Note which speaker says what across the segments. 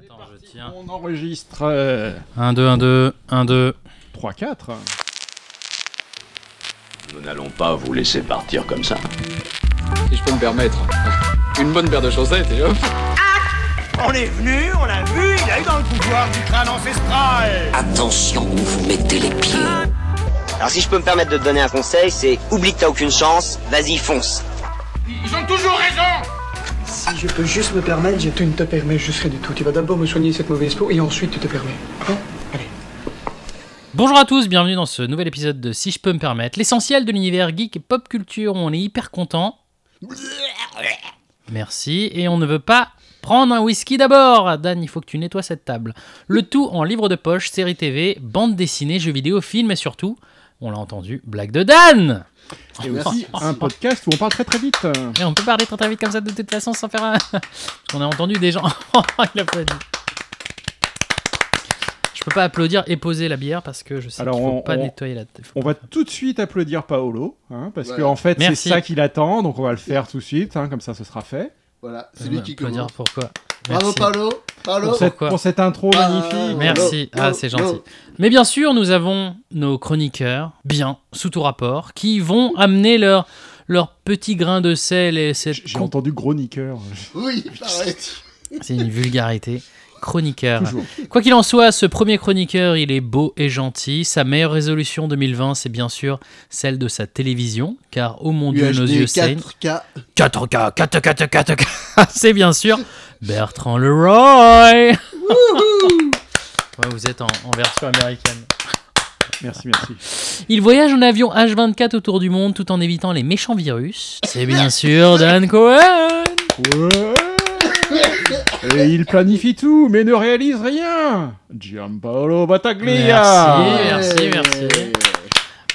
Speaker 1: Attends, je tiens.
Speaker 2: On enregistre euh,
Speaker 1: 1, 2, 1, 2, 1, 2.
Speaker 2: 3, 4.
Speaker 3: Nous n'allons pas vous laisser partir comme ça.
Speaker 4: si je peux me permettre. Une bonne paire de chaussettes et hop.
Speaker 5: On est venu, on l'a vu, il a eu dans le pouvoir du crâne ancestral.
Speaker 6: Attention où vous mettez les pieds.
Speaker 7: Alors si je peux me permettre de te donner un conseil, c'est oublie que t'as aucune chance, vas-y fonce.
Speaker 8: Si je peux juste me permettre, je... Tu ne te permets juste rien du tout. Tu vas d'abord me soigner cette mauvaise peau et ensuite tu te permets. Hein Allez.
Speaker 1: Bonjour à tous, bienvenue dans ce nouvel épisode de Si je peux me permettre, l'essentiel de l'univers geek et pop culture. On est hyper content. Merci, et on ne veut pas prendre un whisky d'abord. Dan, il faut que tu nettoies cette table. Le tout en livre de poche, série TV, bande dessinée, jeux vidéo, films et surtout, on l'a entendu, blague de Dan
Speaker 2: Et aussi un podcast où on parle très très vite.
Speaker 1: Et on peut parler très très vite comme ça de toute façon sans faire un... Parce qu'on a entendu des gens... Il applaudit. Je peux pas applaudir et poser la bière parce que je sais
Speaker 2: Alors,
Speaker 1: qu'il faut
Speaker 2: on-
Speaker 1: pas
Speaker 2: on-
Speaker 1: nettoyer la... faut
Speaker 2: On va tout de suite applaudir Paolo, hein, parce que en fait c'est
Speaker 1: Merci.
Speaker 2: ça qu'il attend, donc on va le faire tout de suite, hein, comme ça ce sera fait.
Speaker 9: Voilà,
Speaker 1: pas-
Speaker 9: c'est lui qui
Speaker 1: applaudir
Speaker 2: hein.
Speaker 9: commence.
Speaker 1: pourquoi.
Speaker 9: Bravo
Speaker 1: Merci.
Speaker 9: Paolo, Paolo.
Speaker 2: Pour cette,
Speaker 1: Pourquoi
Speaker 2: pour cette intro
Speaker 9: Ah,
Speaker 2: magnifique.
Speaker 9: ouais.
Speaker 1: Merci,
Speaker 9: Paolo,
Speaker 1: ah c'est
Speaker 9: Paolo.
Speaker 1: gentil. Mais bien sûr, nous avons nos chroniqueurs, bien, sous tout rapport, qui vont amener leur, leur petit grain de sel et cette...
Speaker 2: J'ai entendu gros niqueur. euh,
Speaker 9: Oui, pareil.
Speaker 1: C'est une vulgarité. Chroniqueur.
Speaker 2: Toujours.
Speaker 1: Quoi qu'il en soit, ce premier chroniqueur, il est beau et gentil. Sa meilleure résolution 2020, c'est bien sûr celle de sa télévision, car oh mon dieu, nos
Speaker 9: UHD
Speaker 1: yeux saignent.
Speaker 9: 4K.
Speaker 1: 4K, 4K, 4K, c'est bien sûr Bertrand Leroy. Ouais, vous êtes en, en version américaine.
Speaker 2: Merci, merci.
Speaker 1: Il voyage en avion H24 autour du monde tout en évitant les méchants virus. C'est bien sûr Dan Cohen.
Speaker 2: Ouais. Et il planifie tout, mais ne réalise rien. Gianpaolo Battaglia.
Speaker 1: Ah, Merci, merci, merci.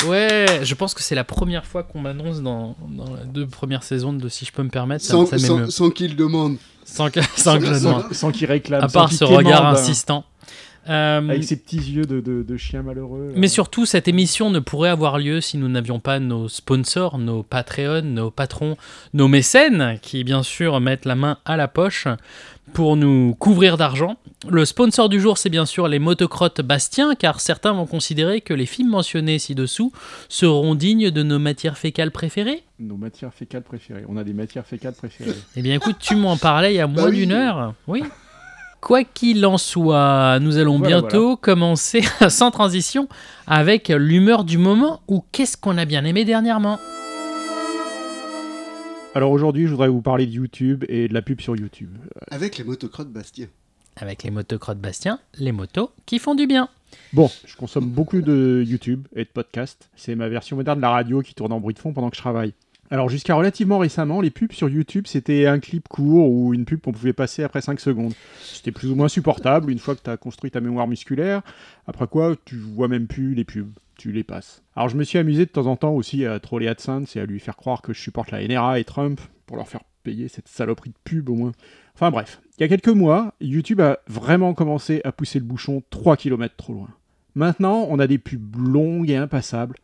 Speaker 1: Ouais, je pense que c'est la première fois qu'on m'annonce dans, dans les deux premières saisons de Si je peux me permettre. Ça,
Speaker 9: Sans,
Speaker 1: ça
Speaker 9: sans-
Speaker 1: m'émeut.
Speaker 9: sans qu'il demande.
Speaker 1: Sans que, sans que je demande.
Speaker 2: Sans qu'il réclame.
Speaker 1: À
Speaker 2: sans
Speaker 1: part
Speaker 2: qu'il
Speaker 1: ce regard
Speaker 2: quémande, hein,
Speaker 1: insistant. Euh,
Speaker 2: Avec ses petits yeux de, de- de chien malheureux. là.
Speaker 1: mais surtout, cette émission ne pourrait avoir lieu si nous n'avions pas nos sponsors, nos Patreons, nos patrons, nos mécènes, qui bien sûr mettent la main à la poche pour nous couvrir d'argent. Le sponsor du jour, c'est bien sûr les motocrottes Bastien, car certains vont considérer que les films mentionnés ci-dessous seront dignes de nos matières fécales préférées.
Speaker 2: Nos matières fécales préférées. On a des matières fécales préférées.
Speaker 1: Eh bien, écoute, tu m'en parlais il y a
Speaker 2: Bah
Speaker 1: moins
Speaker 9: oui.
Speaker 1: d'une heure. Oui. Quoi qu'il en soit, nous allons
Speaker 2: Voilà,
Speaker 1: bientôt commencer sans transition avec l'humeur du moment ou qu'est-ce qu'on a bien aimé dernièrement.
Speaker 2: Alors aujourd'hui, je voudrais vous parler de YouTube et de la pub sur YouTube.
Speaker 9: Avec les motocrottes Bastien.
Speaker 1: Avec les motocrottes Bastien, les motos qui font du bien.
Speaker 2: Bon, je consomme beaucoup de YouTube et de podcasts. C'est ma version moderne de la radio qui tourne en bruit de fond pendant que je travaille. Alors jusqu'à relativement récemment, les pubs sur YouTube, c'était un clip court ou une pub qu'on pouvait passer après 5 secondes. C'était plus ou moins supportable une fois que tu as construit ta mémoire musculaire, après quoi tu vois même plus les pubs, tu les passes. Alors je me suis amusé de temps en temps aussi à troller AdSense et à lui faire croire que je supporte la NRA et Trump pour leur faire payer cette saloperie de pub au moins. Enfin bref, il y a quelques mois, YouTube a vraiment commencé à pousser le bouchon 3 km trop loin. Maintenant, on a des pubs longues et impassables.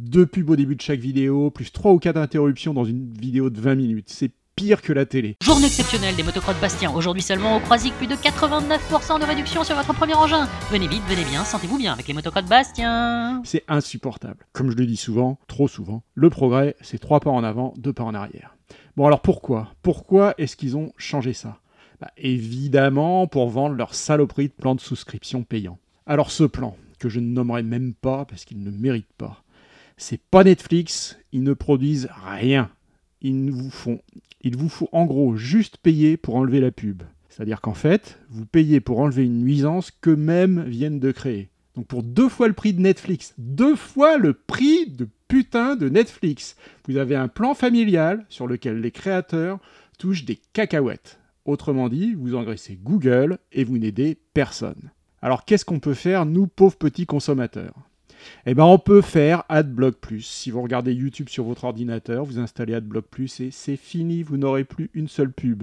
Speaker 2: Deux pubs au début de chaque vidéo, plus trois ou quatre interruptions dans une vidéo de 20 minutes. C'est pire que la télé.
Speaker 10: Journée exceptionnelle des motocrottes Bastien. Aujourd'hui seulement au Croisic, plus de 89% de réduction sur votre premier engin. Venez vite, venez bien, sentez-vous bien avec les motocrottes Bastien.
Speaker 2: C'est insupportable. Comme je le dis souvent, trop souvent, le progrès, c'est trois pas en avant, deux pas en arrière. Bon alors pourquoi Pourquoi est-ce qu'ils ont changé ça Bah, Évidemment pour vendre leur saloperie de plan de souscription payant. Alors ce plan, que je ne nommerai même pas parce qu'il ne mérite pas, c'est pas Netflix, ils ne produisent rien. Ils ne vous font, il vous faut en gros juste payer pour enlever la pub. C'est-à-dire qu'en fait, vous payez pour enlever une nuisance qu'eux-mêmes viennent de créer. Donc pour deux fois le prix de Netflix, deux fois le prix de putain de Netflix, vous avez un plan familial sur lequel les créateurs touchent des cacahuètes. Autrement dit, vous engraissez Google et vous n'aidez personne. Alors qu'est-ce qu'on peut faire, nous pauvres petits consommateurs eh ben, on peut faire AdBlock Plus. Si vous regardez YouTube sur votre ordinateur, vous installez AdBlock Plus et c'est fini, vous n'aurez plus une seule pub.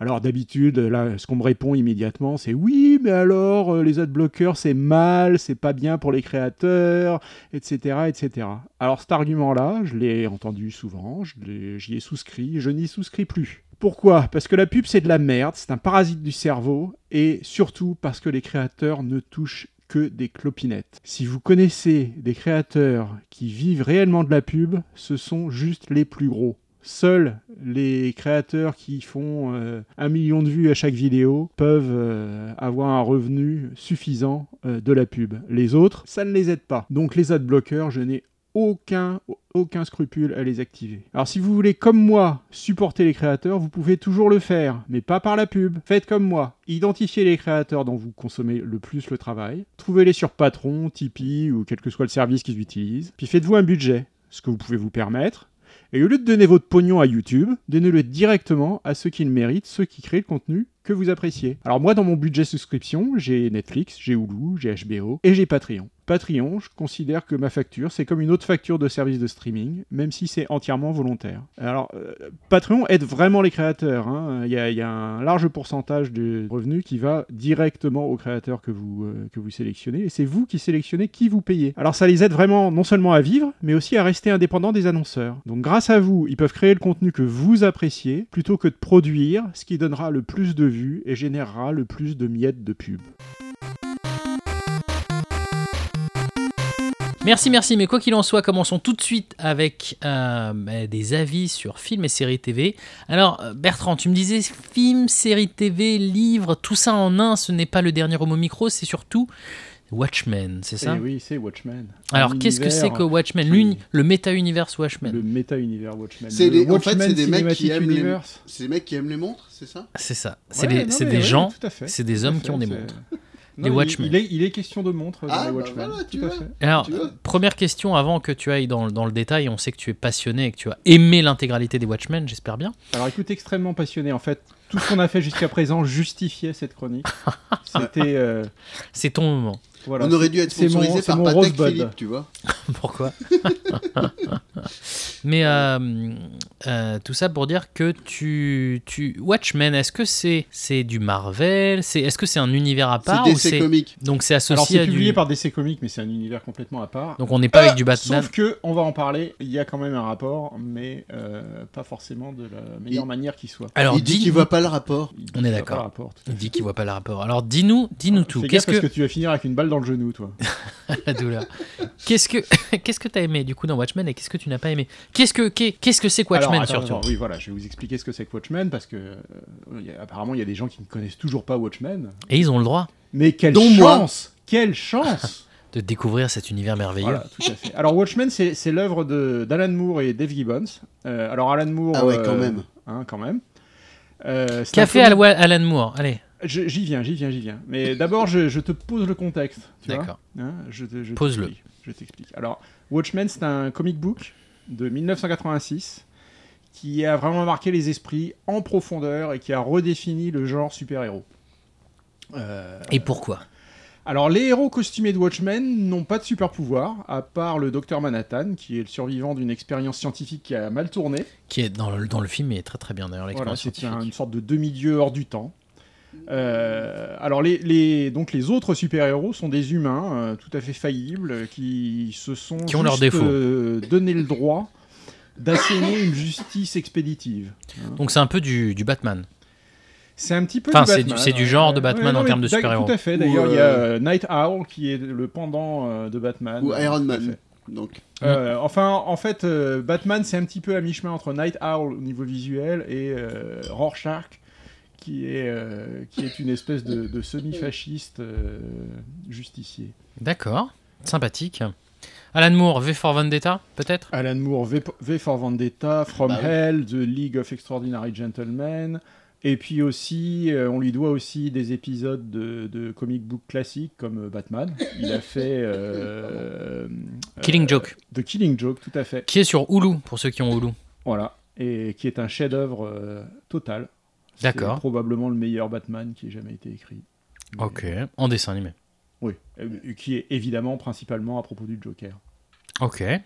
Speaker 2: Alors d'habitude, là, ce qu'on me répond immédiatement, c'est oui, mais alors euh, les adblockers, c'est mal, c'est pas bien pour les créateurs, etc., etc. Alors cet argument-là, je l'ai entendu souvent, je l'ai- j'y ai souscrit, je n'y souscris plus. Pourquoi Parce que la pub, c'est de la merde, c'est un parasite du cerveau, et surtout parce que les créateurs ne touchent que des clopinettes. Si vous connaissez des créateurs qui vivent réellement de la pub, ce sont juste les plus gros. Seuls les créateurs qui font euh, un million de vues à chaque vidéo peuvent euh, avoir un revenu suffisant euh, de la pub. Les autres, ça ne les aide pas. Donc les adblockers, je n'ai aucun, aucun scrupule à les activer. Alors si vous voulez, comme moi, supporter les créateurs, vous pouvez toujours le faire, mais pas par la pub. Faites comme moi. Identifiez les créateurs dont vous consommez le plus le travail. Trouvez-les sur Patron, Tipeee ou quel que soit le service qu'ils utilisent. Puis faites-vous un budget, ce que vous pouvez vous permettre. Et au lieu de donner votre pognon à YouTube, donnez-le directement à ceux qui le méritent, ceux qui créent le contenu que vous appréciez. Alors moi, dans mon budget souscription, j'ai Netflix, j'ai Hulu, j'ai HBO et j'ai Patreon. Patreon, je considère que ma facture, c'est comme une autre facture de service de streaming, même si c'est entièrement volontaire. Alors, euh, Patreon aide vraiment les créateurs. hein. Il y, a- il y a un large pourcentage de revenus qui va directement aux créateurs que vous, euh, que vous sélectionnez, et c'est vous qui sélectionnez qui vous payez. Alors, ça les aide vraiment non seulement à vivre, mais aussi à rester indépendants des annonceurs. Donc, grâce à vous, ils peuvent créer le contenu que vous appréciez, plutôt que de produire, ce qui donnera le plus de vues et générera le plus de miettes de pub.
Speaker 1: Merci, merci. Mais quoi qu'il en soit, commençons tout de suite avec euh, bah, des avis sur films et séries TV. Alors, euh, Bertrand, tu me disais films, séries TV, livres, tout ça en un, ce n'est pas le dernier homme au micro, c'est surtout Watchmen, c'est ça
Speaker 2: Eh oui, c'est Watchmen.
Speaker 1: Alors,
Speaker 2: Un
Speaker 1: qu'est-ce que c'est
Speaker 2: univers-
Speaker 1: que Watchmen
Speaker 2: qui-
Speaker 1: L'uni- Le méta-univers Watchmen
Speaker 2: Le méta-univers Watchmen.
Speaker 9: C'est
Speaker 2: Le
Speaker 9: des- en fait,
Speaker 2: Watchmen
Speaker 9: c'est des mecs qui
Speaker 2: Cinematic
Speaker 9: aiment les-
Speaker 2: Universe.
Speaker 9: C'est les mecs qui aiment les montres, c'est ça
Speaker 1: C'est ça. C'est
Speaker 2: Ouais,
Speaker 1: des,
Speaker 2: non,
Speaker 1: c'est
Speaker 2: mais
Speaker 1: des
Speaker 2: ouais,
Speaker 1: gens,
Speaker 2: tout à fait,
Speaker 1: c'est des
Speaker 2: tout à
Speaker 1: hommes
Speaker 2: fait,
Speaker 1: qui ont des
Speaker 2: c'est-
Speaker 1: montres.
Speaker 2: Non,
Speaker 1: Des
Speaker 2: il-
Speaker 1: Watchmen.
Speaker 2: Il est, il est question de montres dans
Speaker 9: Ah,
Speaker 2: les
Speaker 9: bah
Speaker 2: Watchmen.
Speaker 9: voilà, tu
Speaker 2: tout à
Speaker 9: vois.
Speaker 2: fait.
Speaker 1: Alors,
Speaker 9: Tu vois
Speaker 1: première question avant que tu ailles dans, dans le détail, on sait que tu es passionné et que tu as aimé l'intégralité des Watchmen, j'espère bien.
Speaker 2: Alors écoute, extrêmement passionné en fait. Tout ce qu'on a fait jusqu'à présent justifiait cette chronique. C'était euh,
Speaker 1: C'est ton moment.
Speaker 2: voilà.
Speaker 9: On aurait dû être
Speaker 2: c'est mon-
Speaker 9: sponsorisé
Speaker 2: c'est
Speaker 9: par
Speaker 2: mon
Speaker 9: Patek
Speaker 2: Rosebud.
Speaker 9: Philippe, tu vois.
Speaker 1: Pourquoi Mais euh, euh, tout ça pour dire que tu, tu Watchmen, est-ce que c'est c'est du Marvel C'est est-ce que c'est un univers à part
Speaker 9: C'est
Speaker 1: ou
Speaker 9: DC
Speaker 1: c'est
Speaker 9: Comics.
Speaker 1: donc c'est associé
Speaker 2: Alors c'est
Speaker 1: à du
Speaker 2: publié par DC Comics, mais c'est un univers complètement à part.
Speaker 1: donc on n'est pas avec du Batman.
Speaker 2: Sauf que, on va en parler, il y a quand même un rapport, mais euh, pas forcément de la meilleure
Speaker 9: Il-
Speaker 2: manière qui soit.
Speaker 1: Alors
Speaker 9: Il dit
Speaker 1: dis-
Speaker 9: qu'il voit pas le rapport.
Speaker 2: Il dit
Speaker 1: On est
Speaker 2: qu'il y a
Speaker 1: d'accord.
Speaker 2: pas de rapport, tout à
Speaker 1: il
Speaker 2: fait.
Speaker 1: dit qu'il voit pas le rapport. Alors dis-nous dis-nous tout.
Speaker 2: Fais
Speaker 1: Qu'est-ce
Speaker 2: gaffe
Speaker 1: que
Speaker 2: parce que tu vas finir avec une balle dans le genou, toi.
Speaker 1: la douleur. Qu'est-ce que qu'est-ce que t'as aimé du coup dans Watchmen et qu'est-ce que tu n'as pas aimé Qu'est-ce que qu'est- qu'est-ce que c'est que Watchmen
Speaker 2: Alors, attends,
Speaker 1: surtout
Speaker 2: attends, oui, voilà, je vais vous expliquer ce que c'est que Watchmen parce que euh, il y a- apparemment il y a des gens qui ne connaissent toujours pas Watchmen.
Speaker 1: Et ils ont le droit
Speaker 2: Mais quelle
Speaker 9: Dont moi.
Speaker 2: chance Quelle chance
Speaker 1: de découvrir cet univers merveilleux.
Speaker 2: Voilà, tout à fait. Alors Watchmen, c'est c'est l'œuvre de- d'Alan Moore et Dave Gibbons. Euh, alors Alan Moore,
Speaker 9: Ah ouais,
Speaker 2: euh,
Speaker 9: quand même.
Speaker 2: hein, quand même. Euh, c'est
Speaker 1: Café à
Speaker 2: un comic-
Speaker 1: la Wa- Alan Moore. Allez,
Speaker 2: Je- J'y viens, j'y viens, j'y viens. Mais d'abord, je, je te pose le contexte. tu vois.
Speaker 1: d'accord.
Speaker 2: Hein, je te- je
Speaker 1: Pose-le.
Speaker 2: t'explique, Je t'explique. Alors, Watchmen, c'est un comic book de 1986 qui a vraiment marqué les esprits en profondeur et qui a redéfini le genre super-héros. Euh,
Speaker 1: Et pourquoi
Speaker 2: alors, les héros costumés de Watchmen n'ont pas de super-pouvoir, à part le docteur Manhattan, qui est le survivant d'une expérience scientifique qui a mal tourné.
Speaker 1: qui est dans le, dans le film il est très très bien d'ailleurs
Speaker 2: Voilà,
Speaker 1: l'expérience
Speaker 2: c'est un- une
Speaker 1: scientifique.
Speaker 2: sorte de demi-dieu hors du temps. Euh, alors les, les- donc les autres super-héros sont des humains euh, tout à fait faillibles euh, qui se sont
Speaker 1: Qui ont leurs
Speaker 2: juste,
Speaker 1: défauts.
Speaker 2: euh, donné le droit d'asséner une justice expéditive.
Speaker 1: Donc c'est un peu du, du Batman.
Speaker 2: C'est un petit peu
Speaker 1: Enfin,
Speaker 2: du
Speaker 1: c'est du-
Speaker 2: Batman, hein.
Speaker 1: c'est du genre de Batman
Speaker 2: non,
Speaker 1: en
Speaker 2: mais
Speaker 1: termes de
Speaker 2: d'ailleurs,
Speaker 1: super-héros.
Speaker 2: Tout à fait.
Speaker 9: Ou,
Speaker 2: D'ailleurs, il y a
Speaker 9: euh,
Speaker 2: euh, Night Owl qui est le pendant euh, de Batman.
Speaker 9: Ou Iron
Speaker 2: Tout à
Speaker 9: Man.
Speaker 2: fait.
Speaker 9: Donc,
Speaker 2: Euh, enfin, en fait, euh, Batman, c'est un petit peu à mi-chemin entre Night Owl au niveau visuel et euh, Rorschach, qui est, euh, qui est une espèce de, de semi-fasciste euh, justicier.
Speaker 1: D'accord, sympathique. Alan Moore, V for Vendetta, peut-être
Speaker 2: Alan Moore, v, V for Vendetta, From
Speaker 9: Bah oui.
Speaker 2: Hell, The League of Extraordinary Gentlemen. Et puis aussi, euh, on lui doit aussi des épisodes de, de comic book classiques comme euh, Batman. Il a fait euh, euh,
Speaker 1: Killing Joke,
Speaker 2: The Killing Joke, tout à fait.
Speaker 1: qui est sur Hulu, pour ceux qui ont Hulu.
Speaker 2: Voilà, et qui est un chef-d'œuvre euh, total.
Speaker 1: D'accord.
Speaker 2: C'est probablement le meilleur Batman qui ait jamais été écrit. Mais-
Speaker 1: Ok, en dessin animé.
Speaker 2: Oui, euh, qui est évidemment principalement à propos du Joker.
Speaker 1: Ok. Alan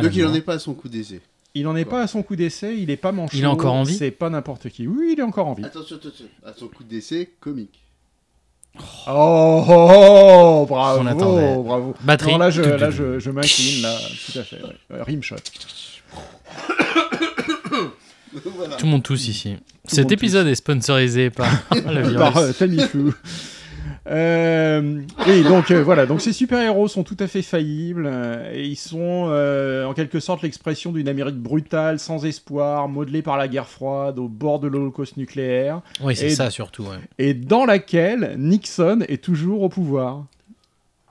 Speaker 9: donc il en
Speaker 1: Moore.
Speaker 9: est pas à son coup d'essai.
Speaker 2: Il n'en est pas à son coup d'essai, il est pas manchot.
Speaker 1: Il est encore en vie
Speaker 2: C'est pas n'importe qui. Oui, il est encore en vie.
Speaker 9: Attention, attention. À son coup d'essai comique.
Speaker 2: Oh, oh, oh, bravo,
Speaker 1: On attendait.
Speaker 2: bravo.
Speaker 1: Batterie.
Speaker 2: Non, là, je,
Speaker 1: Tout, tout,
Speaker 2: là,
Speaker 1: tout.
Speaker 2: je, je m'incline, là, tout à fait. ouais. Euh, Rimshot.
Speaker 9: voilà.
Speaker 1: Tout le monde tous ici.
Speaker 2: monde
Speaker 1: Cet
Speaker 2: tousse.
Speaker 1: épisode est sponsorisé par le virus.
Speaker 2: par euh, Tamiflu. Euh, et donc euh, voilà, donc ces super-héros sont tout à fait faillibles euh, et ils sont euh, en quelque sorte l'expression d'une Amérique brutale, sans espoir, modelée par la guerre froide, au bord de l'holocauste nucléaire,
Speaker 1: Oui, c'est
Speaker 2: Et-
Speaker 1: ça surtout. ouais.
Speaker 2: et dans laquelle Nixon est toujours au pouvoir.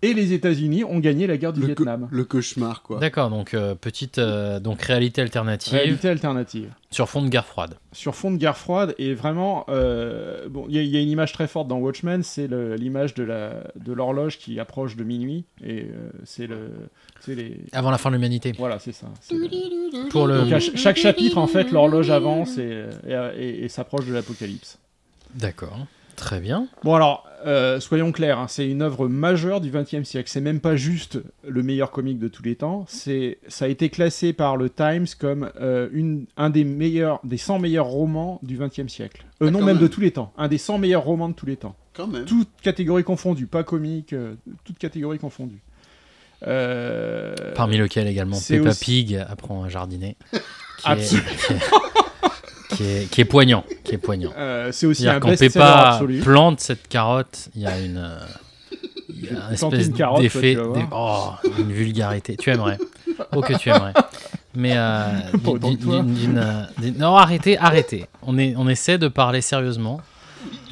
Speaker 2: Et les États-Unis ont gagné la guerre du
Speaker 9: Le, co-
Speaker 2: Vietnam.
Speaker 9: le cauchemar, quoi.
Speaker 1: D'accord, donc euh, petite euh, donc réalité alternative
Speaker 2: Réalité alternative.
Speaker 1: sur fond de guerre froide.
Speaker 2: sur fond de guerre froide et vraiment euh, bon il y, a- il y a une image très forte dans Watchmen c'est le- l'image de la de l'horloge qui approche de minuit et euh, c'est le c'est les
Speaker 1: Avant la fin de l'humanité.
Speaker 2: voilà c'est ça c'est le-
Speaker 1: Pour le.
Speaker 2: Donc à ch- chaque chapitre en fait l'horloge avance et, et, et- et s'approche de l'apocalypse
Speaker 1: D'accord. Très bien.
Speaker 2: bon alors euh, soyons clairs hein, c'est une œuvre majeure du XXe siècle c'est même pas juste le meilleur comic de tous les temps c'est ça a été classé par le Times comme euh, une un des meilleurs des 100 meilleurs romans du XXe siècle Euh,
Speaker 9: Ah,
Speaker 2: non
Speaker 9: quand
Speaker 2: même de
Speaker 9: même.
Speaker 2: tous les temps un des 100 meilleurs romans de tous les temps
Speaker 9: Quand même.
Speaker 2: toutes catégories confondues, pas comique, euh, toutes catégories confondues. Euh,
Speaker 1: Parmi lesquels également
Speaker 2: c'est
Speaker 1: Peppa
Speaker 2: aussi- Ah,
Speaker 1: Pig apprend à jardiner. Qui est,
Speaker 2: Absolument.
Speaker 1: qui est- qui est- qui est poignant. Qui est poignant.
Speaker 2: euh, c'est aussi un
Speaker 1: C'est-à-dire quand
Speaker 2: best-seller
Speaker 1: Peppa
Speaker 2: absolu.
Speaker 1: plante cette carotte, il y a une. euh, Il y a un
Speaker 2: vais planter
Speaker 1: espèce
Speaker 2: une carotte,
Speaker 1: d'effet.
Speaker 2: toi, tu vas
Speaker 1: d'e- oh, une vulgarité. Tu aimerais. Oh, que tu aimerais. Mais. euh,
Speaker 2: Pas
Speaker 1: d'une-
Speaker 2: autant que toi.
Speaker 1: d'une- d'une, euh, d'une- non, arrêtez, arrêtez. On, est, on essaie de parler sérieusement.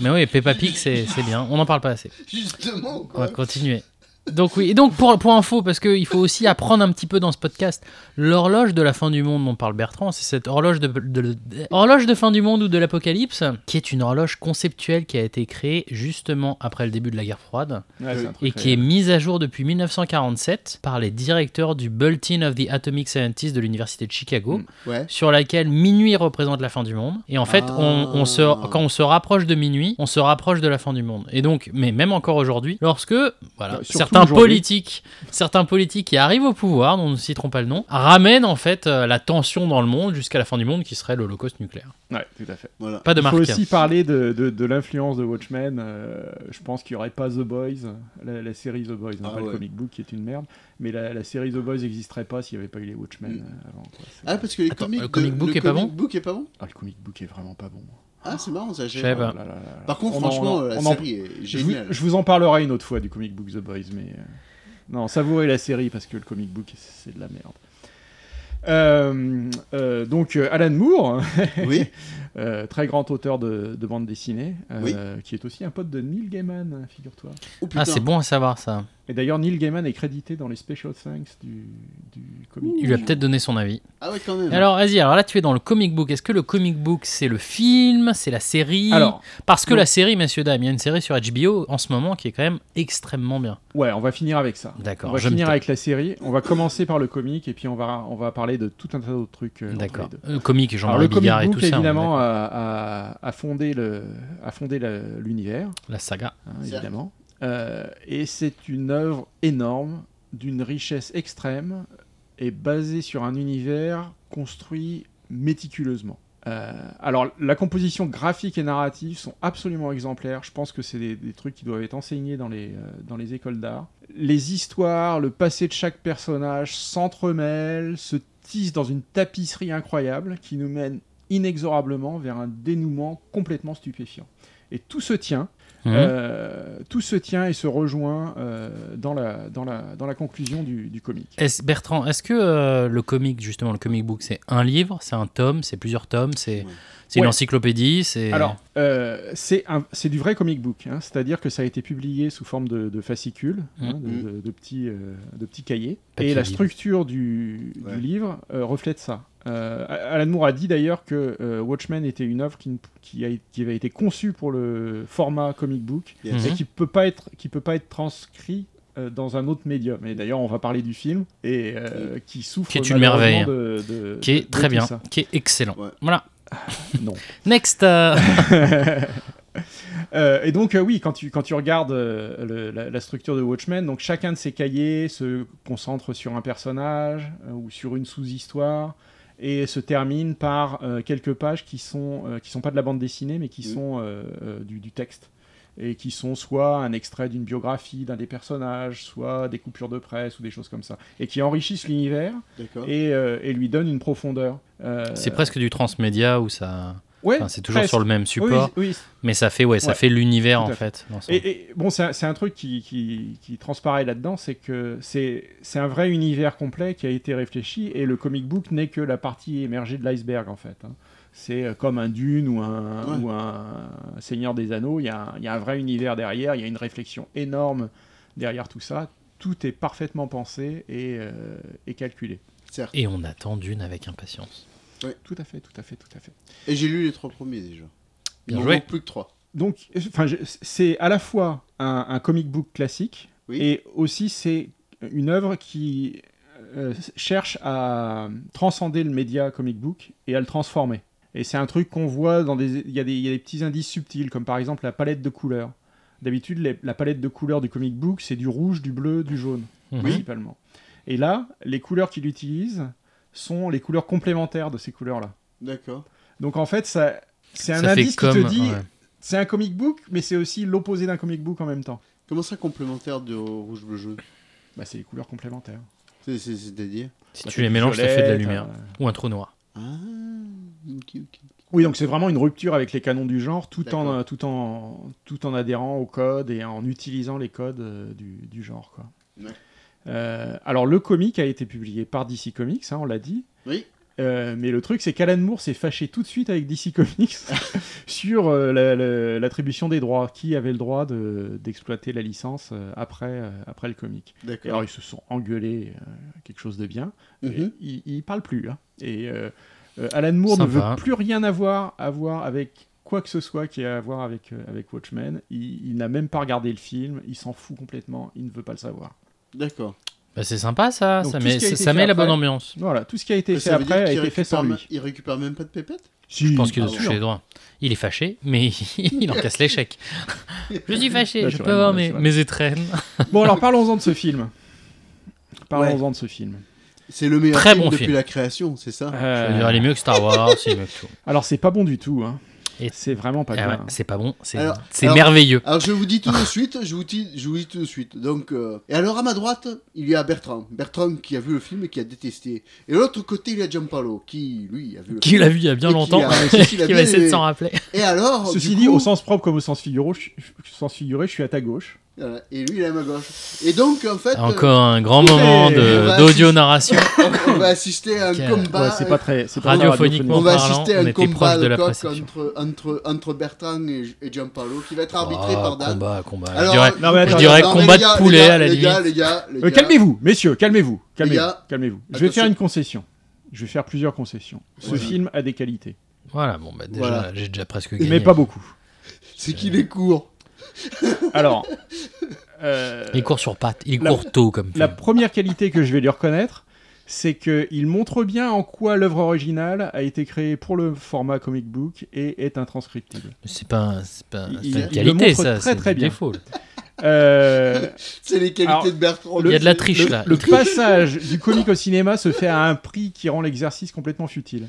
Speaker 1: Mais oui, Peppa Pig, c'est c'est bien. On n'en parle pas assez.
Speaker 9: Justement,
Speaker 1: On
Speaker 9: quoi.
Speaker 1: va continuer. Donc oui, et donc pour, pour info, parce qu'il faut aussi apprendre un petit peu dans ce podcast, l'horloge de la fin du monde dont parle Bertrand, c'est cette horloge de, de- de- horloge de fin du monde ou de l'apocalypse, qui est une horloge conceptuelle qui a été créée justement après le début de la guerre froide,
Speaker 2: Ouais, c'est un truc
Speaker 1: et qui est mise à jour depuis 1947 par les directeurs du Bulletin of the Atomic Scientists de l'Université de Chicago,
Speaker 2: Mm.
Speaker 9: Ouais.
Speaker 1: sur laquelle minuit représente la fin du monde. Et en fait,
Speaker 9: Ah.
Speaker 1: on, on se, quand on se rapproche de minuit, on se rapproche de la fin du monde. Et donc, mais même encore aujourd'hui, lorsque voilà,
Speaker 2: Bah, surtout
Speaker 1: certains
Speaker 2: aujourd'hui.
Speaker 1: politiques, certains politiques qui arrivent au pouvoir, dont nous ne citerons pas le nom, ramènent en fait euh, la tension dans le monde jusqu'à la fin du monde, qui serait l'Holocauste nucléaire.
Speaker 2: Ouais, tout à fait.
Speaker 9: Voilà.
Speaker 1: Pas de
Speaker 2: Il
Speaker 1: marque.
Speaker 2: faut aussi parler de, de- de l'influence de Watchmen. euh, je pense qu'il n'y aurait pas The Boys, la, la série The Boys, non
Speaker 9: Ah
Speaker 2: pas le
Speaker 9: ouais.
Speaker 2: comic book qui est une merde, mais la, la série The Boys n'existerait pas s'il n'y avait pas eu les Watchmen
Speaker 9: Mm.
Speaker 2: euh, avant. quoi. C'est-
Speaker 9: Ah, parce que les
Speaker 1: Attends,
Speaker 9: comics.
Speaker 1: le comic
Speaker 9: de-
Speaker 1: book
Speaker 9: le
Speaker 1: est pas
Speaker 9: comic
Speaker 1: bon
Speaker 9: book est pas bon
Speaker 2: Ah, le comic book est vraiment pas bon.
Speaker 9: Ah, c'est marrant, ça. j'ai-
Speaker 1: Je sais pas.
Speaker 2: Oh là là là là.
Speaker 9: Par
Speaker 2: On
Speaker 9: contre,
Speaker 2: en-
Speaker 9: franchement, euh,
Speaker 2: on en-
Speaker 9: la
Speaker 2: on en-
Speaker 9: série est
Speaker 2: Je vous,
Speaker 9: géniale.
Speaker 2: je vous en parlerai une autre fois du comic book The Boys, mais euh, non, savourez la série parce que le comic book c'est c'est de la merde. Euh, euh, donc euh, Alan Moore,
Speaker 9: Oui.
Speaker 2: euh, très grand auteur de, de bande dessinée, euh, qui est aussi un pote de Neil Gaiman, figure-toi.
Speaker 9: Oh, putain.
Speaker 1: Ah, c'est bon à savoir ça.
Speaker 2: Et d'ailleurs Neil Gaiman est crédité dans les special thanks du, du comic.
Speaker 1: Il lui a peut-être donné son avis.
Speaker 9: Ah ouais, quand même.
Speaker 1: Et Alors, vas-y. Alors là, tu es dans le comic book. Est-ce que le comic book, c'est le film, c'est la série
Speaker 2: Alors,
Speaker 1: Parce que
Speaker 2: Non.
Speaker 1: la série, messieurs, dames, il y a une série sur HBO en ce moment qui est quand même extrêmement bien.
Speaker 2: ouais, on va finir avec ça.
Speaker 1: D'accord,
Speaker 2: On va
Speaker 1: je me
Speaker 2: finir
Speaker 1: tais.
Speaker 2: avec la série. On va commencer par le comic et puis on va on va parler de tout un tas d'autres trucs. euh, entre les
Speaker 1: D'accord.
Speaker 2: deux.
Speaker 1: Euh, comique,
Speaker 2: Alors,
Speaker 1: Jean-Marie
Speaker 2: le comic
Speaker 1: Bigard et
Speaker 2: book,
Speaker 1: tout ça. on est
Speaker 2: évidemment,
Speaker 1: d'accord.
Speaker 2: a, a- a fondé le, a fondé la- l'univers,
Speaker 1: La saga.
Speaker 2: hein,
Speaker 9: Certes.
Speaker 2: évidemment. Euh, et c'est une œuvre énorme, d'une richesse extrême, et basée sur un univers construit méticuleusement. Euh, alors, la composition graphique et narrative sont absolument exemplaires. Je pense que c'est des, des trucs qui doivent être enseignés dans les, euh, dans les écoles d'art. Les histoires, le passé de chaque personnage s'entremêlent, se tissent dans une tapisserie incroyable qui nous mène inexorablement vers un dénouement complètement stupéfiant. Et tout se tient,
Speaker 1: Mhm.
Speaker 2: euh, tout se tient et se rejoint euh, dans, la, dans, la, dans la conclusion du, du comic.
Speaker 1: Est-ce- Bertrand, est-ce que euh, le comic, justement, le comic book, c'est un livre, c'est un tome, c'est plusieurs tomes, c'est c'est une
Speaker 2: Ouais.
Speaker 1: encyclopédie, c'est.
Speaker 2: Alors, euh, c'est un- c'est du vrai comic book, hein, c'est-à-dire que ça a été publié sous forme de, de fascicules, hein, de-
Speaker 9: Mhm.
Speaker 2: de, de petits, euh, de petits cahiers.
Speaker 1: Papier
Speaker 2: et la
Speaker 1: libre.
Speaker 2: structure du, du
Speaker 9: Ouais.
Speaker 2: livre euh, reflète ça. Euh, Alan Moore a dit d'ailleurs que euh, Watchmen était une œuvre qui, ne- qui, a- qui avait été conçue pour le format comic book
Speaker 9: Yes.
Speaker 1: Mhm.
Speaker 2: et qui peut pas être qui peut pas être transcrit euh, dans un autre médium. Et d'ailleurs, on va parler du film et euh, qui souffre
Speaker 1: Qui est une
Speaker 2: malheureusement
Speaker 1: merveille.
Speaker 2: de, de-
Speaker 1: qui
Speaker 2: de
Speaker 1: est très
Speaker 2: tout
Speaker 1: bien,
Speaker 2: ça.
Speaker 1: qui est excellent.
Speaker 9: Ouais.
Speaker 1: Voilà.
Speaker 2: Non.
Speaker 1: Next. euh,
Speaker 2: Euh, et donc euh, oui, quand tu, quand tu regardes euh, le- la, la structure de Watchmen, donc chacun de ces cahiers se concentre sur un personnage euh, ou sur une sous-histoire et se termine par euh, quelques pages qui sont euh, qui sont pas de la bande dessinée mais qui
Speaker 9: Mm.
Speaker 2: sont euh, euh, du, du texte. et qui sont soit un extrait d'une biographie d'un des personnages, soit des coupures de presse ou des choses comme ça, et qui enrichissent l'univers
Speaker 9: D'accord.
Speaker 2: et, euh, et lui donnent une profondeur. Euh,
Speaker 1: C'est presque du transmédia où ça.
Speaker 2: ouais,
Speaker 1: enfin, c'est toujours
Speaker 2: presque.
Speaker 1: sur le même support,
Speaker 2: Oui, oui,
Speaker 1: mais ça fait, ouais, ça
Speaker 2: Ouais.
Speaker 1: fait l'univers
Speaker 2: Tout
Speaker 1: en
Speaker 2: à
Speaker 1: fait. dans ça.
Speaker 2: Et, et, bon, c'est un, c'est un truc qui, qui- qui transparaît là-dedans, c'est que c'est c'est un vrai univers complet qui a été réfléchi et le comic book n'est que la partie émergée de l'iceberg en fait. hein. C'est euh, comme un Dune ou un,
Speaker 9: Ouais.
Speaker 2: ou un Seigneur des Anneaux, il y, a un- il y a un vrai univers derrière, il y a une réflexion énorme derrière tout ça. Tout est parfaitement pensé et, euh, et calculé.
Speaker 9: Certes.
Speaker 1: Et on attend d'une avec impatience.
Speaker 2: Tout à fait, tout à fait, tout à fait.
Speaker 9: Et j'ai lu les trois premiers déjà. Il
Speaker 1: Bien
Speaker 9: m'en
Speaker 1: joué.
Speaker 9: manque plus que trois.
Speaker 2: Donc, enfin, je- c'est à la fois un, un comic book classique
Speaker 9: Oui.
Speaker 2: et aussi c'est une œuvre qui euh, cherche à transcender le média comic book et à le transformer. Et c'est un truc qu'on voit dans des, il y, a des- il y a des petits indices subtils comme par exemple la palette de couleurs. D'habitude, les- la palette de couleurs du comic book, c'est du rouge, du bleu, du jaune
Speaker 1: Mhm.
Speaker 2: principalement. Et là, les couleurs qu'il utilise sont les couleurs complémentaires de ces couleurs-là.
Speaker 9: D'accord.
Speaker 2: Donc en fait, ça, c'est un
Speaker 1: Ça fait
Speaker 2: indice qui
Speaker 1: comme.
Speaker 2: te dit,
Speaker 1: ouais.
Speaker 2: c'est un comic book, mais c'est aussi l'opposé d'un comic book en même temps.
Speaker 9: Comment ça complémentaire du rouge bleu jaune
Speaker 2: Bah, c'est les couleurs complémentaires.
Speaker 9: C'est- c'est- C'est-à-dire
Speaker 1: Si
Speaker 2: Bah,
Speaker 1: tu les mélanges, ça fait de la
Speaker 2: violette,
Speaker 1: lumière.
Speaker 2: euh,
Speaker 1: Ou un trou noir.
Speaker 9: Ah, ok, ok.
Speaker 2: Oui, donc c'est vraiment une rupture avec les canons du genre, tout en,
Speaker 9: D'accord.
Speaker 2: euh, tout en, tout en adhérant au code et en utilisant les codes euh, du, du genre. Quoi.
Speaker 9: Ouais.
Speaker 2: Euh, alors le comic a été publié par DC Comics, hein, on l'a dit.
Speaker 9: Oui.
Speaker 2: Euh, mais le truc, c'est qu'Alan Moore s'est fâché tout de suite avec DC Comics sur euh, la- la- l'attribution des droits, qui avait le droit de- d'exploiter la licence euh, après, euh, après le comic. Et alors
Speaker 9: D'accord.
Speaker 2: ils se sont engueulés, euh, quelque chose de bien.
Speaker 9: Mhm.
Speaker 2: Et Ils ils parlent plus. hein. Et euh, euh, Alan Moore ne
Speaker 1: Sympa.
Speaker 2: veut plus rien avoir à voir avec quoi que ce soit qui a à voir avec, euh, avec Watchmen. Il, il n'a même pas regardé le film, il s'en fout complètement, il ne veut pas le savoir.
Speaker 9: D'accord.
Speaker 1: Bah, c'est sympa ça,
Speaker 2: Donc,
Speaker 1: ça
Speaker 2: tout
Speaker 1: met,
Speaker 2: ce qui a
Speaker 1: ça,
Speaker 2: été
Speaker 1: ça
Speaker 2: fait
Speaker 1: met la
Speaker 2: après-
Speaker 1: bonne ambiance.
Speaker 2: Voilà, tout ce qui a été fait
Speaker 9: Ça veut
Speaker 2: après
Speaker 9: dire
Speaker 2: a
Speaker 9: qu'il
Speaker 2: été fait sans
Speaker 9: récupère,
Speaker 2: lui.
Speaker 9: ma- il récupère même pas de pépette
Speaker 1: Je pense qu'il
Speaker 9: ah
Speaker 1: doit
Speaker 9: bon.
Speaker 1: toucher les droits. Il est fâché, mais il en casse l'échec. Je suis fâché, je peux
Speaker 2: Naturellement,
Speaker 1: avoir mes,
Speaker 2: naturellement.
Speaker 1: mes étrennes.
Speaker 2: Bon, alors parlons-en de ce film. Parlons-en de ce film.
Speaker 9: C'est le meilleur
Speaker 1: Très
Speaker 9: film
Speaker 1: bon
Speaker 9: depuis
Speaker 1: film.
Speaker 9: la création, c'est ça
Speaker 1: Ah, Je
Speaker 2: Euh,
Speaker 1: veux dire, il est mieux que Star Wars, c'est mieux que tout.
Speaker 2: alors, c'est pas bon du tout. hein.
Speaker 1: Et-
Speaker 2: C'est vraiment pas
Speaker 1: Ah
Speaker 2: bien.
Speaker 1: ouais, c'est pas bon, c'est
Speaker 9: Alors-
Speaker 1: c'est
Speaker 9: alors-
Speaker 1: merveilleux.
Speaker 9: Alors je vous dis tout de suite, je vous dis, je vous dis tout de suite. Donc euh, et alors à ma droite, il y a Bertrand, Bertrand qui a vu le film et qui a détesté. Et de l'autre côté, il y a Giampaolo qui lui a vu le
Speaker 1: Qui
Speaker 9: film.
Speaker 1: l'a vu il y a bien
Speaker 9: Et qui
Speaker 1: longtemps,
Speaker 9: a-
Speaker 1: qui,
Speaker 9: qui l'a bien
Speaker 1: va essayer de
Speaker 9: aimé.
Speaker 1: s'en rappeler.
Speaker 9: Et alors
Speaker 2: Ceci
Speaker 9: Oh, du
Speaker 2: dit,
Speaker 9: coup,
Speaker 2: au sens propre comme au sens figuré, je, je- sens figuré, je suis à ta gauche.
Speaker 9: voilà, et lui il est à ma gauche. Et donc en fait,
Speaker 1: Encore un grand moment
Speaker 9: on
Speaker 1: de-
Speaker 9: va
Speaker 1: d'audio-narration.
Speaker 9: euh, on va assister à un
Speaker 1: Ok,
Speaker 9: combat. euh,
Speaker 2: ouais, c'est pas très. c'est pas très
Speaker 1: radiophoniquement.
Speaker 9: on va
Speaker 1: parlant,
Speaker 9: assister
Speaker 1: on
Speaker 9: à un
Speaker 1: était
Speaker 9: combat
Speaker 1: proche de
Speaker 9: de
Speaker 1: la
Speaker 9: coq
Speaker 1: prestation.
Speaker 9: entre, entre, entre Bertrand et, et Giampaolo qui va être arbitré
Speaker 1: Oh,
Speaker 9: par Dan.
Speaker 1: combat, combat.
Speaker 9: Alors,
Speaker 1: je dirais,
Speaker 2: Non, mais
Speaker 1: je
Speaker 2: attends,
Speaker 1: dirais
Speaker 9: non, mais
Speaker 1: combat
Speaker 9: les gars,
Speaker 1: de poulet
Speaker 9: les gars,
Speaker 1: à la
Speaker 9: les
Speaker 1: limite.
Speaker 9: gars, les gars, les
Speaker 2: Euh,
Speaker 9: gars.
Speaker 2: calmez-vous, messieurs, calmez-vous, calmez-vous,
Speaker 9: gars,
Speaker 2: calmez-vous. Je vais
Speaker 9: attention.
Speaker 2: faire une concession. Je vais faire plusieurs concessions. Ce
Speaker 9: Ouais.
Speaker 2: film a des qualités,
Speaker 1: Voilà, bon, bah, déjà,
Speaker 9: Voilà.
Speaker 1: j'ai déjà presque gagné.
Speaker 2: mais pas beaucoup.
Speaker 9: C'est qu'il est court.
Speaker 2: Alors, euh,
Speaker 1: Il court sur pattes, il
Speaker 2: La-
Speaker 1: court tôt comme
Speaker 2: la
Speaker 1: film.
Speaker 2: première qualité que je vais lui reconnaître, c'est qu'il montre bien en quoi l'œuvre originale a été créée pour le format comic book et est intranscriptible.
Speaker 1: C'est pas, un- c'est pas, un-
Speaker 2: Il-
Speaker 1: c'est
Speaker 2: il-
Speaker 1: pas
Speaker 2: il
Speaker 1: une
Speaker 2: le
Speaker 1: qualité,
Speaker 2: montre
Speaker 1: ça,
Speaker 2: très,
Speaker 1: c'est
Speaker 2: très
Speaker 1: un
Speaker 2: bien.
Speaker 1: défaut.
Speaker 2: Euh,
Speaker 9: C'est les qualités
Speaker 2: Alors,
Speaker 9: de Bertrand.
Speaker 1: Il y a de la
Speaker 9: C'est-
Speaker 1: triche, là. Ah,
Speaker 2: Le
Speaker 1: Il triche.
Speaker 2: passage du comique au cinéma se fait à un prix qui rend l'exercice complètement futile.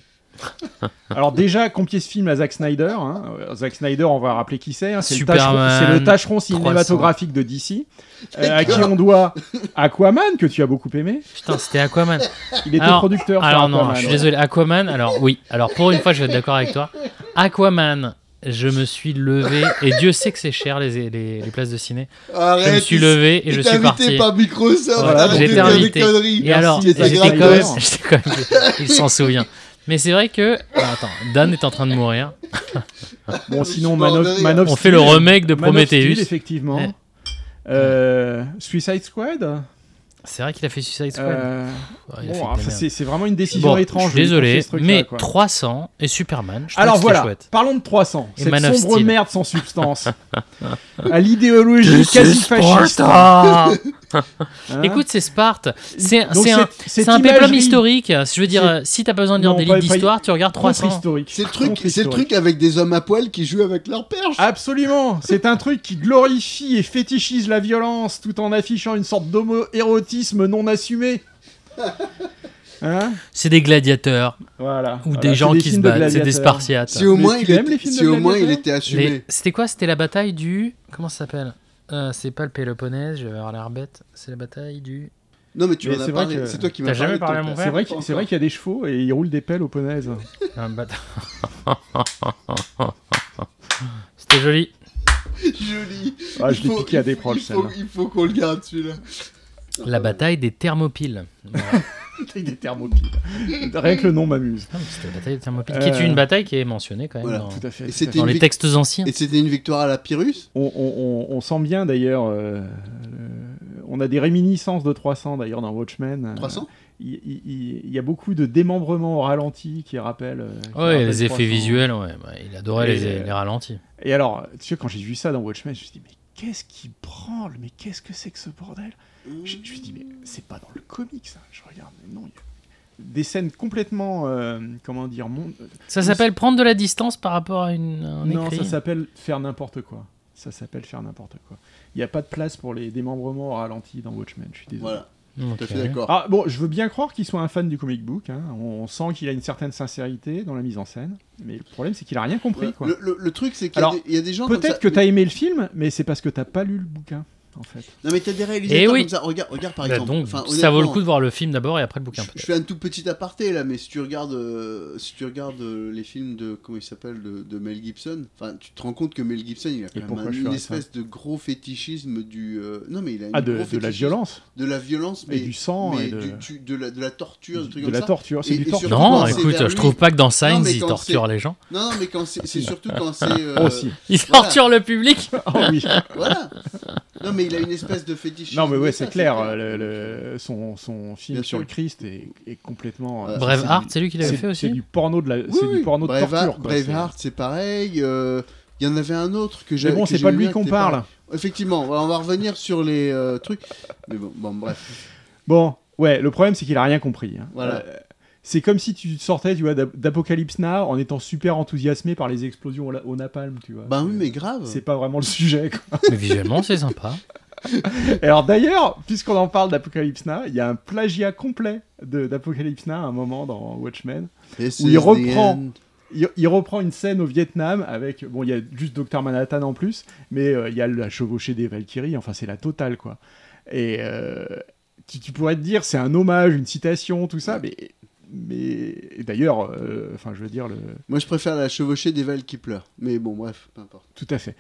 Speaker 2: Alors déjà, confier ce film à Zack Snyder. hein. Euh, Zack Snyder, on va rappeler qui c'est. hein. C'est le,
Speaker 1: Superman,
Speaker 2: tâcheron- c'est le tâcheron cinématographique de DC, euh, à qui on doit Aquaman, que tu as beaucoup aimé.
Speaker 1: Putain, c'était Aquaman.
Speaker 2: Il était
Speaker 1: Alors-
Speaker 2: producteur sur
Speaker 1: Alors non,
Speaker 2: Aquaman.
Speaker 1: je suis désolé. Aquaman, alors oui. Alors pour une fois, je vais être d'accord avec toi. Aquaman, je me suis levé et Dieu sait que c'est cher les, les, les places de ciné.
Speaker 9: Arrête,
Speaker 1: je me suis
Speaker 9: il-
Speaker 1: levé et
Speaker 9: il
Speaker 1: je
Speaker 9: t'a
Speaker 1: suis
Speaker 9: invité
Speaker 1: parti.
Speaker 9: par Microsoft.
Speaker 1: Voilà,
Speaker 9: arrête
Speaker 1: j'ai
Speaker 9: de
Speaker 1: été
Speaker 9: faire des
Speaker 1: invité.
Speaker 9: conneries.
Speaker 1: Et alors,
Speaker 9: Merci,
Speaker 1: j'étais
Speaker 9: Zack
Speaker 1: quand
Speaker 9: Snyder.
Speaker 1: même, j'étais quand même- il s'en souvient. Mais c'est vrai que, Ah, attends, Dan est en train de mourir.
Speaker 2: Bon, sinon,
Speaker 9: Je
Speaker 2: Man
Speaker 9: suis
Speaker 2: of,
Speaker 9: mort
Speaker 2: Man of
Speaker 1: On fait
Speaker 2: Steel.
Speaker 1: le remake de
Speaker 2: Man of Steel,
Speaker 1: Prometheus.
Speaker 2: effectivement.
Speaker 1: Ouais.
Speaker 2: Euh, Suicide Squad.
Speaker 1: C'est vrai qu'il a fait Suicide Squad.
Speaker 2: Euh,
Speaker 1: Ouais,
Speaker 9: Oh,
Speaker 1: il a fait
Speaker 2: bon,
Speaker 1: de la
Speaker 2: enfin,
Speaker 1: merde.
Speaker 2: c'est c'est vraiment une décision
Speaker 1: Bon,
Speaker 2: étrange.
Speaker 1: je
Speaker 2: de lui
Speaker 1: suis désolé,
Speaker 2: confier ce truc-là,
Speaker 1: mais
Speaker 2: quoi.
Speaker 1: 300 et Superman, je trouve
Speaker 2: Alors
Speaker 1: que c'est
Speaker 2: voilà,
Speaker 1: chouette.
Speaker 2: parlons de 300.
Speaker 1: Et
Speaker 2: cette
Speaker 1: Man of
Speaker 2: sombre
Speaker 1: Steel.
Speaker 2: merde sans substance. à l'idéologie quasi fasciste. hein.
Speaker 1: Écoute, c'est Sparte. C'est
Speaker 2: Donc
Speaker 1: c'est un,
Speaker 2: cette- cette
Speaker 1: c'est un péplum
Speaker 2: imagerie
Speaker 1: historique. Je veux dire,
Speaker 2: C'est-
Speaker 1: euh, si t'as pas besoin de lire
Speaker 2: Non,
Speaker 1: des
Speaker 2: pas-
Speaker 1: livres
Speaker 2: pas-
Speaker 1: d'histoire, tu regardes 300.
Speaker 2: contre-historique.
Speaker 9: C'est le truc, c'est le
Speaker 2: Contre-historique.
Speaker 9: truc avec des hommes à poil qui jouent avec leur perche.
Speaker 2: Ah, Absolument, c'est un truc qui glorifie et fétichise la violence tout en affichant une sorte d'homo-érotisme non assumé. Hein
Speaker 1: C'est des gladiateurs
Speaker 2: voilà.
Speaker 1: ou
Speaker 2: Voilà,
Speaker 1: des
Speaker 2: c'est
Speaker 1: gens qui se
Speaker 2: films de
Speaker 1: battent, c'est des
Speaker 2: gladiateurs.
Speaker 1: Spartiates.
Speaker 9: Si au
Speaker 2: Mais
Speaker 9: moins,
Speaker 2: tu
Speaker 9: il,
Speaker 2: aimes les
Speaker 9: était,
Speaker 2: films de
Speaker 9: si au moins il
Speaker 2: gladiateurs
Speaker 9: était assumé.
Speaker 1: Les- C'était quoi C'était la bataille du. Comment ça s'appelle Euh, C'est pas le Péloponnèse, je vais avoir l'air bête. C'est la bataille du.
Speaker 9: Non, mais tu
Speaker 2: Mais
Speaker 9: m'en as
Speaker 2: c'est vrai
Speaker 9: parlé.
Speaker 2: que-
Speaker 9: C'est toi qui
Speaker 1: T'as
Speaker 9: m'as
Speaker 1: jamais parlé à
Speaker 9: de ton
Speaker 1: mon
Speaker 9: père.
Speaker 2: C'est vrai qu'il c'est vrai qu'il y a des chevaux et ils roulent des pelles aux ponaises.
Speaker 1: Ah, bah- C'était joli.
Speaker 9: Joli.
Speaker 2: Ah, je
Speaker 9: Il
Speaker 2: l'ai
Speaker 9: faut-
Speaker 2: piqué à
Speaker 9: il
Speaker 2: des
Speaker 9: faut-
Speaker 2: proches,
Speaker 9: il faut-
Speaker 2: celle-là.
Speaker 9: Il faut qu'on le garde, celui-là.
Speaker 1: La bataille des thermopiles. Voilà.
Speaker 2: Avec des thermopiles. Rien que le nom m'amuse.
Speaker 1: Non, mais C'était la bataille des thermopiles.
Speaker 2: Euh,
Speaker 1: Qui est une bataille qui est mentionnée quand même
Speaker 9: voilà,
Speaker 1: dans,
Speaker 2: Tout à fait.
Speaker 9: Et
Speaker 2: tout à fait.
Speaker 9: c'était
Speaker 1: dans
Speaker 9: une
Speaker 1: les
Speaker 9: vic-
Speaker 1: textes anciens.
Speaker 9: Et c'était une victoire à la Pyrrhus
Speaker 2: On, on- on- on sent bien d'ailleurs. euh, le- on a des réminiscences de 300 d'ailleurs dans Watchmen. Euh,
Speaker 9: 300
Speaker 2: Il il- il- il y, a beaucoup de démembrements au ralenti qui rappellent. euh, qui
Speaker 1: Ouais,
Speaker 2: rappellent
Speaker 1: les effets
Speaker 2: 300.
Speaker 1: visuels, ouais. bah, il adorait
Speaker 2: Et,
Speaker 1: les,
Speaker 2: euh,
Speaker 1: les ralentis.
Speaker 2: Et alors, tu sais, quand j'ai vu ça dans Watchmen, je me suis dit, mais qu'est-ce qui branle Mais qu'est-ce que c'est que ce bordel Je je me suis dit, mais c'est pas dans le comic ça. Je regarde, mais non, il y a des scènes complètement. euh, comment dire mon-
Speaker 1: Ça s'appelle prendre de la distance par rapport à une, un
Speaker 2: Non,
Speaker 1: écrit.
Speaker 2: ça s'appelle faire n'importe quoi. Ça s'appelle faire n'importe quoi. Il n'y a pas de place pour les démembrements au ralenti dans Watchmen, je suis désolé.
Speaker 9: Voilà,
Speaker 1: Hmm, Ok.
Speaker 9: tout à fait d'accord.
Speaker 2: Ah bon, je veux bien croire qu'il soit un fan du comic book. hein. On, on sent qu'il a une certaine sincérité dans la mise en scène. Mais le problème, c'est qu'il a rien compris.
Speaker 9: Ouais.
Speaker 2: quoi.
Speaker 9: Le, le- le truc, c'est qu'il y, a
Speaker 2: Alors,
Speaker 9: des- il y a des gens comme ça-
Speaker 2: Peut-être que t'as aimé le film, mais c'est parce que t'as pas lu le bouquin, en fait.
Speaker 9: Non, mais t'as des réalisateurs
Speaker 1: Eh oui.
Speaker 9: comme ça. Regarde, regarde par
Speaker 1: Bah,
Speaker 9: exemple.
Speaker 1: donc,
Speaker 9: Enfin,
Speaker 1: ça vaut le
Speaker 9: honnêtement,
Speaker 1: coup de voir le film d'abord et après le
Speaker 9: Je,
Speaker 1: bouquin.
Speaker 9: je
Speaker 1: peut-être.
Speaker 9: fais un tout petit aparté là, mais si tu regardes, euh, si tu regardes euh, les films de comment il s'appelle de, de Mel Gibson, enfin, tu te rends compte que Mel Gibson, il a quand
Speaker 2: pourquoi
Speaker 9: même un-
Speaker 2: je
Speaker 9: une
Speaker 2: ferais
Speaker 9: espèce de gros fétichisme du. euh, non, mais il a un
Speaker 2: Ah, de,
Speaker 9: gros
Speaker 2: de la
Speaker 9: fétichisme
Speaker 2: violence,
Speaker 9: de la violence, mais
Speaker 2: et du sang,
Speaker 9: mais
Speaker 2: et de,
Speaker 9: du- tu- de la, de la torture, des trucs
Speaker 2: de
Speaker 9: comme
Speaker 2: la
Speaker 9: ça.
Speaker 2: torture. C'est
Speaker 9: Et-
Speaker 2: du
Speaker 9: et
Speaker 2: torture.
Speaker 9: surtout
Speaker 1: Non,
Speaker 9: quand c'est
Speaker 1: écoute,
Speaker 9: vers
Speaker 1: je
Speaker 9: lui.
Speaker 1: trouve pas que dans Signs,
Speaker 9: mais
Speaker 1: ils
Speaker 9: quand
Speaker 1: torturent les gens.
Speaker 9: Non, non, mais quand c'est c'est surtout quand c'est. euh,
Speaker 2: Aussi.
Speaker 1: Ils
Speaker 9: Voilà.
Speaker 1: torturent le public
Speaker 2: Ah Oh, oui.
Speaker 9: Voilà. Non, mais il a une espèce de fétichisme.
Speaker 2: Non, mais ouais,
Speaker 9: de
Speaker 2: c'est
Speaker 9: ça,
Speaker 2: clair. euh, le- le- son, son film
Speaker 9: Bien
Speaker 2: sur le
Speaker 9: sûr.
Speaker 2: Christ est, est complètement.
Speaker 9: Euh,
Speaker 1: Bref,
Speaker 2: c'est
Speaker 1: Art,
Speaker 2: du-
Speaker 1: c'est lui qui l'avait
Speaker 2: c'est-
Speaker 1: fait
Speaker 2: C'est
Speaker 1: aussi
Speaker 2: du porno de la,
Speaker 9: Oui,
Speaker 2: c'est du
Speaker 9: oui,
Speaker 2: porno de
Speaker 9: Braveheart-
Speaker 2: torture. quoi.
Speaker 9: Braveheart, c'est pareil. euh, Il y en avait un autre
Speaker 2: C'est-
Speaker 9: que j'ai.
Speaker 2: Mais bon,
Speaker 9: que
Speaker 2: c'est
Speaker 9: j'ai
Speaker 2: pas
Speaker 9: vu
Speaker 2: de lui
Speaker 9: là,
Speaker 2: qu'on
Speaker 9: qui est pareil.
Speaker 2: parle.
Speaker 9: Effectivement, on va revenir sur les euh, trucs. Mais bon, bon, bref.
Speaker 2: Bon, ouais, le problème c'est qu'il a rien compris. hein.
Speaker 9: Voilà.
Speaker 2: Euh, c'est comme si tu sortais, tu vois, d'Ap- d'Apocalypse Now en étant super enthousiasmé par les explosions au, la- au napalm, tu vois.
Speaker 9: Bah oui,
Speaker 2: Euh,
Speaker 9: mais grave.
Speaker 2: C'est pas vraiment le sujet. quoi.
Speaker 1: Mais visuellement, c'est sympa.
Speaker 2: Et alors d'ailleurs, puisqu'on en parle d'Apocalypse Now, il y a un plagiat complet de- d'Apocalypse Now à un moment dans Watchmen.
Speaker 9: This
Speaker 2: où
Speaker 9: is
Speaker 2: il
Speaker 9: the
Speaker 2: reprend.
Speaker 9: end.
Speaker 2: Il, il reprend une scène au Vietnam avec, bon, il y a juste Docteur Manhattan en plus, mais euh, il y a la chevauchée des Valkyries, enfin c'est la totale quoi. Et euh, tu, tu pourrais te dire c'est un hommage, une citation, tout ça, mais mais et d'ailleurs, euh, enfin je veux dire le,
Speaker 9: Moi, je préfère la chevauchée des Val qui pleure. Mais bon, bref, peu importe.
Speaker 2: tout à fait.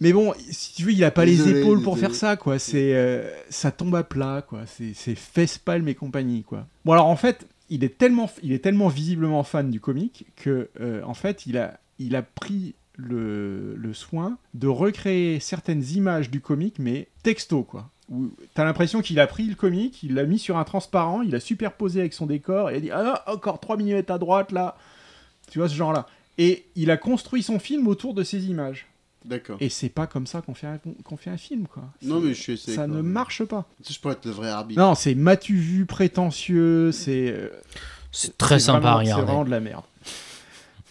Speaker 2: Mais bon, si tu veux, il a pas les
Speaker 9: Désolé,
Speaker 2: épaules pour
Speaker 9: désolé.
Speaker 2: faire ça, quoi. C'est, euh, ça tombe à plat, quoi. C'est, c'est fesses palmes et compagnie, quoi. Bon, alors en fait, il est tellement, il est tellement visiblement fan du comique que, euh, en fait, il a, il a pris le, le soin de recréer certaines images du comique, mais texto, quoi. Où t'as l'impression qu'il a pris le comique, il l'a mis sur un transparent, il l'a superposé avec son décor, et il a dit ah, encore 3 mm à droite là, tu vois ce genre-là. Et il a construit son film autour de ces images.
Speaker 9: D'accord.
Speaker 2: Et c'est pas comme ça qu'on fait un, qu'on fait un film, quoi.
Speaker 9: Non,
Speaker 2: C'est-
Speaker 9: mais je suis assez
Speaker 2: Ça
Speaker 9: d'accord.
Speaker 2: ne marche pas.
Speaker 9: Je pourrais être le vrai arbitre.
Speaker 2: Non, c'est m'as-tu vu prétentieux, c'est... euh,
Speaker 1: C'est très
Speaker 2: c'est
Speaker 1: sympa à
Speaker 2: vraiment- C'est
Speaker 1: regarder.
Speaker 2: vraiment de la merde.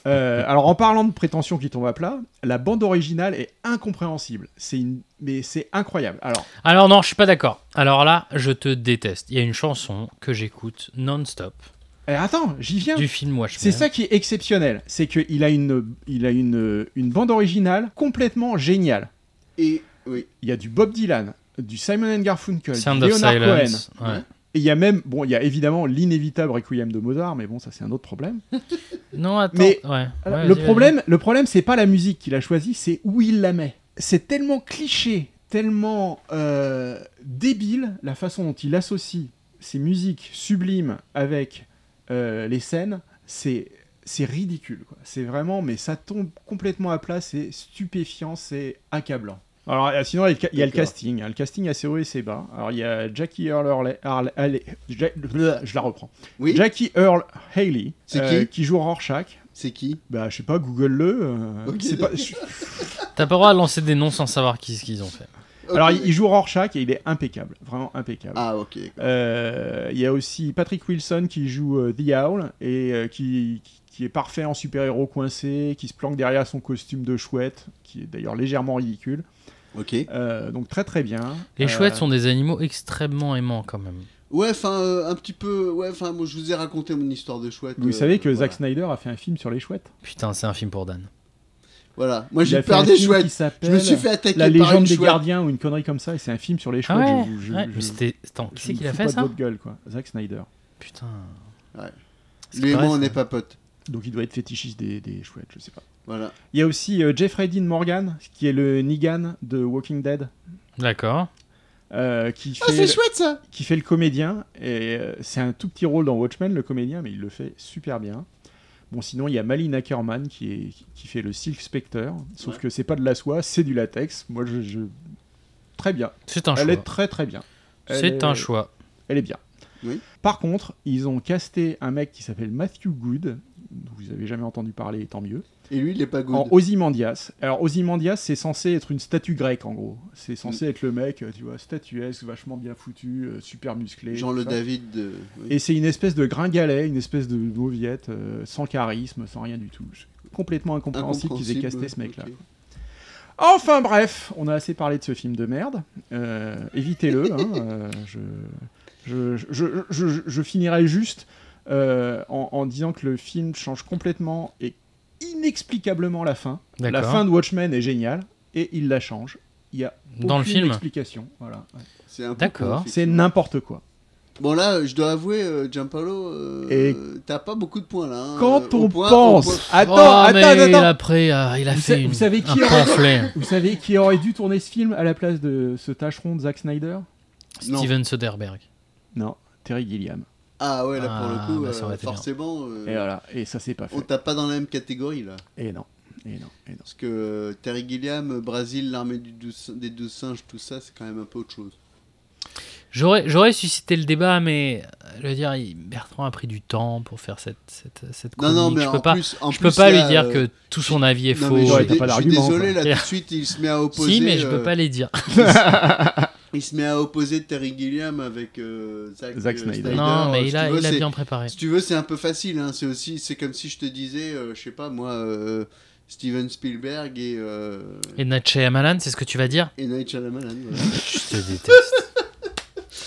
Speaker 2: Euh, alors en parlant de prétention qui tombe à plat, la bande originale est incompréhensible. C'est une, mais c'est incroyable. Alors
Speaker 1: Alors non, je suis pas d'accord. Alors là, je te déteste. Il y a une chanson que j'écoute non-stop
Speaker 2: eh, attends, j'y viens.
Speaker 1: du film Watchmen.
Speaker 2: C'est ça qui est exceptionnel, c'est qu'il a une, il a une, une bande originale complètement géniale.
Speaker 9: Et oui.
Speaker 2: Il y a du Bob Dylan, du Simon and Garfunkel, du
Speaker 1: Sound of
Speaker 2: Leonard Cohen,
Speaker 1: Silence. ouais.
Speaker 2: Et il y a même, bon, il y a évidemment l'inévitable Requiem de Mozart, mais bon, ça c'est un autre problème.
Speaker 1: Non, attends.
Speaker 2: Mais
Speaker 1: ouais. Ouais,
Speaker 2: le
Speaker 1: vas-y,
Speaker 2: problème, le problème, c'est pas la musique qu'il a choisie, c'est où il la met. C'est tellement cliché, tellement euh, débile la façon dont il associe ses musiques sublimes avec euh, les scènes. C'est c'est ridicule, quoi. C'est vraiment, mais ça tombe complètement à plat. C'est stupéfiant, c'est accablant. Alors, euh, sinon, il y a le ca- il y a le
Speaker 9: D'accord.
Speaker 2: casting. hein, le casting assez haut et assez bas. Alors, il y a Jackie Earl Hurley- Hurley- Hurley- Jack- je la reprends.
Speaker 9: Oui.
Speaker 2: Jackie Earl Haley, euh,
Speaker 9: C'est qui
Speaker 2: qui joue Rorschach.
Speaker 9: C'est qui
Speaker 2: Bah, je sais pas, google-le. euh,
Speaker 9: Ok.
Speaker 2: c'est pas- je-
Speaker 1: vas-y. T'as pas le droit de lancer des noms sans savoir qui ce qu'ils ont fait.
Speaker 2: Alors,
Speaker 9: Ok.
Speaker 2: il il joue Rorschach et il est impeccable, vraiment impeccable.
Speaker 9: Ah, ok.
Speaker 2: Euh, Il y a aussi Patrick Wilson qui joue euh, The Owl et euh, qui, qui- qui est parfait en super-héros coincé, qui se planque derrière son costume de chouette, qui est d'ailleurs légèrement ridicule.
Speaker 9: Ok.
Speaker 2: Euh, donc, très très bien.
Speaker 1: Les
Speaker 2: Euh,
Speaker 1: chouettes sont des animaux extrêmement aimants quand même.
Speaker 9: Ouais, enfin, euh, un petit peu. Ouais, enfin, moi, je vous ai raconté mon histoire de chouette.
Speaker 2: Vous
Speaker 9: euh,
Speaker 2: savez que
Speaker 9: voilà.
Speaker 2: Zack Snyder a fait un film sur les chouettes
Speaker 1: Putain, c'est un film pour Dan.
Speaker 9: Voilà, moi,
Speaker 2: Il a
Speaker 9: j'ai
Speaker 2: fait
Speaker 9: peur
Speaker 2: un
Speaker 9: des
Speaker 2: film qui
Speaker 9: chouettes.
Speaker 2: s'appelle
Speaker 9: Je me suis fait attaquer
Speaker 2: La
Speaker 9: par
Speaker 2: légende
Speaker 9: une
Speaker 2: des
Speaker 9: chouette.
Speaker 2: gardiens ou une connerie comme ça, et c'est un film sur les chouettes.
Speaker 1: Ah ouais,
Speaker 2: je vous- je-
Speaker 1: ouais,
Speaker 2: je-
Speaker 1: mais c'était. Attends, qui
Speaker 2: je
Speaker 1: c'est
Speaker 2: me
Speaker 1: qui l'a
Speaker 2: fous
Speaker 1: fait
Speaker 2: pas de
Speaker 1: ça
Speaker 2: votre gueule, quoi. Zack Snyder.
Speaker 1: Putain.
Speaker 9: Ouais.
Speaker 1: C'est
Speaker 9: Lui et
Speaker 1: pareil,
Speaker 9: moi, on
Speaker 1: ça.
Speaker 9: n'est pas potes.
Speaker 2: Donc il doit être fétichiste des, des chouettes, je sais pas.
Speaker 9: Voilà.
Speaker 2: Il y a aussi euh, Jeffrey Dean Morgan, qui est le Negan de Walking Dead,
Speaker 1: D'accord.
Speaker 2: euh, qui,
Speaker 9: Ah,
Speaker 2: fait
Speaker 9: c'est
Speaker 2: le,
Speaker 9: chouette ça
Speaker 2: qui fait le comédien. Et euh, c'est un tout petit rôle dans Watchmen, le comédien, mais il le fait super bien. Bon, sinon, il y a Malin Ackerman qui, est, qui fait le Silk Spectre, sauf que c'est pas de la soie, c'est du latex. Moi, je. je- Très bien.
Speaker 1: C'est un
Speaker 2: Elle
Speaker 1: choix.
Speaker 2: est très très bien. Elle
Speaker 1: C'est
Speaker 2: est-
Speaker 1: un choix.
Speaker 2: Elle est bien.
Speaker 9: Oui.
Speaker 2: Par contre, ils ont casté un mec qui s'appelle Matthew Good. dont Vous avez jamais entendu parler, tant mieux.
Speaker 9: Et lui, il est pas good.
Speaker 2: En Ozymandias. Alors Ozymandias, c'est censé être une statue grecque en gros. C'est censé
Speaker 9: Mm.
Speaker 2: être le mec, euh, tu vois, statuesque, vachement bien foutu, euh, super musclé.
Speaker 9: Jean
Speaker 2: tout
Speaker 9: le
Speaker 2: ça.
Speaker 9: David de. oui.
Speaker 2: Et c'est une espèce de gringalet, une espèce de mauviette, euh, sans charisme, sans rien du tout. C'est Complètement incompréhensible qu'ils aient casté ce mec-là.
Speaker 9: ok.
Speaker 2: Enfin bref, on a assez parlé de ce film de merde. Euh, Évitez-le. hein, euh, je, je, je, je- je- je finirai juste euh, en, en disant que le film change complètement et inexplicablement la fin. La
Speaker 1: D'accord.
Speaker 2: fin de Watchmen est géniale et il la change. Il y a
Speaker 1: Dans le
Speaker 2: aucune
Speaker 1: film Ah.
Speaker 2: explication. Voilà. ouais.
Speaker 9: C'est un peu
Speaker 1: D'accord.
Speaker 9: confus.
Speaker 2: C'est n'importe quoi.
Speaker 9: Bon là, euh, je dois avouer, euh, Giampaolo, euh,
Speaker 2: Et-
Speaker 9: t'as pas beaucoup de points là. hein.
Speaker 2: Quand
Speaker 9: Euh, au
Speaker 2: on
Speaker 9: point-
Speaker 2: pense,
Speaker 9: au point-
Speaker 2: attends,
Speaker 1: Oh,
Speaker 2: attends,
Speaker 1: mais
Speaker 2: attends,
Speaker 1: il a pris, euh, il a
Speaker 2: Vous
Speaker 1: fait
Speaker 2: sa- vous
Speaker 1: une-
Speaker 2: savez qui
Speaker 1: un
Speaker 2: aurait-
Speaker 1: pamphlet.
Speaker 2: Vous savez qui aurait dû tourner ce film à la place de ce tâcheron de Zack Snyder
Speaker 1: hein,
Speaker 9: Non.
Speaker 1: Steven Soderbergh.
Speaker 2: Non, Terry Gilliam.
Speaker 9: Ah ouais, là pour
Speaker 1: Ah,
Speaker 9: le coup,
Speaker 1: bah, ça
Speaker 9: euh,
Speaker 1: aurait été bien.
Speaker 9: forcément, euh,
Speaker 2: Et voilà, et ça s'est pas fait.
Speaker 9: on t'a pas dans la même catégorie là.
Speaker 2: Et non, et non, et non.
Speaker 9: Parce que euh, Terry Gilliam, euh, Brésil, l'armée du douze- des douze singes, tout ça, c'est quand même un peu autre chose.
Speaker 1: J'aurais, j'aurais suscité le débat, mais euh, je veux dire, il- Bertrand a pris du temps pour faire cette, cette, cette
Speaker 9: Non,
Speaker 1: chronique.
Speaker 9: non, mais
Speaker 1: je
Speaker 9: en
Speaker 1: peux pas,
Speaker 9: plus, en
Speaker 1: je peux
Speaker 9: plus,
Speaker 1: pas
Speaker 9: là,
Speaker 1: lui dire
Speaker 9: euh,
Speaker 1: que tout son avis est
Speaker 9: non,
Speaker 1: faux.
Speaker 9: mais je
Speaker 2: Ouais,
Speaker 9: suis
Speaker 1: et-
Speaker 2: t'as
Speaker 9: dé-
Speaker 2: pas
Speaker 9: je suis
Speaker 2: d'argument,
Speaker 9: désolé
Speaker 2: quoi.
Speaker 9: là tout de suite, il se met à opposer.
Speaker 1: si, mais je peux
Speaker 9: euh,
Speaker 1: pas les dire.
Speaker 9: Il se met à opposer Terry Gilliam avec euh, Zack,
Speaker 2: Zack
Speaker 9: euh,
Speaker 2: Snyder.
Speaker 1: non, mais
Speaker 9: Si
Speaker 1: il
Speaker 9: tu
Speaker 1: a,
Speaker 9: veux,
Speaker 1: il a
Speaker 9: c'est-
Speaker 1: bien préparé.
Speaker 9: Si tu veux, c'est un peu facile. Hein. C'est aussi, c'est comme si je te disais, euh, je sais pas moi, euh, Steven Spielberg et euh,
Speaker 1: Et Natche Amalan, c'est ce que tu vas dire
Speaker 9: et Night Shyamalan. voilà.
Speaker 1: Je te déteste.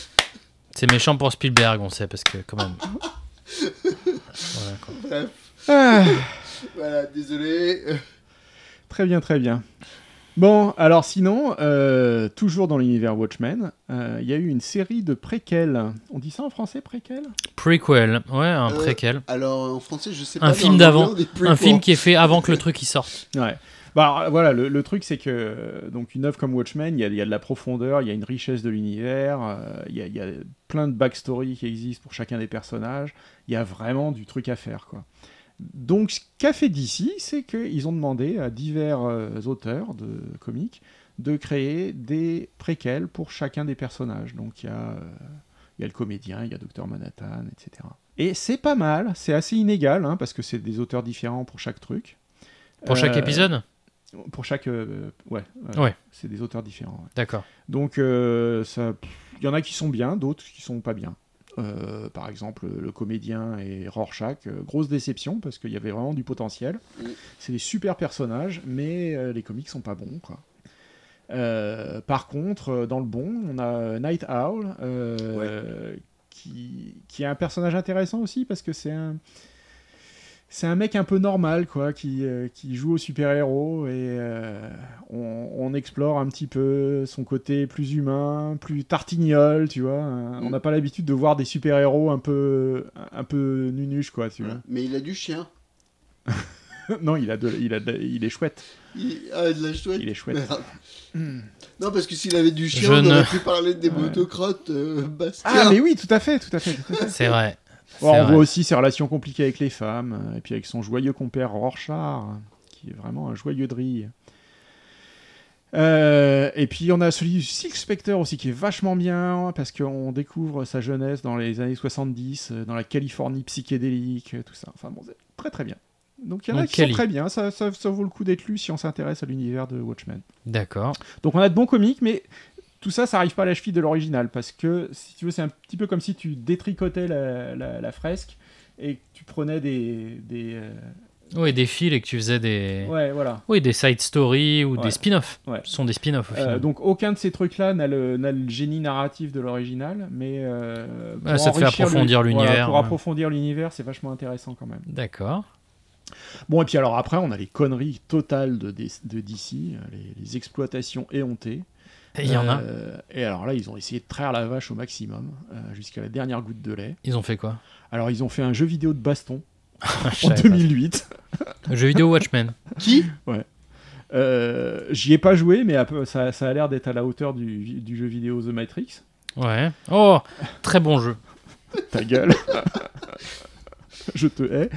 Speaker 1: c'est méchant pour Spielberg, on sait, parce que quand même. Voilà, quoi.
Speaker 2: Ah,
Speaker 9: voilà, désolé.
Speaker 2: très bien, très bien. Bon, alors sinon, euh, toujours dans l'univers Watchmen, euh, il y a eu une série de préquels. On dit ça en français, préquels
Speaker 1: Prequel, ouais, un
Speaker 9: Euh,
Speaker 1: préquel.
Speaker 9: Alors en français, je sais pas.
Speaker 1: Un
Speaker 9: mais
Speaker 1: film
Speaker 9: en
Speaker 1: d'avant.
Speaker 9: anglais, on est plus
Speaker 1: Un film
Speaker 9: pour.
Speaker 1: qui est fait avant que le truc y sorte.
Speaker 2: Ouais. Bah alors, voilà, le, le truc c'est que euh, donc une œuvre comme Watchmen, il y, a- il y a de la profondeur, il y a une richesse de l'univers, euh, il y, a- il y a plein de backstory qui existent pour chacun des personnages, il y a vraiment du truc à faire quoi. Donc ce qu'a fait DC, c'est qu'ils ont demandé à divers euh, auteurs de comics de créer des préquels pour chacun des personnages. Donc il y a euh, il y a le comédien, il y a Docteur Manhattan, etc. Et c'est pas mal, c'est assez inégal hein, parce que c'est des auteurs différents pour chaque truc.
Speaker 1: Pour chaque
Speaker 2: Euh,
Speaker 1: épisode
Speaker 2: pour chaque. euh, ouais.
Speaker 1: Ouais.
Speaker 2: C'est des auteurs différents. ouais.
Speaker 1: D'accord.
Speaker 2: Donc, euh, ça- pff, il y en a qui sont bien, d'autres qui sont pas bien. Euh, par exemple, le comédien et Rorschach, euh, grosse déception parce qu'il y avait vraiment du potentiel.
Speaker 9: Oui.
Speaker 2: C'est des super personnages, mais euh, les comics sont pas bons. Quoi. Euh, par contre, euh, dans le bon, on a Night Owl, euh, qui, qui est un personnage intéressant aussi parce que c'est un c'est un mec un peu normal, quoi, qui, euh, qui joue au super-héros et euh, on, on explore un petit peu son côté plus humain, plus tartignol, tu vois. hein. On n'a pas l'habitude de voir des super-héros un peu, un peu nunuche, quoi, tu
Speaker 9: Voilà. Mais il a du chien.
Speaker 2: vois. non, il, a de- il, a de- il est chouette.
Speaker 9: Il ah, de la chouette.
Speaker 2: Il est chouette.
Speaker 9: Merde. Non, parce que s'il avait du chien,
Speaker 1: Je
Speaker 9: on
Speaker 1: ne-
Speaker 9: aurait pu parler des motocrottes, euh, Bastien.
Speaker 2: Ah, mais oui, tout à fait, tout à fait. tout à fait.
Speaker 1: C'est vrai.
Speaker 2: Bon,
Speaker 1: C'est
Speaker 2: on
Speaker 1: vrai.
Speaker 2: voit aussi ses relations compliquées avec les femmes, euh, et puis avec son joyeux compère Rorschach, qui est vraiment un joyeux de rire. Euh, et puis on a celui du Silk Spectre aussi qui est vachement bien parce qu'on découvre sa jeunesse dans les années 70, euh, dans la Californie psychédélique, euh, tout ça. Enfin bon, c'est très très bien. Donc il y en a
Speaker 1: Donc,
Speaker 2: qui sont
Speaker 1: Cali.
Speaker 2: très bien, ça, ça- ça vaut le coup d'être lu si on s'intéresse à l'univers de Watchmen.
Speaker 1: D'accord.
Speaker 2: Donc on a de bons comiques, mais tout ça, ça arrive pas à la cheville de l'original, parce que, si tu veux, c'est un petit peu comme si tu détricotais la, la- la fresque et que tu prenais des, des, euh,
Speaker 1: Oui, des fils et que tu faisais des.
Speaker 2: Ouais, voilà.
Speaker 1: Oui, des side stories ou
Speaker 2: Ouais.
Speaker 1: des spin-offs.
Speaker 2: Ouais.
Speaker 1: Ce sont des spin-offs au
Speaker 2: Euh,
Speaker 1: final.
Speaker 2: donc aucun de ces trucs-là n'a le, n'a le génie narratif de l'original, mais euh,
Speaker 1: Ah, ça te fait
Speaker 2: enrichir le-
Speaker 1: approfondir l'univers,
Speaker 2: voilà, pour
Speaker 1: ouais.
Speaker 2: approfondir l'univers, c'est vachement intéressant quand même.
Speaker 1: D'accord.
Speaker 2: Bon, et puis alors après, on a les conneries totales de, D- de DC, euh, les, les exploitations éhontées.
Speaker 1: Et Il y en a.
Speaker 2: Euh, et alors là, ils ont essayé de traire la vache au maximum, euh, jusqu'à la dernière goutte de lait.
Speaker 1: Ils ont fait quoi
Speaker 2: Alors ils ont fait un jeu vidéo de baston
Speaker 1: Je
Speaker 2: en
Speaker 1: savais Ah, pas.
Speaker 2: 2008.
Speaker 1: Jeu vidéo Watchmen.
Speaker 9: Qui
Speaker 2: Euh, J'y ai pas joué, mais un peu- ça, ça a l'air d'être à la hauteur du, du jeu vidéo The Matrix.
Speaker 1: Ouais. Oh, très bon jeu.
Speaker 2: Ta gueule. Je te hais.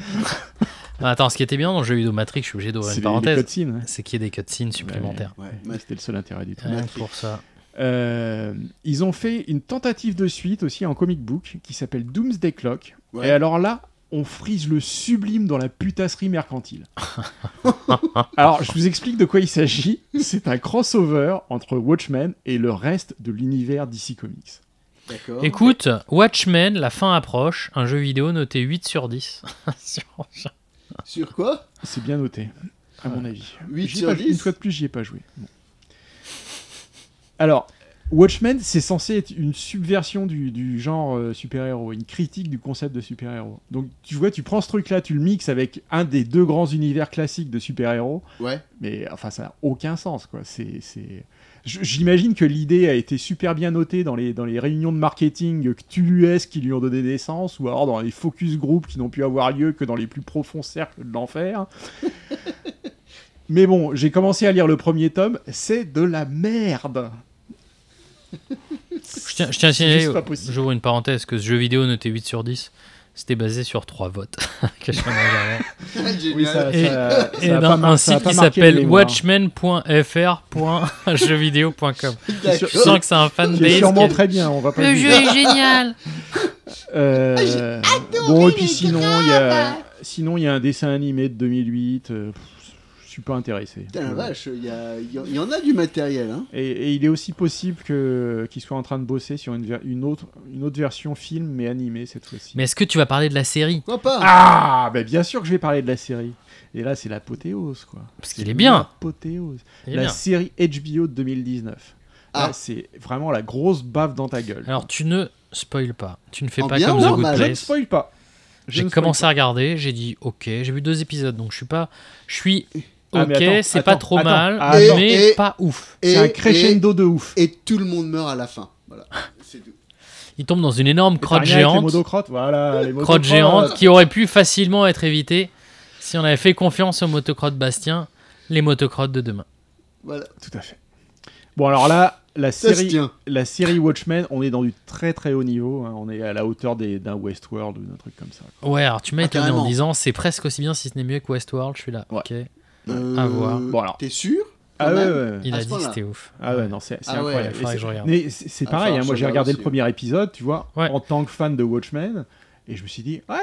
Speaker 1: Ah, attends, ce qui était bien dans le jeu vidéo Matrix, je suis obligé d'ouvrir
Speaker 2: C'est
Speaker 1: une
Speaker 2: les, les
Speaker 1: parenthèse,
Speaker 2: cutscenes, ouais.
Speaker 1: c'est qu'il y ait des cutscenes supplémentaires.
Speaker 9: Ouais,
Speaker 2: Ouais, C'était le seul intérêt du truc.
Speaker 1: Rien que
Speaker 9: Matrix.
Speaker 1: pour ça.
Speaker 2: Euh, ils ont fait une tentative de suite aussi en comic book qui s'appelle Doomsday Clock.
Speaker 9: Ouais.
Speaker 2: Et alors là, on frise le sublime dans la putasserie mercantile. alors, je vous explique de quoi il s'agit. C'est un crossover entre Watchmen et le reste de l'univers DC Comics.
Speaker 9: d'accord.
Speaker 1: Écoute, Watchmen, la fin approche, un jeu vidéo noté 8 sur 10. Sur-
Speaker 9: Sur quoi
Speaker 2: C'est bien noté, à mon avis.
Speaker 9: 8
Speaker 2: J'y ai
Speaker 9: sur
Speaker 2: pas joué. Une
Speaker 9: 10
Speaker 2: fois de plus, j'y ai pas joué. Bon. Alors, Watchmen, c'est censé être une subversion du, du genre euh, super-héros, une critique du concept de super-héros. Donc, tu vois, tu prends ce truc-là, tu le mixes avec un des deux grands univers classiques de super-héros,
Speaker 9: Ouais.
Speaker 2: mais enfin, ça n'a aucun sens, quoi. C'est, c'est- J- J'imagine que l'idée a été super bien notée dans les, dans les réunions de marketing cthulhuesques qui lui ont donné des sens, ou alors dans les focus groups qui n'ont pu avoir lieu que dans les plus profonds cercles de l'enfer. Mais bon, j'ai commencé à lire le premier tome, c'est de la merde.
Speaker 1: Je tiens, je tiens à
Speaker 2: C'est
Speaker 1: signaler,
Speaker 2: juste pas possible.
Speaker 1: j'ouvre une parenthèse, que ce jeu vidéo noté 8 sur 10, c'était basé sur 3 votes. Que je fais en arrière.
Speaker 9: Génial.
Speaker 2: Oui, ça,
Speaker 1: Et-
Speaker 2: ça-
Speaker 1: Et
Speaker 2: ça a
Speaker 1: ben,
Speaker 2: pas mar-
Speaker 1: un
Speaker 2: ça a
Speaker 1: site
Speaker 2: pas
Speaker 1: qui
Speaker 2: marqué les hein.
Speaker 1: s'appelle
Speaker 2: mémoires.
Speaker 1: watchman.fr.jeuxvideo.com.
Speaker 9: D'accord.
Speaker 1: Je sens que c'est un fan
Speaker 2: Qui est
Speaker 1: base.
Speaker 2: sûrement
Speaker 1: qui-
Speaker 2: très bien, on va pas
Speaker 10: Le
Speaker 2: dire.
Speaker 10: jeu est génial
Speaker 9: Ah,
Speaker 2: Euh, bon et puis sinon il y a sinon il y a un dessin animé de 2008 euh, pff, je suis pas intéressé
Speaker 9: Putain, la vache, il y, a- il y en- il y en a du matériel, hein.
Speaker 2: et, et il est aussi possible que qu'il soit en train de bosser sur une, ver- une autre une autre version film mais animée cette fois-ci
Speaker 1: Mais est-ce que tu vas parler de la série
Speaker 9: Pourquoi pas hein.
Speaker 2: ah bah bien sûr que je vais parler de la série et là c'est l'apothéose quoi
Speaker 1: Parce qu'il est bien.
Speaker 2: l'apothéose
Speaker 1: Il est
Speaker 2: la
Speaker 1: Eh bien.
Speaker 2: série HBO de 2019 Là,
Speaker 9: Ah.
Speaker 2: c'est vraiment la grosse baffe dans ta gueule
Speaker 1: Alors tu ne spoil pas. Tu ne fais
Speaker 9: Oh,
Speaker 1: pas
Speaker 9: bien
Speaker 1: comme The
Speaker 9: normal.
Speaker 1: Good
Speaker 2: je ne
Speaker 1: Place.
Speaker 2: spoil pas Je
Speaker 1: J'ai
Speaker 2: ne spoil
Speaker 1: commencé à regarder, j'ai dit ok, j'ai vu deux épisodes donc je suis pas. Je suis
Speaker 2: Ah, mais
Speaker 1: ok,
Speaker 2: attends,
Speaker 1: c'est pas
Speaker 2: attends,
Speaker 1: trop
Speaker 2: attends.
Speaker 1: mal,
Speaker 2: Ah,
Speaker 9: non.
Speaker 1: mais
Speaker 9: Et-
Speaker 1: pas ouf.
Speaker 2: C'est un crescendo de ouf.
Speaker 9: Et, et tout le monde meurt à la fin. Voilà. C'est tout.
Speaker 1: Il tombe dans une énorme crotte
Speaker 2: Rien avec les
Speaker 1: géante,
Speaker 2: monocrottes, voilà, les
Speaker 1: crotte
Speaker 2: monocrottes.
Speaker 1: géante qui aurait pu facilement être évitée si on avait fait confiance aux motocrottes Bastien, les motocrottes de demain.
Speaker 9: Voilà.
Speaker 2: Tout à fait. Bon, alors là, la
Speaker 9: Ça se
Speaker 2: série,
Speaker 9: tient.
Speaker 2: la série Watchmen, on est dans du très très haut niveau. hein. On est à la hauteur des- d'un Westworld ou d'un truc comme ça.
Speaker 1: Ouais, alors tu m'as
Speaker 9: Ah,
Speaker 1: étonné en
Speaker 9: carrément.
Speaker 1: disant c'est presque aussi bien si ce n'est mieux que Westworld, je suis là.
Speaker 2: Ouais.
Speaker 1: Ok.
Speaker 9: Euh,
Speaker 1: À voir.
Speaker 2: Bon, alors.
Speaker 9: T'es sûr
Speaker 2: Ah
Speaker 9: Quand
Speaker 2: ouais,
Speaker 9: même
Speaker 2: ouais, ouais.
Speaker 1: Il
Speaker 9: À
Speaker 1: a
Speaker 9: ce
Speaker 1: dit que
Speaker 9: point-là.
Speaker 1: c'était ouf.
Speaker 2: Ah ouais, non, c'est c'est
Speaker 9: Ah ouais,
Speaker 2: incroyable.
Speaker 1: faudrait
Speaker 2: Et
Speaker 1: que
Speaker 2: c'est-
Speaker 1: je regarde.
Speaker 2: Mais c'est c'est
Speaker 9: Ah,
Speaker 2: pareil,
Speaker 9: faudra
Speaker 2: hein,
Speaker 9: que
Speaker 2: moi
Speaker 9: je
Speaker 2: j'ai
Speaker 9: regarde
Speaker 2: regardé le
Speaker 9: aussi,
Speaker 2: premier épisode, tu vois,
Speaker 1: Ouais.
Speaker 2: en tant que fan de Watchmen, et je me suis dit, ouais,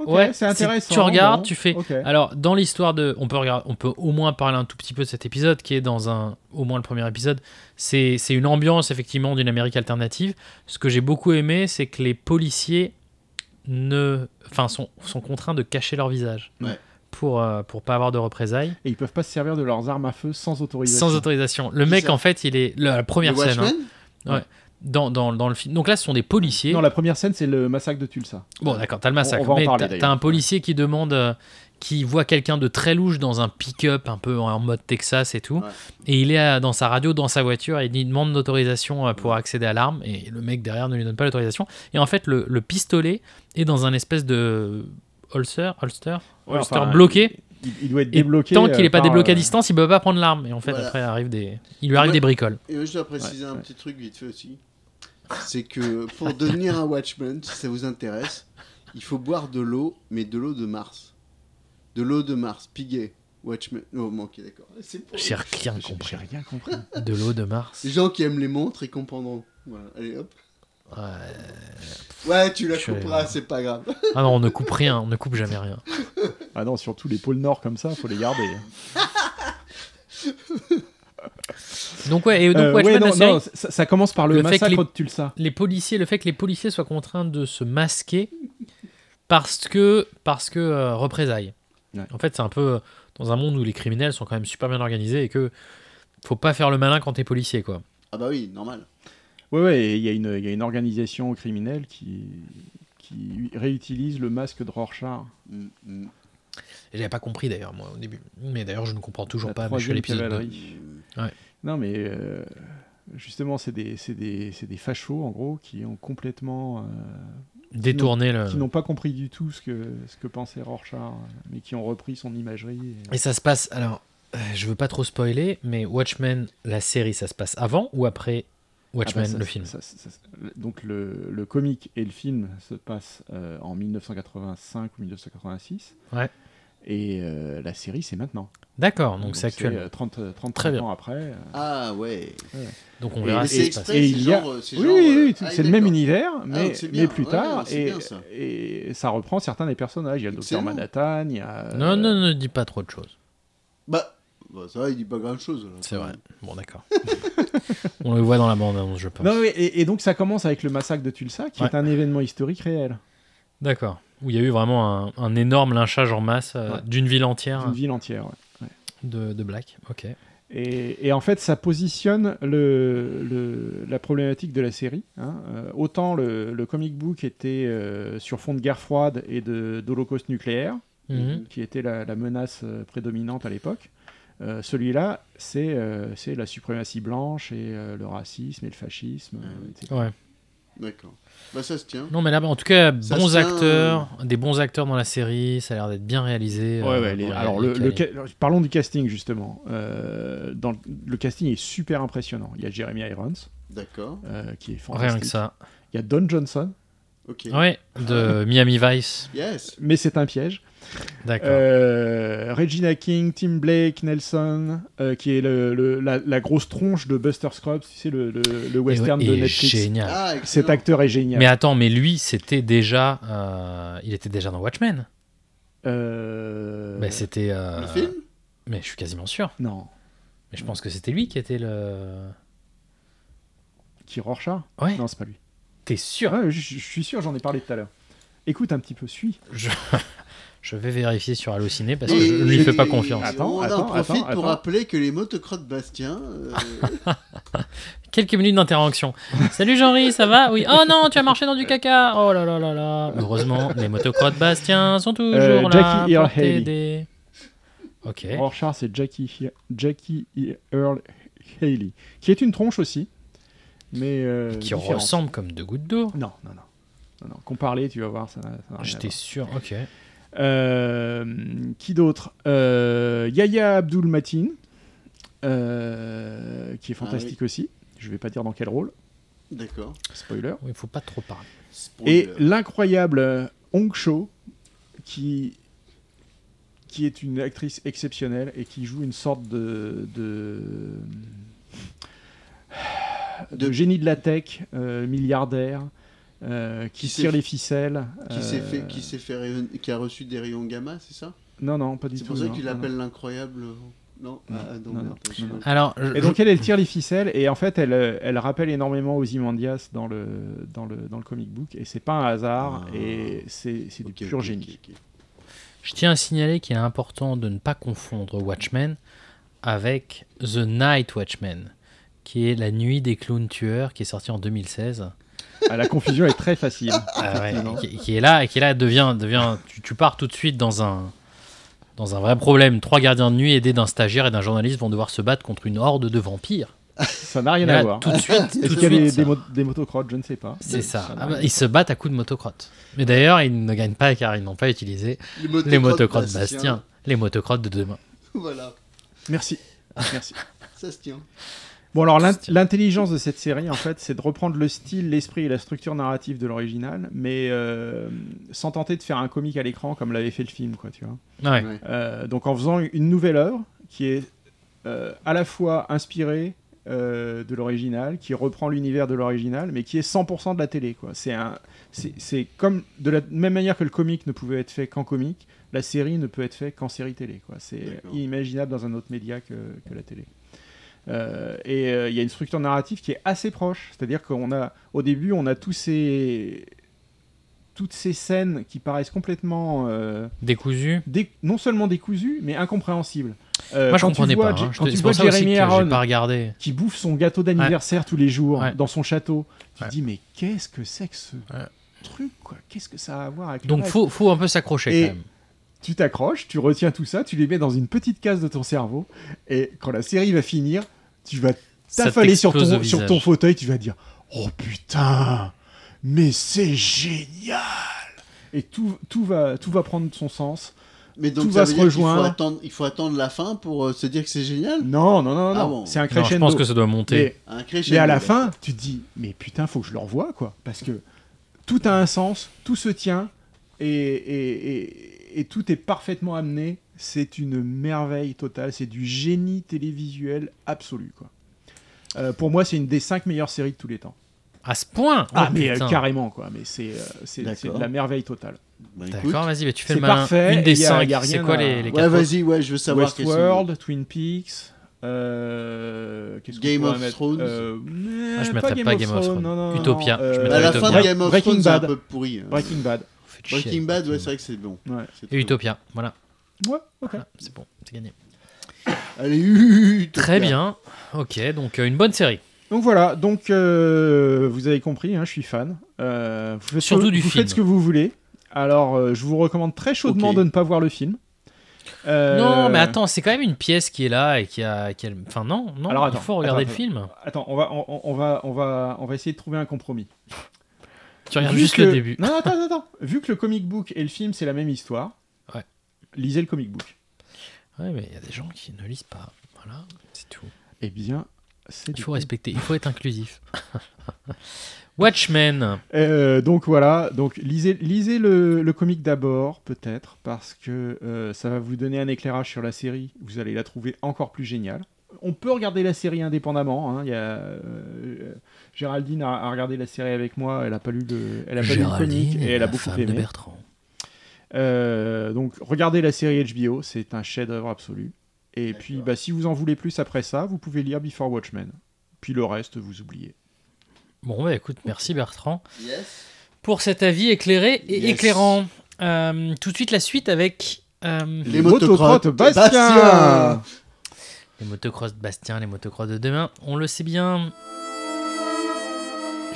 Speaker 2: ok,
Speaker 1: Ouais,
Speaker 2: c'est
Speaker 1: si
Speaker 2: intéressant.
Speaker 1: tu regardes,
Speaker 2: bon,
Speaker 1: tu fais- Ah.
Speaker 2: ok.
Speaker 1: Alors, dans l'histoire de. On peut, regarder, on peut au moins parler un tout petit peu de cet épisode qui est dans un. Au moins le premier épisode. C'est c'est une ambiance, effectivement, d'une Amérique alternative. Ce que j'ai beaucoup aimé, c'est que les policiers ne. Enfin, sont, sont contraints de cacher leur visage.
Speaker 9: Ouais.
Speaker 1: Pour, euh, pour pas avoir de représailles.
Speaker 2: Et ils peuvent pas se servir de leurs armes à feu sans autorisation.
Speaker 1: Sans autorisation. Le
Speaker 9: C'est
Speaker 1: mec,
Speaker 9: ça.
Speaker 1: en fait, il est. La première
Speaker 9: Le
Speaker 1: scène. hein,
Speaker 9: Watchmen
Speaker 1: dans, dans, dans le film. Donc là, ce sont des policiers.
Speaker 2: Non, la première scène, c'est le massacre de Tulsa.
Speaker 1: Bon, d'accord, t'as le massacre.
Speaker 2: On- on va en
Speaker 1: mais
Speaker 2: parler,
Speaker 1: t'as-
Speaker 2: d'ailleurs.
Speaker 1: t'as un policier qui demande, euh, qui voit quelqu'un de très louche dans un pick-up, un peu en mode Texas et tout.
Speaker 9: Ouais.
Speaker 1: Et il est à- dans sa radio, dans sa voiture, et il dit- demande l'autorisation euh, pour accéder à l'arme. Et le mec derrière ne lui donne pas l'autorisation. Et en fait, le, le pistolet est dans un espèce de holster, holster,
Speaker 2: Ouais,
Speaker 1: holster
Speaker 2: enfin,
Speaker 1: bloqué.
Speaker 2: Il, il doit être
Speaker 1: Et
Speaker 2: débloqué.
Speaker 1: tant qu'il
Speaker 2: euh,
Speaker 1: n'est pas
Speaker 2: par,
Speaker 1: débloqué à
Speaker 2: euh,
Speaker 1: distance, il peut pas prendre l'arme. Et en fait,
Speaker 9: Voilà.
Speaker 1: après, arrive des... il lui arrive
Speaker 9: Ouais.
Speaker 1: des bricoles.
Speaker 9: Et moi, je dois préciser
Speaker 2: Ouais,
Speaker 9: un
Speaker 2: ouais.
Speaker 9: petit truc vite fait aussi. C'est que pour devenir un Watchman, si ça vous intéresse, il faut boire de l'eau, mais de l'eau de Mars. De l'eau de Mars, Piguet, Watchman. Non, bon, ok, d'accord. C'est pour
Speaker 1: J'ai rien
Speaker 2: J'ai
Speaker 1: compris.
Speaker 2: j'ai rien compris.
Speaker 1: De l'eau de Mars.
Speaker 9: les gens qui aiment les montres, ils comprendront. Voilà, allez hop.
Speaker 1: Ouais.
Speaker 9: Ouais, tu la
Speaker 1: Je suis allé
Speaker 9: couperas,
Speaker 1: voir.
Speaker 9: c'est pas grave.
Speaker 1: Ah non, on ne coupe rien, on ne coupe jamais rien.
Speaker 2: Ah non, surtout les pôles nord comme ça, faut les garder.
Speaker 1: Euh, Donc ouais, et donc
Speaker 2: Euh,
Speaker 1: Watchmen,
Speaker 2: ouais,
Speaker 1: la
Speaker 2: non,
Speaker 1: série,
Speaker 2: non, ça, ça commence par le,
Speaker 1: Le fait
Speaker 2: massacre
Speaker 1: que les-
Speaker 2: de Tulsa.
Speaker 1: les policiers, le fait que les policiers soient contraints de se masquer parce que parce que euh, représailles.
Speaker 2: Ouais.
Speaker 1: En fait, c'est un peu dans un monde où les criminels sont quand même super bien organisés et que faut pas faire le malin quand t'es policier, quoi.
Speaker 9: Ah bah oui, normal.
Speaker 2: Ouais, ouais, et il y, a une- il y a une organisation criminelle qui, qui réutilise le masque de Rorschach.
Speaker 9: Mm, mm.
Speaker 1: Et j'avais pas compris d'ailleurs, moi, au début. Mais d'ailleurs, je ne comprends toujours
Speaker 2: La
Speaker 1: pas, mais je suis à
Speaker 2: troisième
Speaker 1: l'épisode. deux.
Speaker 2: cavalerie.
Speaker 1: Ouais.
Speaker 2: Non, mais euh, justement, c'est des, c'est des, c'est des fachos, en gros, qui ont complètement. euh,
Speaker 1: Détourner le.
Speaker 2: qui n'ont pas compris du tout ce que, ce que pensait Rorschach, mais qui ont repris son imagerie. et-
Speaker 1: Et ça se passe. Alors, euh, je veux pas trop spoiler, mais Watchmen, la série, ça se passe avant ou après
Speaker 2: Ah
Speaker 1: Watchmen,
Speaker 2: bah, ça-
Speaker 1: le film
Speaker 2: ça- ça- ça- donc le, le comic et le film se passent euh, en 1985 ou 1986.
Speaker 1: Ouais.
Speaker 2: Et euh, la série, c'est maintenant.
Speaker 1: D'accord, donc c'est actuel.
Speaker 2: euh, 30, euh, 30
Speaker 1: Très bien.
Speaker 2: ans après. euh.
Speaker 9: Ah ouais.
Speaker 1: Donc on
Speaker 2: et-
Speaker 1: verra
Speaker 9: Mais
Speaker 1: ce
Speaker 9: c'est
Speaker 1: qui se passe.
Speaker 9: exprès,
Speaker 2: Et
Speaker 9: c'est
Speaker 2: il y a-
Speaker 9: genre, euh, c'est
Speaker 2: Oui,
Speaker 9: genre,
Speaker 2: oui,
Speaker 9: euh,
Speaker 2: oui,
Speaker 9: ah,
Speaker 2: c'est le même
Speaker 9: d'accord.
Speaker 2: univers,
Speaker 9: Ah,
Speaker 2: mais,
Speaker 9: donc c'est bien.
Speaker 2: mais plus
Speaker 9: Ouais,
Speaker 2: tard.
Speaker 9: ouais, c'est
Speaker 2: et,
Speaker 9: bien, ça.
Speaker 2: et ça reprend certains des personnages. Il y a le docteur
Speaker 9: Excellent.
Speaker 2: Manhattan, il y a. euh,
Speaker 1: Non, non, ne dis pas trop de choses.
Speaker 9: Bah, bah, ça, va, il dit pas grand chose. là.
Speaker 1: C'est vrai. Bon, d'accord. on le voit dans la bande-annonce, je pense.
Speaker 2: Non, mais- et, et donc ça commence avec le massacre de Tulsa, qui
Speaker 1: Ouais.
Speaker 2: est un événement historique réel.
Speaker 1: D'accord. Où il y a eu vraiment un, un énorme lynchage en masse euh,
Speaker 2: Ouais.
Speaker 1: d'une ville entière
Speaker 2: Une ville entière. ouais.
Speaker 1: de, de Black. Ok.
Speaker 2: Et, et en fait, ça positionne le, le- la problématique de la série. hein. Euh, autant le, le comic book était euh, sur fond de guerre froide et de- d'holocauste nucléaire, euh,
Speaker 1: Mhm.
Speaker 2: qui était la, la menace euh, prédominante à l'époque. euh, Celui-là, c'est euh, c'est la suprématie blanche et euh, le racisme et le fascisme. euh,
Speaker 9: Ah oui.
Speaker 2: etc.
Speaker 1: Ouais.
Speaker 9: D'accord. Bah, ça se tient.
Speaker 1: Non, mais là, en tout cas,
Speaker 9: Ça
Speaker 1: bons
Speaker 9: se tient,
Speaker 1: acteurs, des bons acteurs dans la série, ça a l'air d'être bien réalisé.
Speaker 2: Ouais,
Speaker 1: euh,
Speaker 2: ouais, les-
Speaker 1: bon,
Speaker 2: alors,
Speaker 1: il y a-
Speaker 2: le,
Speaker 1: il y a-
Speaker 2: le ca- alors, parlons du casting justement. Euh, dans, le- le casting est super impressionnant. Il y a Jeremy Irons
Speaker 9: D'accord.
Speaker 2: euh, qui est fantastique.
Speaker 1: Rien que ça.
Speaker 2: Il y a Don Johnson,
Speaker 9: Ok.
Speaker 1: Ouais, de Miami Vice.
Speaker 9: Yes.
Speaker 2: mais c'est un piège.
Speaker 1: D'accord.
Speaker 2: Euh, Regina King, Tim Blake, Nelson, euh, qui est le, le- la, la grosse tronche de Buster Scrubs, tu sais, le, le- le
Speaker 1: Et ouais,
Speaker 2: western de
Speaker 1: et
Speaker 2: Netflix.
Speaker 1: Génial.
Speaker 9: Ah, excellent.
Speaker 2: Cet acteur est génial.
Speaker 1: Mais attends, mais lui, c'était déjà, euh, il était déjà dans Watchmen.
Speaker 2: Euh,
Speaker 1: Bah, c'était. euh,
Speaker 9: Le film
Speaker 1: Mais je suis quasiment sûr.
Speaker 2: Non,
Speaker 1: Mais je pense que c'était lui qui était le.
Speaker 2: qui Rorschach
Speaker 1: Ouais.
Speaker 2: Non, c'est pas lui.
Speaker 1: T'es sûr
Speaker 2: Ouais, je, je suis sûr, j'en ai parlé tout à l'heure. Écoute un petit peu, suis.
Speaker 1: je... je vais vérifier sur Allociné parce que
Speaker 9: Et-
Speaker 1: je ne lui fais pas
Speaker 9: et-
Speaker 1: confiance.
Speaker 2: Attends,
Speaker 9: on
Speaker 2: attends,
Speaker 9: en profite
Speaker 2: attends,
Speaker 9: pour
Speaker 2: attends.
Speaker 9: rappeler que les motocrottes Bastien. euh,
Speaker 1: Quelques minutes d'interaction. Salut Jean-Ri, ça va Oui. Oh non, tu as marché dans du caca. Oh là là là là. Heureusement, les motocrottes Bastien sont toujours
Speaker 2: Euh,
Speaker 1: là
Speaker 2: Jackie Oh, Earle
Speaker 1: pour t'aider. Ok.
Speaker 2: Rorschach, c'est Jackie, He- Jackie E- Earl Haley, qui est une tronche aussi, mais euh,
Speaker 1: Qui
Speaker 2: différente.
Speaker 1: ressemble comme deux gouttes d'eau.
Speaker 2: Non, non, non. non, non. Comparé, tu vas voir, ça. n'a- ça n'a rien à
Speaker 1: Ah, J'étais
Speaker 2: voir.
Speaker 1: sûr. Ok.
Speaker 2: Euh, qui d'autre Euh, Yaya Abdul Matin, euh, qui est
Speaker 9: Ah
Speaker 2: fantastique aussi. Je vais pas dire dans quel rôle,
Speaker 9: D'accord.
Speaker 2: spoiler.
Speaker 1: Il faut pas trop parler.
Speaker 2: Et
Speaker 9: Spoiler.
Speaker 2: l'incroyable euh, Hong Cho, qui, qui est une actrice exceptionnelle et qui joue une sorte de. de de génie de la tech, euh, milliardaire, euh, qui,
Speaker 9: Qui s'est-
Speaker 2: tire les ficelles.
Speaker 9: Qui s'est
Speaker 2: euh,
Speaker 9: fait, qui s'est fait, rayon- qui a reçu des rayons gamma, c'est ça
Speaker 2: Non, non, pas du tout.
Speaker 9: C'est pour ça
Speaker 2: non,
Speaker 9: qu'il
Speaker 2: non, non.
Speaker 9: l'appelle l'incroyable. euh, Non, ah,
Speaker 2: non,
Speaker 9: non, merde,
Speaker 2: non,
Speaker 9: je
Speaker 2: non,
Speaker 9: sais
Speaker 2: non.
Speaker 9: pas.
Speaker 1: Alors, je-
Speaker 2: Et donc elle, elle tire les ficelles et en fait elle, euh, elle rappelle énormément Ozymandias dans le, dans le, dans le comic book et c'est pas un hasard
Speaker 9: Ah.
Speaker 2: et c'est c'est
Speaker 9: Ok,
Speaker 2: du pur
Speaker 9: ok,
Speaker 2: génie.
Speaker 9: ok, ok.
Speaker 1: Je tiens à signaler qu'il est important de ne pas confondre Watchmen avec The Night Watchmen, qui est la nuit des clowns tueurs, qui est sorti en 2016.
Speaker 2: Ah, la confusion est très facile.
Speaker 1: Ah ouais,
Speaker 2: effectivement.
Speaker 1: qui, qui est là et qui est là devient, devient tu, tu pars tout de suite dans un dans un vrai problème. Trois gardiens de nuit aidés d'un stagiaire et d'un journaliste vont devoir se battre contre une horde de vampires.
Speaker 2: Ça n'a rien
Speaker 1: Et là,
Speaker 2: à voir.
Speaker 1: Tout de suite,
Speaker 2: Est-ce
Speaker 1: tout de
Speaker 2: qu'il y a des,
Speaker 1: suite,
Speaker 2: des
Speaker 1: ça-
Speaker 2: mo- des motocrottes Je ne sais pas.
Speaker 1: c'est ça.
Speaker 2: n'a
Speaker 1: Ah bah,
Speaker 2: rien.
Speaker 1: ils se battent à coups de motocrottes. Mais d'ailleurs, ils ne gagnent pas car ils n'ont pas utilisé les motocrottes Bastien, les motocrottes de demain.
Speaker 9: Voilà,
Speaker 2: Merci. Merci.
Speaker 9: ça se tient.
Speaker 2: Bon alors l'in-
Speaker 1: Tiens.
Speaker 2: l'intelligence de cette série en fait c'est de reprendre le style, l'esprit et la structure narrative de l'original mais euh, sans tenter de faire un comique à l'écran comme l'avait fait le film quoi tu vois.
Speaker 1: Ah Ouais.
Speaker 9: Ouais.
Speaker 2: Euh, donc en faisant une nouvelle œuvre qui est euh, à la fois inspirée euh, de l'original, qui reprend l'univers de l'original, mais qui est 100% de la télé. quoi. C'est un, c'est- c'est comme de la même manière que le comique ne pouvait être fait qu'en comique, la série ne peut être faite qu'en série télé. quoi. C'est
Speaker 9: D'accord.
Speaker 2: inimaginable dans un autre média que, que la télé. Euh, et euh, il y a une structure narrative qui est assez proche, c'est-à-dire qu'on a, au début, on a tous ces toutes ces scènes qui paraissent complètement euh,
Speaker 1: Décousu.
Speaker 2: dé- non seulement décousues, mais incompréhensibles. Euh,
Speaker 1: Moi, je
Speaker 2: quand tu
Speaker 1: comprenais
Speaker 2: vois
Speaker 1: pas.
Speaker 2: J-
Speaker 1: hein. Je
Speaker 2: Quand
Speaker 1: te-
Speaker 2: tu
Speaker 1: C'est
Speaker 2: vois
Speaker 1: pour ça aussi
Speaker 2: Jeremy
Speaker 1: que
Speaker 2: Aaron
Speaker 1: j'ai pas regardé.
Speaker 2: qui bouffe son gâteau d'anniversaire tous les jours
Speaker 1: Ouais.
Speaker 2: dans son château, tu
Speaker 1: Ouais.
Speaker 2: te dis mais qu'est-ce que c'est que ce truc quoi Qu'est-ce que ça a à voir avec le
Speaker 1: Donc,
Speaker 2: reste
Speaker 1: faut, faut un peu s'accrocher
Speaker 2: Et-
Speaker 1: quand même.
Speaker 2: tu t'accroches, tu retiens tout ça, tu les mets dans une petite case de ton cerveau, et quand la série va finir, tu vas
Speaker 1: Ça
Speaker 2: t'affaler sur
Speaker 1: t'explose
Speaker 2: ton,
Speaker 1: au
Speaker 2: sur
Speaker 1: visage.
Speaker 2: ton fauteuil, tu vas dire Oh putain, mais c'est génial Et tout, tout, va, tout va prendre son sens.
Speaker 9: Mais donc,
Speaker 2: Tout
Speaker 9: ça
Speaker 2: va
Speaker 9: veut
Speaker 2: se
Speaker 9: dire qu'il
Speaker 2: rejoindre.
Speaker 9: Faut attendre, il faut attendre la fin pour euh, se dire que c'est génial.
Speaker 2: Non, non, non, non,
Speaker 9: Ah
Speaker 2: non,
Speaker 9: bon.
Speaker 2: c'est un
Speaker 1: Non, je
Speaker 2: crescendo.
Speaker 1: pense que ça doit monter.
Speaker 2: mais,
Speaker 9: Un
Speaker 2: mais
Speaker 9: crescendo.
Speaker 2: à la fin, tu te dis Mais putain, faut que je le revoie, quoi. Parce que tout a un sens, tout se tient, et, et- et- et tout est parfaitement amené. C'est une merveille totale, c'est du génie télévisuel absolu. Quoi. Euh, pour moi, c'est une des cinq meilleures séries de tous les temps.
Speaker 1: À ce point
Speaker 2: ah,
Speaker 1: Oh,
Speaker 2: mais euh,
Speaker 1: putain.
Speaker 2: carrément, quoi. Mais c'est euh, c'est- c'est
Speaker 9: D'accord.
Speaker 2: de la merveille totale.
Speaker 9: Bah, écoute.
Speaker 1: D'accord, vas-y, bah, tu fais le
Speaker 2: C'est
Speaker 1: malin.
Speaker 2: parfait,
Speaker 1: Une des
Speaker 2: y a-
Speaker 1: cinq,
Speaker 2: y a
Speaker 1: c'est
Speaker 2: rien
Speaker 1: quoi
Speaker 2: à-
Speaker 1: les, les
Speaker 2: Ouais,
Speaker 1: quatre
Speaker 9: Ouais,
Speaker 1: autres
Speaker 9: vas-y, ouais, je veux savoir. qu'est-ce que-
Speaker 2: Westworld, Twin Peaks. euh, qu'est-ce qu'on
Speaker 9: Game
Speaker 2: pourrait
Speaker 9: of
Speaker 2: mettre
Speaker 9: Thrones.
Speaker 2: Euh, mais
Speaker 1: Ah, je mettrais pas Game of Thrones.
Speaker 2: non, non, non,
Speaker 1: Utopia, je
Speaker 2: euh,
Speaker 1: mettrais
Speaker 9: Bah, à la
Speaker 1: Utopia.
Speaker 9: fin de Game of
Speaker 2: Breaking
Speaker 9: Thrones, c'est un
Speaker 2: Bad.
Speaker 9: peu pourri. hein.
Speaker 2: Breaking Bad.
Speaker 1: Faites chier.
Speaker 9: Breaking Bad, ouais, c'est vrai que c'est bon.
Speaker 2: Ouais.
Speaker 9: C'est
Speaker 1: Et
Speaker 9: très bon.
Speaker 1: Utopia, voilà.
Speaker 2: Ouais, ok.
Speaker 1: Voilà, c'est bon, c'est gagné.
Speaker 9: Allez, Utopia.
Speaker 1: Très bien. Ok, donc euh, une bonne série.
Speaker 2: Donc voilà, donc euh, vous avez compris, hein, je suis fan. Euh, vous faites
Speaker 1: Surtout
Speaker 2: ce,
Speaker 1: du
Speaker 2: vous
Speaker 1: film.
Speaker 2: faites ce que vous voulez. Alors, euh, je vous recommande très chaudement
Speaker 9: Ok.
Speaker 2: de ne pas voir le film. Euh,
Speaker 1: Non, mais attends, c'est quand même une pièce qui est là et qui a. qui a- Enfin, non, non,
Speaker 2: Alors,
Speaker 1: il
Speaker 2: attends,
Speaker 1: faut regarder
Speaker 2: attends,
Speaker 1: le film.
Speaker 2: Attends, on va, on, on- on va, on va, on va essayer de trouver un compromis.
Speaker 1: Tu regardes
Speaker 2: Vu
Speaker 1: juste
Speaker 2: que-
Speaker 1: le début.
Speaker 2: Non, attends, attends, attends. Vu que le comic book et le film c'est la même histoire,
Speaker 1: Ouais.
Speaker 2: lisez le comic book.
Speaker 1: Ouais, mais il y a des gens qui ne lisent pas. Voilà, c'est tout.
Speaker 2: Eh bien, c'est
Speaker 1: Il
Speaker 2: du
Speaker 1: faut
Speaker 2: coup.
Speaker 1: respecter, il faut être inclusif. Watchmen.
Speaker 2: Euh, donc voilà, donc lisez, lisez le, le comic d'abord peut-être parce que euh, ça va vous donner un éclairage sur la série. Vous allez la trouver encore plus géniale. On peut regarder la série indépendamment. hein, il y a, euh, Géraldine a, a regardé la série avec moi. Elle a pas lu le, elle a pas lu le comic et elle a beaucoup aimé.
Speaker 1: Bertrand.
Speaker 2: Euh, donc regardez la série HBO, c'est un chef-d'œuvre absolu. Et puis bah, si vous en voulez plus après ça, vous pouvez lire Before Watchmen. Puis le reste, vous oubliez.
Speaker 1: Bon, bah écoute, merci Bertrand
Speaker 9: Yes.
Speaker 1: pour cet avis éclairé et
Speaker 9: Yes.
Speaker 1: éclairant. Euh, tout de suite, la suite avec euh,
Speaker 9: Les motocrottes,
Speaker 2: Bastien,
Speaker 9: Bastien
Speaker 1: les motocross de Bastien, les motocross de demain. On le sait bien.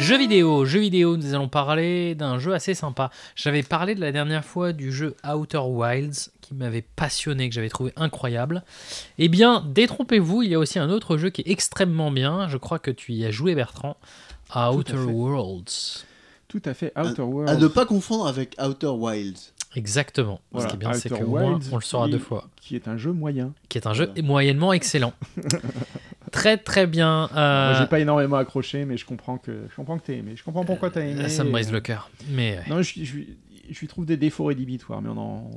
Speaker 1: Jeux vidéo, jeux vidéo, nous allons parler d'un jeu assez sympa. J'avais parlé de la dernière fois du jeu Outer Wilds qui m'avait passionné, que j'avais trouvé incroyable. Eh bien, détrompez-vous, il y a aussi un autre jeu qui est extrêmement bien. Je crois que tu y as joué, Bertrand, à
Speaker 2: Tout à
Speaker 1: Outer
Speaker 2: fait.
Speaker 1: Worlds.
Speaker 2: Tout à fait, Outer
Speaker 9: À
Speaker 2: Worlds.
Speaker 9: ne pas confondre avec Outer Wilds.
Speaker 1: Exactement.
Speaker 2: Voilà,
Speaker 1: Ce qui est bien, c'est
Speaker 2: Outer
Speaker 1: que moi,
Speaker 2: Wilds,
Speaker 1: on le saura
Speaker 2: qui-
Speaker 1: deux fois.
Speaker 2: qui est un jeu moyen.
Speaker 1: Qui est un jeu moyennement excellent. très très bien. euh,
Speaker 2: Moi, j'ai pas énormément accroché, mais je comprends que je comprends que t'as aimé. Je comprends pourquoi t'as aimé.
Speaker 1: Ça me brise le cœur. Mais ouais,
Speaker 2: Non, je, je, je lui trouve des défauts rédhibitoires, mais on en.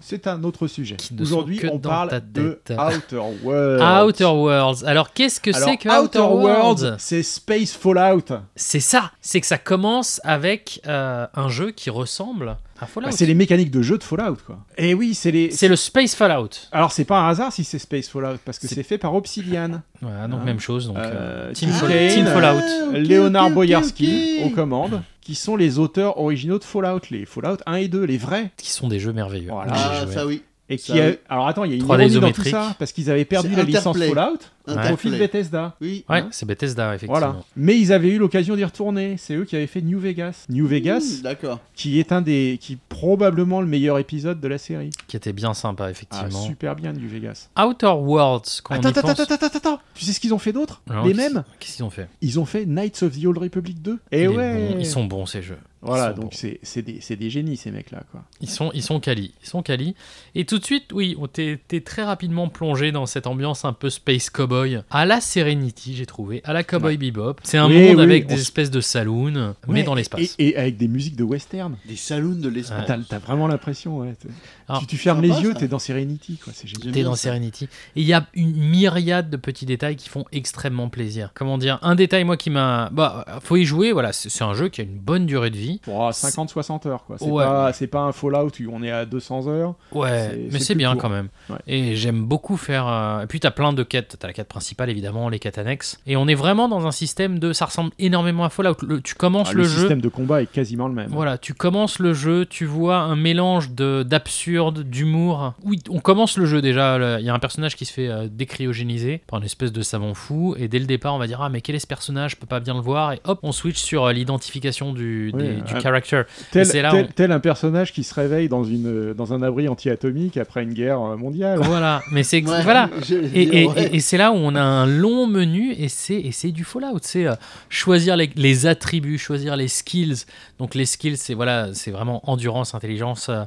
Speaker 2: C'est un autre sujet.
Speaker 1: Qui ne sont
Speaker 2: Aujourd'hui,
Speaker 1: que
Speaker 2: on
Speaker 1: dans ta
Speaker 2: parle de
Speaker 1: tête.
Speaker 2: Outer Worlds.
Speaker 1: euh, Outer Worlds. Alors qu'est-ce que
Speaker 2: euh, Alors,
Speaker 1: c'est que Outer, Worlds,
Speaker 2: c'est Space Fallout.
Speaker 1: C'est ça. C'est que ça commence avec euh, un jeu qui ressemble à Fallout.
Speaker 2: Bah, c'est les mécaniques de jeu de Fallout, quoi. Et oui, c'est les.
Speaker 1: Eh C'est le Space Fallout.
Speaker 2: Alors, c'est pas un hasard si c'est Space Fallout, parce que
Speaker 1: C'est-
Speaker 2: c'est fait par Obsidian.
Speaker 1: Voilà, donc
Speaker 2: Ah.
Speaker 1: même chose. Donc,
Speaker 2: Euh,
Speaker 1: euh, Team,
Speaker 2: Tim
Speaker 1: Fall-
Speaker 2: Kane,
Speaker 1: Team
Speaker 2: euh,
Speaker 1: Fallout.
Speaker 2: Léonard Boyarski aux commandes, qui sont les auteurs originaux de Fallout, les Fallout 1 et 2, les vrais.
Speaker 1: Qui sont des jeux merveilleux.
Speaker 2: Voilà.
Speaker 1: J'ai
Speaker 9: Ah,
Speaker 1: joué.
Speaker 9: ça oui.
Speaker 2: Et
Speaker 9: Ça,
Speaker 2: qui a-
Speaker 9: oui.
Speaker 2: Alors attends, il y a une
Speaker 1: 3D
Speaker 2: ironie dans tout
Speaker 1: isométrique.
Speaker 2: ça, parce qu'ils avaient perdu
Speaker 9: C'est
Speaker 2: la licence
Speaker 9: Interplay.
Speaker 2: Fallout au
Speaker 9: Interplay.
Speaker 2: profit de Bethesda.
Speaker 9: Oui.
Speaker 1: Ouais, c'est Bethesda, effectivement.
Speaker 2: hein. Voilà. Mais ils avaient eu l'occasion d'y retourner. C'est eux qui avaient fait New Vegas. New Vegas,
Speaker 9: Mmh, D'accord.
Speaker 2: qui est un des, qui est probablement le meilleur épisode de la série.
Speaker 1: Qui était bien sympa,
Speaker 2: Ah,
Speaker 1: effectivement.
Speaker 2: super bien New Vegas.
Speaker 1: Outer Worlds, quand on
Speaker 2: Attends,
Speaker 1: y
Speaker 2: attends,
Speaker 1: pense...
Speaker 2: attends, attends, attends. Tu sais ce qu'ils ont fait d'autre
Speaker 1: Alors,
Speaker 2: Les
Speaker 1: qu'est-ce-
Speaker 2: mêmes
Speaker 1: Qu'est-ce qu'ils ont fait
Speaker 2: Ils ont fait Knights of the Old Republic 2. Et
Speaker 1: Il est
Speaker 2: Eh ouais.
Speaker 1: bon, Ils sont bons, ces jeux.
Speaker 2: Voilà,
Speaker 1: Ils sont bons.
Speaker 2: donc c'est c'est des, c'est des génies ces mecs-là. quoi.
Speaker 1: Ils sont, ils sont quali, ils sont quali. Et tout de suite, oui, on t'est t'es très rapidement plongé dans cette ambiance un peu space cowboy, à la Serenity, j'ai trouvé, à la Cowboy Bebop. C'est un
Speaker 2: Oui,
Speaker 1: monde
Speaker 2: oui,
Speaker 1: avec
Speaker 2: on
Speaker 1: des
Speaker 2: s-
Speaker 1: espèces de saloons, mais
Speaker 2: Ouais,
Speaker 1: dans l'espace.
Speaker 2: Et, et avec des musiques de western.
Speaker 9: Des saloons de l'espace.
Speaker 2: T'as t'as vraiment l'impression, ouais. t'es-
Speaker 1: Alors,
Speaker 2: tu, tu fermes
Speaker 9: sympa,
Speaker 2: les yeux,
Speaker 9: ça.
Speaker 2: t'es dans Serenity, quoi. C'est génial.
Speaker 9: J'aime
Speaker 1: T'es
Speaker 9: bien
Speaker 1: dans
Speaker 9: ça.
Speaker 1: Serenity. Et il y a une myriade de petits détails qui font extrêmement plaisir. Comment dire Un détail, moi, qui m'a. Bah, faut y jouer, voilà, c'est c'est un jeu qui a une bonne durée de vie. vie.
Speaker 2: Pour 50-60 heures, quoi. C'est
Speaker 1: Ouais.
Speaker 2: pas, c'est pas un Fallout où on est à 200 heures.
Speaker 1: Ouais,
Speaker 2: C'est-
Speaker 1: mais
Speaker 2: c'est
Speaker 1: c'est
Speaker 2: plus
Speaker 1: bien
Speaker 2: court.
Speaker 1: quand même.
Speaker 2: Ouais.
Speaker 1: Et j'aime beaucoup faire. euh, Et puis t'as plein de quêtes. T'as la quête principale évidemment, les quêtes annexes. Et on est vraiment dans un système de. Ça ressemble énormément à Fallout. Le- tu commences
Speaker 2: Ah,
Speaker 1: le,
Speaker 2: le
Speaker 1: jeu.
Speaker 2: système de combat est quasiment le même.
Speaker 1: Voilà, tu commences le jeu, tu vois un mélange de d'absurde, d'humour. Oui, on commence le jeu déjà. là, Il y a un personnage qui se fait euh, décryogéniser par une espèce de savant fou, et dès le départ, on va dire ah mais quel est ce personnage Je peux pas bien le voir. Et hop, on switch sur euh, l'identification du,
Speaker 2: Oui,
Speaker 1: des- du
Speaker 2: euh,
Speaker 1: character.
Speaker 2: Tel,
Speaker 1: Et c'est là
Speaker 2: tel-
Speaker 1: on-
Speaker 2: tel un personnage qui se réveille dans, une, dans un abri anti-atomique après une guerre euh, mondiale.
Speaker 1: Voilà, mais c'est
Speaker 9: Ouais,
Speaker 1: voilà.
Speaker 9: j'allais
Speaker 1: Et,
Speaker 9: dire,
Speaker 1: et-
Speaker 9: ouais.
Speaker 1: et- et c'est là où on a un long menu et c'est et c'est du Fallout. C'est euh, choisir les, les attributs, choisir les skills. Donc les skills, c'est voilà, c'est vraiment endurance, intelligence, euh,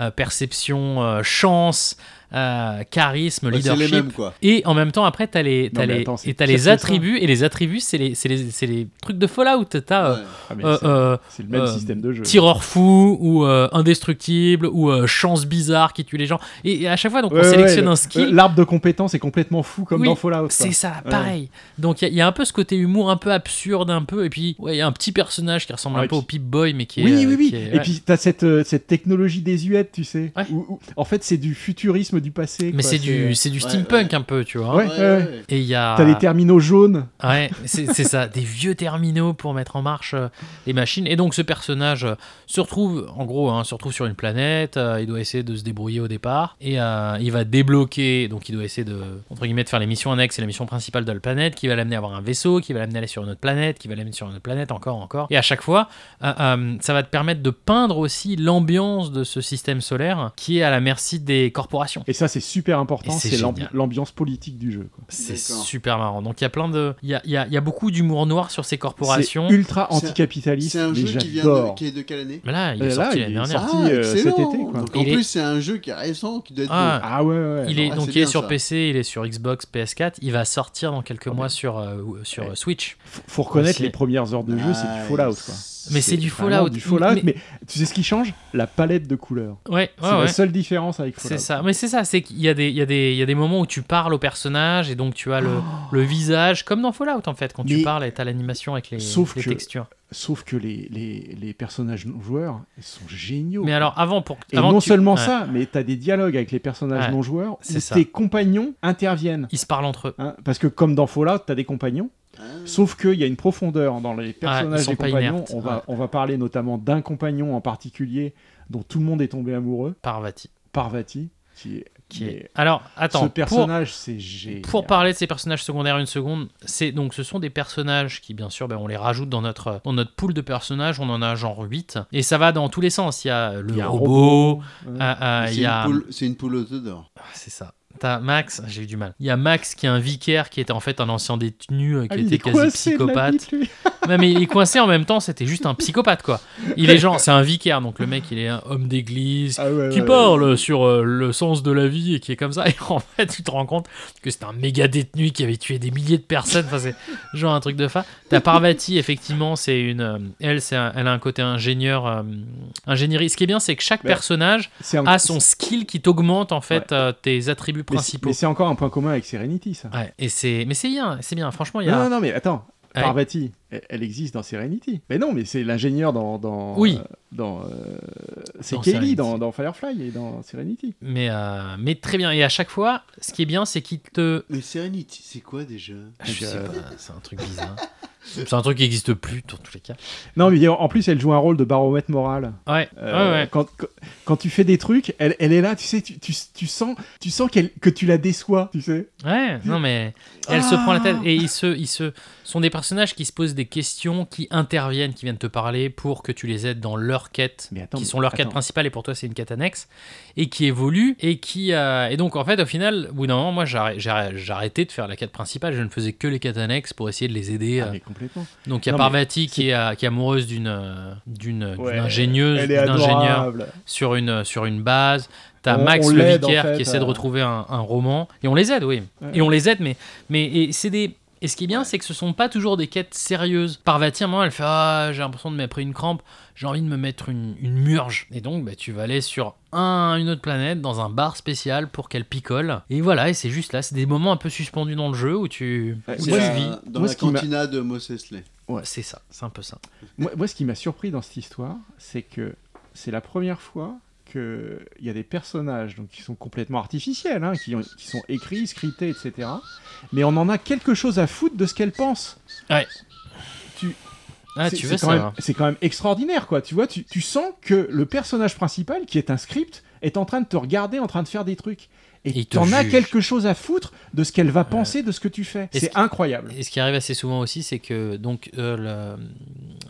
Speaker 1: euh, perception, euh, chance, euh, charisme,
Speaker 9: Ouais, C'est
Speaker 1: leadership.
Speaker 9: les mêmes, quoi.
Speaker 1: Et en même temps, après, t'as les,
Speaker 2: Non,
Speaker 1: t'as
Speaker 2: mais
Speaker 1: les,
Speaker 2: attends, c'est
Speaker 1: et t'as
Speaker 2: pire que
Speaker 1: les
Speaker 2: ça.
Speaker 1: attributs et les attributs, c'est les, c'est les, c'est les trucs de Fallout. T'as euh,
Speaker 9: Ouais.
Speaker 2: Ah, mais
Speaker 1: euh,
Speaker 2: c'est,
Speaker 1: euh,
Speaker 2: c'est le même
Speaker 1: euh,
Speaker 2: système de jeu.
Speaker 1: tireur fou ou euh, indestructible ou euh, chance bizarre qui tue les gens. Et, et à chaque fois, donc
Speaker 2: Ouais,
Speaker 1: on
Speaker 2: ouais,
Speaker 1: sélectionne
Speaker 2: le-
Speaker 1: un skill.
Speaker 2: euh, L'arbre de compétence est complètement fou comme
Speaker 1: Oui,
Speaker 2: dans Fallout.
Speaker 1: C'est
Speaker 2: quoi.
Speaker 1: ça,
Speaker 2: Ouais.
Speaker 1: pareil. Donc il y a- il y, a un peu ce côté humour un peu absurde, un peu. Et puis, ouais, il y a un petit personnage qui ressemble
Speaker 2: Ouais,
Speaker 1: un peu
Speaker 2: et
Speaker 1: au Pip-Boy, mais qui est.
Speaker 2: Oui,
Speaker 1: euh,
Speaker 2: oui, oui.
Speaker 1: qui est-
Speaker 2: Et
Speaker 1: ouais.
Speaker 2: puis, t'as cette, euh, cette technologie désuète, tu sais.
Speaker 1: Ouais.
Speaker 2: où- où- en fait, c'est du futurisme du passé.
Speaker 1: Mais
Speaker 2: quoi.
Speaker 1: c'est du, c'est du
Speaker 9: ouais,
Speaker 1: steampunk
Speaker 9: ouais.
Speaker 1: un peu, tu vois.
Speaker 2: Ouais, ouais, ouais.
Speaker 1: Et il y a.
Speaker 2: euh, T'as les terminaux jaunes.
Speaker 1: Ouais, c'est c'est ça, des vieux terminaux pour mettre en marche euh, les machines. Et donc ce personnage euh, se retrouve, en gros, hein, se retrouve sur une planète, euh, il doit essayer de se débrouiller au départ, et euh, il va débloquer, donc il doit essayer de, entre guillemets, de faire les missions annexes et la mission principale de la planète, qui va l'amener à avoir un vaisseau, qui va l'amener à aller sur une autre planète, qui va l'amener sur une autre planète, encore, encore. Et à chaque fois, euh, euh, ça va te permettre de peindre aussi l'ambiance de ce système solaire qui est à la merci des corporations.
Speaker 2: Et ça, c'est super important.
Speaker 1: Et c'est
Speaker 2: C'est l'ambi-
Speaker 1: génial.
Speaker 2: l'ambiance politique du jeu. quoi.
Speaker 1: C'est
Speaker 9: D'accord.
Speaker 1: super marrant. Donc il y a plein de... Il y a, il y a- il y a beaucoup d'humour noir sur ces corporations.
Speaker 2: C'est ultra
Speaker 9: C'est un-
Speaker 2: anticapitaliste.
Speaker 9: C'est un
Speaker 2: mais
Speaker 9: jeu qui vient
Speaker 2: j'adore.
Speaker 9: de, qui est de quelle année Ah,
Speaker 1: Mais là, il
Speaker 2: Et
Speaker 1: est
Speaker 2: là,
Speaker 1: sorti
Speaker 2: il
Speaker 1: l'année
Speaker 2: est
Speaker 1: dernière.
Speaker 2: sorti. euh, cet
Speaker 9: excellent.
Speaker 2: été, quoi.
Speaker 9: Donc,
Speaker 1: Il
Speaker 9: en
Speaker 1: est-
Speaker 9: plus, c'est un jeu qui est récent, qui doit être
Speaker 1: Ah,
Speaker 2: Ah ouais, ouais, ouais.
Speaker 1: Il est,
Speaker 9: Ah,
Speaker 1: donc
Speaker 9: c'est
Speaker 1: il est
Speaker 9: bien,
Speaker 1: sur
Speaker 9: ça.
Speaker 1: PC, il est sur Xbox, PS4. Il va sortir dans quelques mois sur, euh, ou- sur
Speaker 2: Ah Ouais.
Speaker 1: euh, Switch.
Speaker 2: F- Faut reconnaître
Speaker 1: C'est-
Speaker 2: les premières heures de jeu, c'est du Fallout. Quoi.
Speaker 1: Mais c'est du
Speaker 2: vraiment
Speaker 1: Fallout.
Speaker 2: Du Fallout,
Speaker 1: Mais-
Speaker 2: mais... tu sais ce qui change La palette de couleurs.
Speaker 1: Ouais,
Speaker 2: C'est
Speaker 1: ouais,
Speaker 2: la
Speaker 1: ouais.
Speaker 2: seule différence avec Fallout.
Speaker 1: C'est ça. Mais c'est ça, c'est qu'il y a, des, il y, a des, il y a des moments où tu parles au personnage et donc tu as le, le visage, comme dans Fallout en fait, quand tu
Speaker 2: Oh. Mais-
Speaker 1: parles et t'as l'animation avec les,
Speaker 2: Sauf
Speaker 1: les
Speaker 2: que-
Speaker 1: textures.
Speaker 2: Sauf que les, les, les personnages non joueurs ils sont géniaux.
Speaker 1: Mais alors avant pour.
Speaker 2: Oh. Et
Speaker 1: avant
Speaker 2: non
Speaker 1: que tu-
Speaker 2: seulement
Speaker 1: ouais,
Speaker 2: ça, mais t'as des dialogues avec les personnages
Speaker 1: Ouais,
Speaker 2: non joueurs
Speaker 1: c'est
Speaker 2: où
Speaker 1: ça.
Speaker 2: tes compagnons interviennent.
Speaker 1: Ils se parlent entre eux.
Speaker 2: hein, parce que comme dans Fallout, t'as des compagnons. Sauf qu'il y a une profondeur dans les
Speaker 1: ils
Speaker 2: personnages
Speaker 1: sont
Speaker 2: des
Speaker 1: pas
Speaker 2: compagnons.
Speaker 1: inertes,
Speaker 2: On
Speaker 1: ouais.
Speaker 2: va, on va parler notamment d'un compagnon en particulier dont tout le monde est tombé amoureux,
Speaker 1: Parvati.
Speaker 2: Parvati. Qui est,
Speaker 1: Qui
Speaker 2: mais
Speaker 1: est... Alors attends.
Speaker 2: ce
Speaker 1: pour-
Speaker 2: personnage, c'est génial.
Speaker 1: Pour parler de ces personnages secondaires une seconde, c'est donc ce sont des personnages qui bien sûr ben, on les rajoute dans notre dans notre pool de personnages, on en a genre 8 et ça va dans tous les sens, il y a le
Speaker 2: Il y a un
Speaker 1: robot,
Speaker 2: robot,
Speaker 1: ah, ah,
Speaker 9: euh, C'est
Speaker 1: il y a
Speaker 9: une poule- c'est une poule aux œufs d'or.
Speaker 1: Ah, c'est ça. T'as Max, j'ai eu du mal. Il y a Max qui est un vicaire qui était en fait un ancien détenu euh, qui
Speaker 2: Ah, il
Speaker 1: était
Speaker 2: est
Speaker 1: quasi
Speaker 2: coincé de la
Speaker 1: psychopathe.
Speaker 2: bite, lui.
Speaker 1: Non, mais il est coincé en même temps, c'était juste un psychopathe quoi. Il est genre c'est un vicaire donc le mec il est un homme d'église
Speaker 2: Ah ouais,
Speaker 1: qui
Speaker 2: ouais,
Speaker 1: parle sur euh, le sens de la vie et qui est comme ça. Et en fait, tu te rends compte que c'est un méga détenu qui avait tué des milliers de personnes. Enfin, c'est genre un truc de fa. T'as Parvati, effectivement, c'est une. euh, elle, c'est un- elle a un côté ingénieur, euh, ingénierie. Ce qui est bien, c'est que chaque
Speaker 2: Ouais.
Speaker 1: personnage
Speaker 2: ouais. C'est un-
Speaker 1: a son
Speaker 2: mais c'est-
Speaker 1: skill qui t'augmente en fait euh, tes attributs principaux. Ah,
Speaker 2: Mais c'est encore un point commun avec Serenity, ça.
Speaker 1: Ouais, et c'est, mais c'est bien, c'est bien. Franchement, il y
Speaker 2: Non,
Speaker 1: a.
Speaker 2: non, non, mais attends.
Speaker 1: Ouais.
Speaker 2: Parvati, elle, elle existe dans Serenity. Mais non, mais c'est l'ingénieur dans, dans.
Speaker 1: Oui.
Speaker 2: euh, dans. euh, c'est
Speaker 1: Dans
Speaker 2: Kelly
Speaker 1: Serenity.
Speaker 2: dans, dans Firefly et dans Serenity.
Speaker 1: Mais, euh, mais très bien. Et à chaque fois, ce qui est bien, c'est qu'il te.
Speaker 9: Mais Serenity, c'est quoi déjà
Speaker 1: Je
Speaker 2: Puis,
Speaker 1: sais
Speaker 2: euh,
Speaker 1: pas, c'est un truc bizarre. c'est un truc qui n'existe plus dans tous les cas.
Speaker 2: Non, mais en en plus, elle joue un rôle de baromètre moral.
Speaker 1: Ouais,
Speaker 2: Euh,
Speaker 1: ouais, ouais.
Speaker 2: Quand, quand, quand tu fais des trucs, elle, elle est là, tu sais, tu, tu, tu sens, tu sens qu'elle que tu la déçois, tu sais.
Speaker 1: Ouais, non mais elle se prend la tête et ils se, ils se sont des personnages qui se posent des questions, qui interviennent, qui viennent te parler pour que tu les aides dans leur quête,
Speaker 2: Mais attends,
Speaker 1: qui sont leur
Speaker 2: mais
Speaker 1: quête
Speaker 2: attends.
Speaker 1: principale et pour toi c'est une quête annexe et qui évolue et qui euh, et donc en fait au final, au bout d'un moment, moi j'ai arrêt- j'ai arrêt- j'ai arrêté de faire la quête principale, je ne faisais que les quêtes annexes pour essayer de les aider.
Speaker 2: Ah,
Speaker 1: euh.
Speaker 2: mais complètement.
Speaker 1: donc il y a
Speaker 2: non, mais
Speaker 1: Parvati qui est, euh, qui est amoureuse d'une euh, d'une d'une
Speaker 2: Ouais,
Speaker 1: ingénieuse,
Speaker 2: Elle est
Speaker 1: d'un ingénieur
Speaker 2: adorable.
Speaker 1: sur une, euh, sur une base. T'as
Speaker 2: On-
Speaker 1: Max
Speaker 2: on
Speaker 1: le
Speaker 2: l'aide, en
Speaker 1: vicaire
Speaker 2: fait,
Speaker 1: qui essaie de
Speaker 2: à-
Speaker 1: retrouver un, un roman. Et on les aide, oui.
Speaker 2: Ouais.
Speaker 1: Et on les aide, mais, mais et c'est des. Et ce qui est bien, c'est que ce sont pas toujours des quêtes sérieuses. Parvati, à un moment, elle fait Ah, j'ai l'impression de m'être pris une crampe, j'ai envie de me mettre une, une murge. Et donc, bah, tu vas aller sur un, une autre planète dans un bar spécial pour qu'elle picole. Et voilà, et c'est juste là, c'est des moments un peu suspendus dans le jeu où tu.
Speaker 2: Ouais,
Speaker 1: où
Speaker 2: c'est
Speaker 1: tu
Speaker 2: la-
Speaker 1: vis.
Speaker 9: Dans
Speaker 2: Euh, Moi,
Speaker 9: la
Speaker 2: ce qui m'a-
Speaker 9: cantina de Mossesley.
Speaker 1: C'est ça, c'est un peu ça.
Speaker 2: Moi, moi, ce qui m'a surpris dans cette histoire, c'est que c'est la première fois qu'il y a des personnages donc, qui sont complètement artificiels, hein, qui, ont- qui sont écrits, scriptés, etc. Mais on en a quelque chose à foutre de ce qu'elles pensent.
Speaker 1: Ah,
Speaker 2: C'est-
Speaker 1: tu
Speaker 2: c'est
Speaker 1: veux
Speaker 2: quand
Speaker 1: ça
Speaker 2: même- C'est quand même extraordinaire, quoi. Tu vois, tu, tu sens que le personnage principal, qui est un script, est en train de te regarder, en train de faire des trucs.
Speaker 1: Et
Speaker 2: Et
Speaker 1: il te
Speaker 2: tu en as
Speaker 1: juge. Euh,
Speaker 2: quelque chose à foutre de ce qu'elle va penser, de ce que tu fais.
Speaker 1: Est-ce
Speaker 2: C'est
Speaker 1: que-
Speaker 2: incroyable.
Speaker 1: Et ce qui arrive assez souvent aussi, c'est que donc euh, le-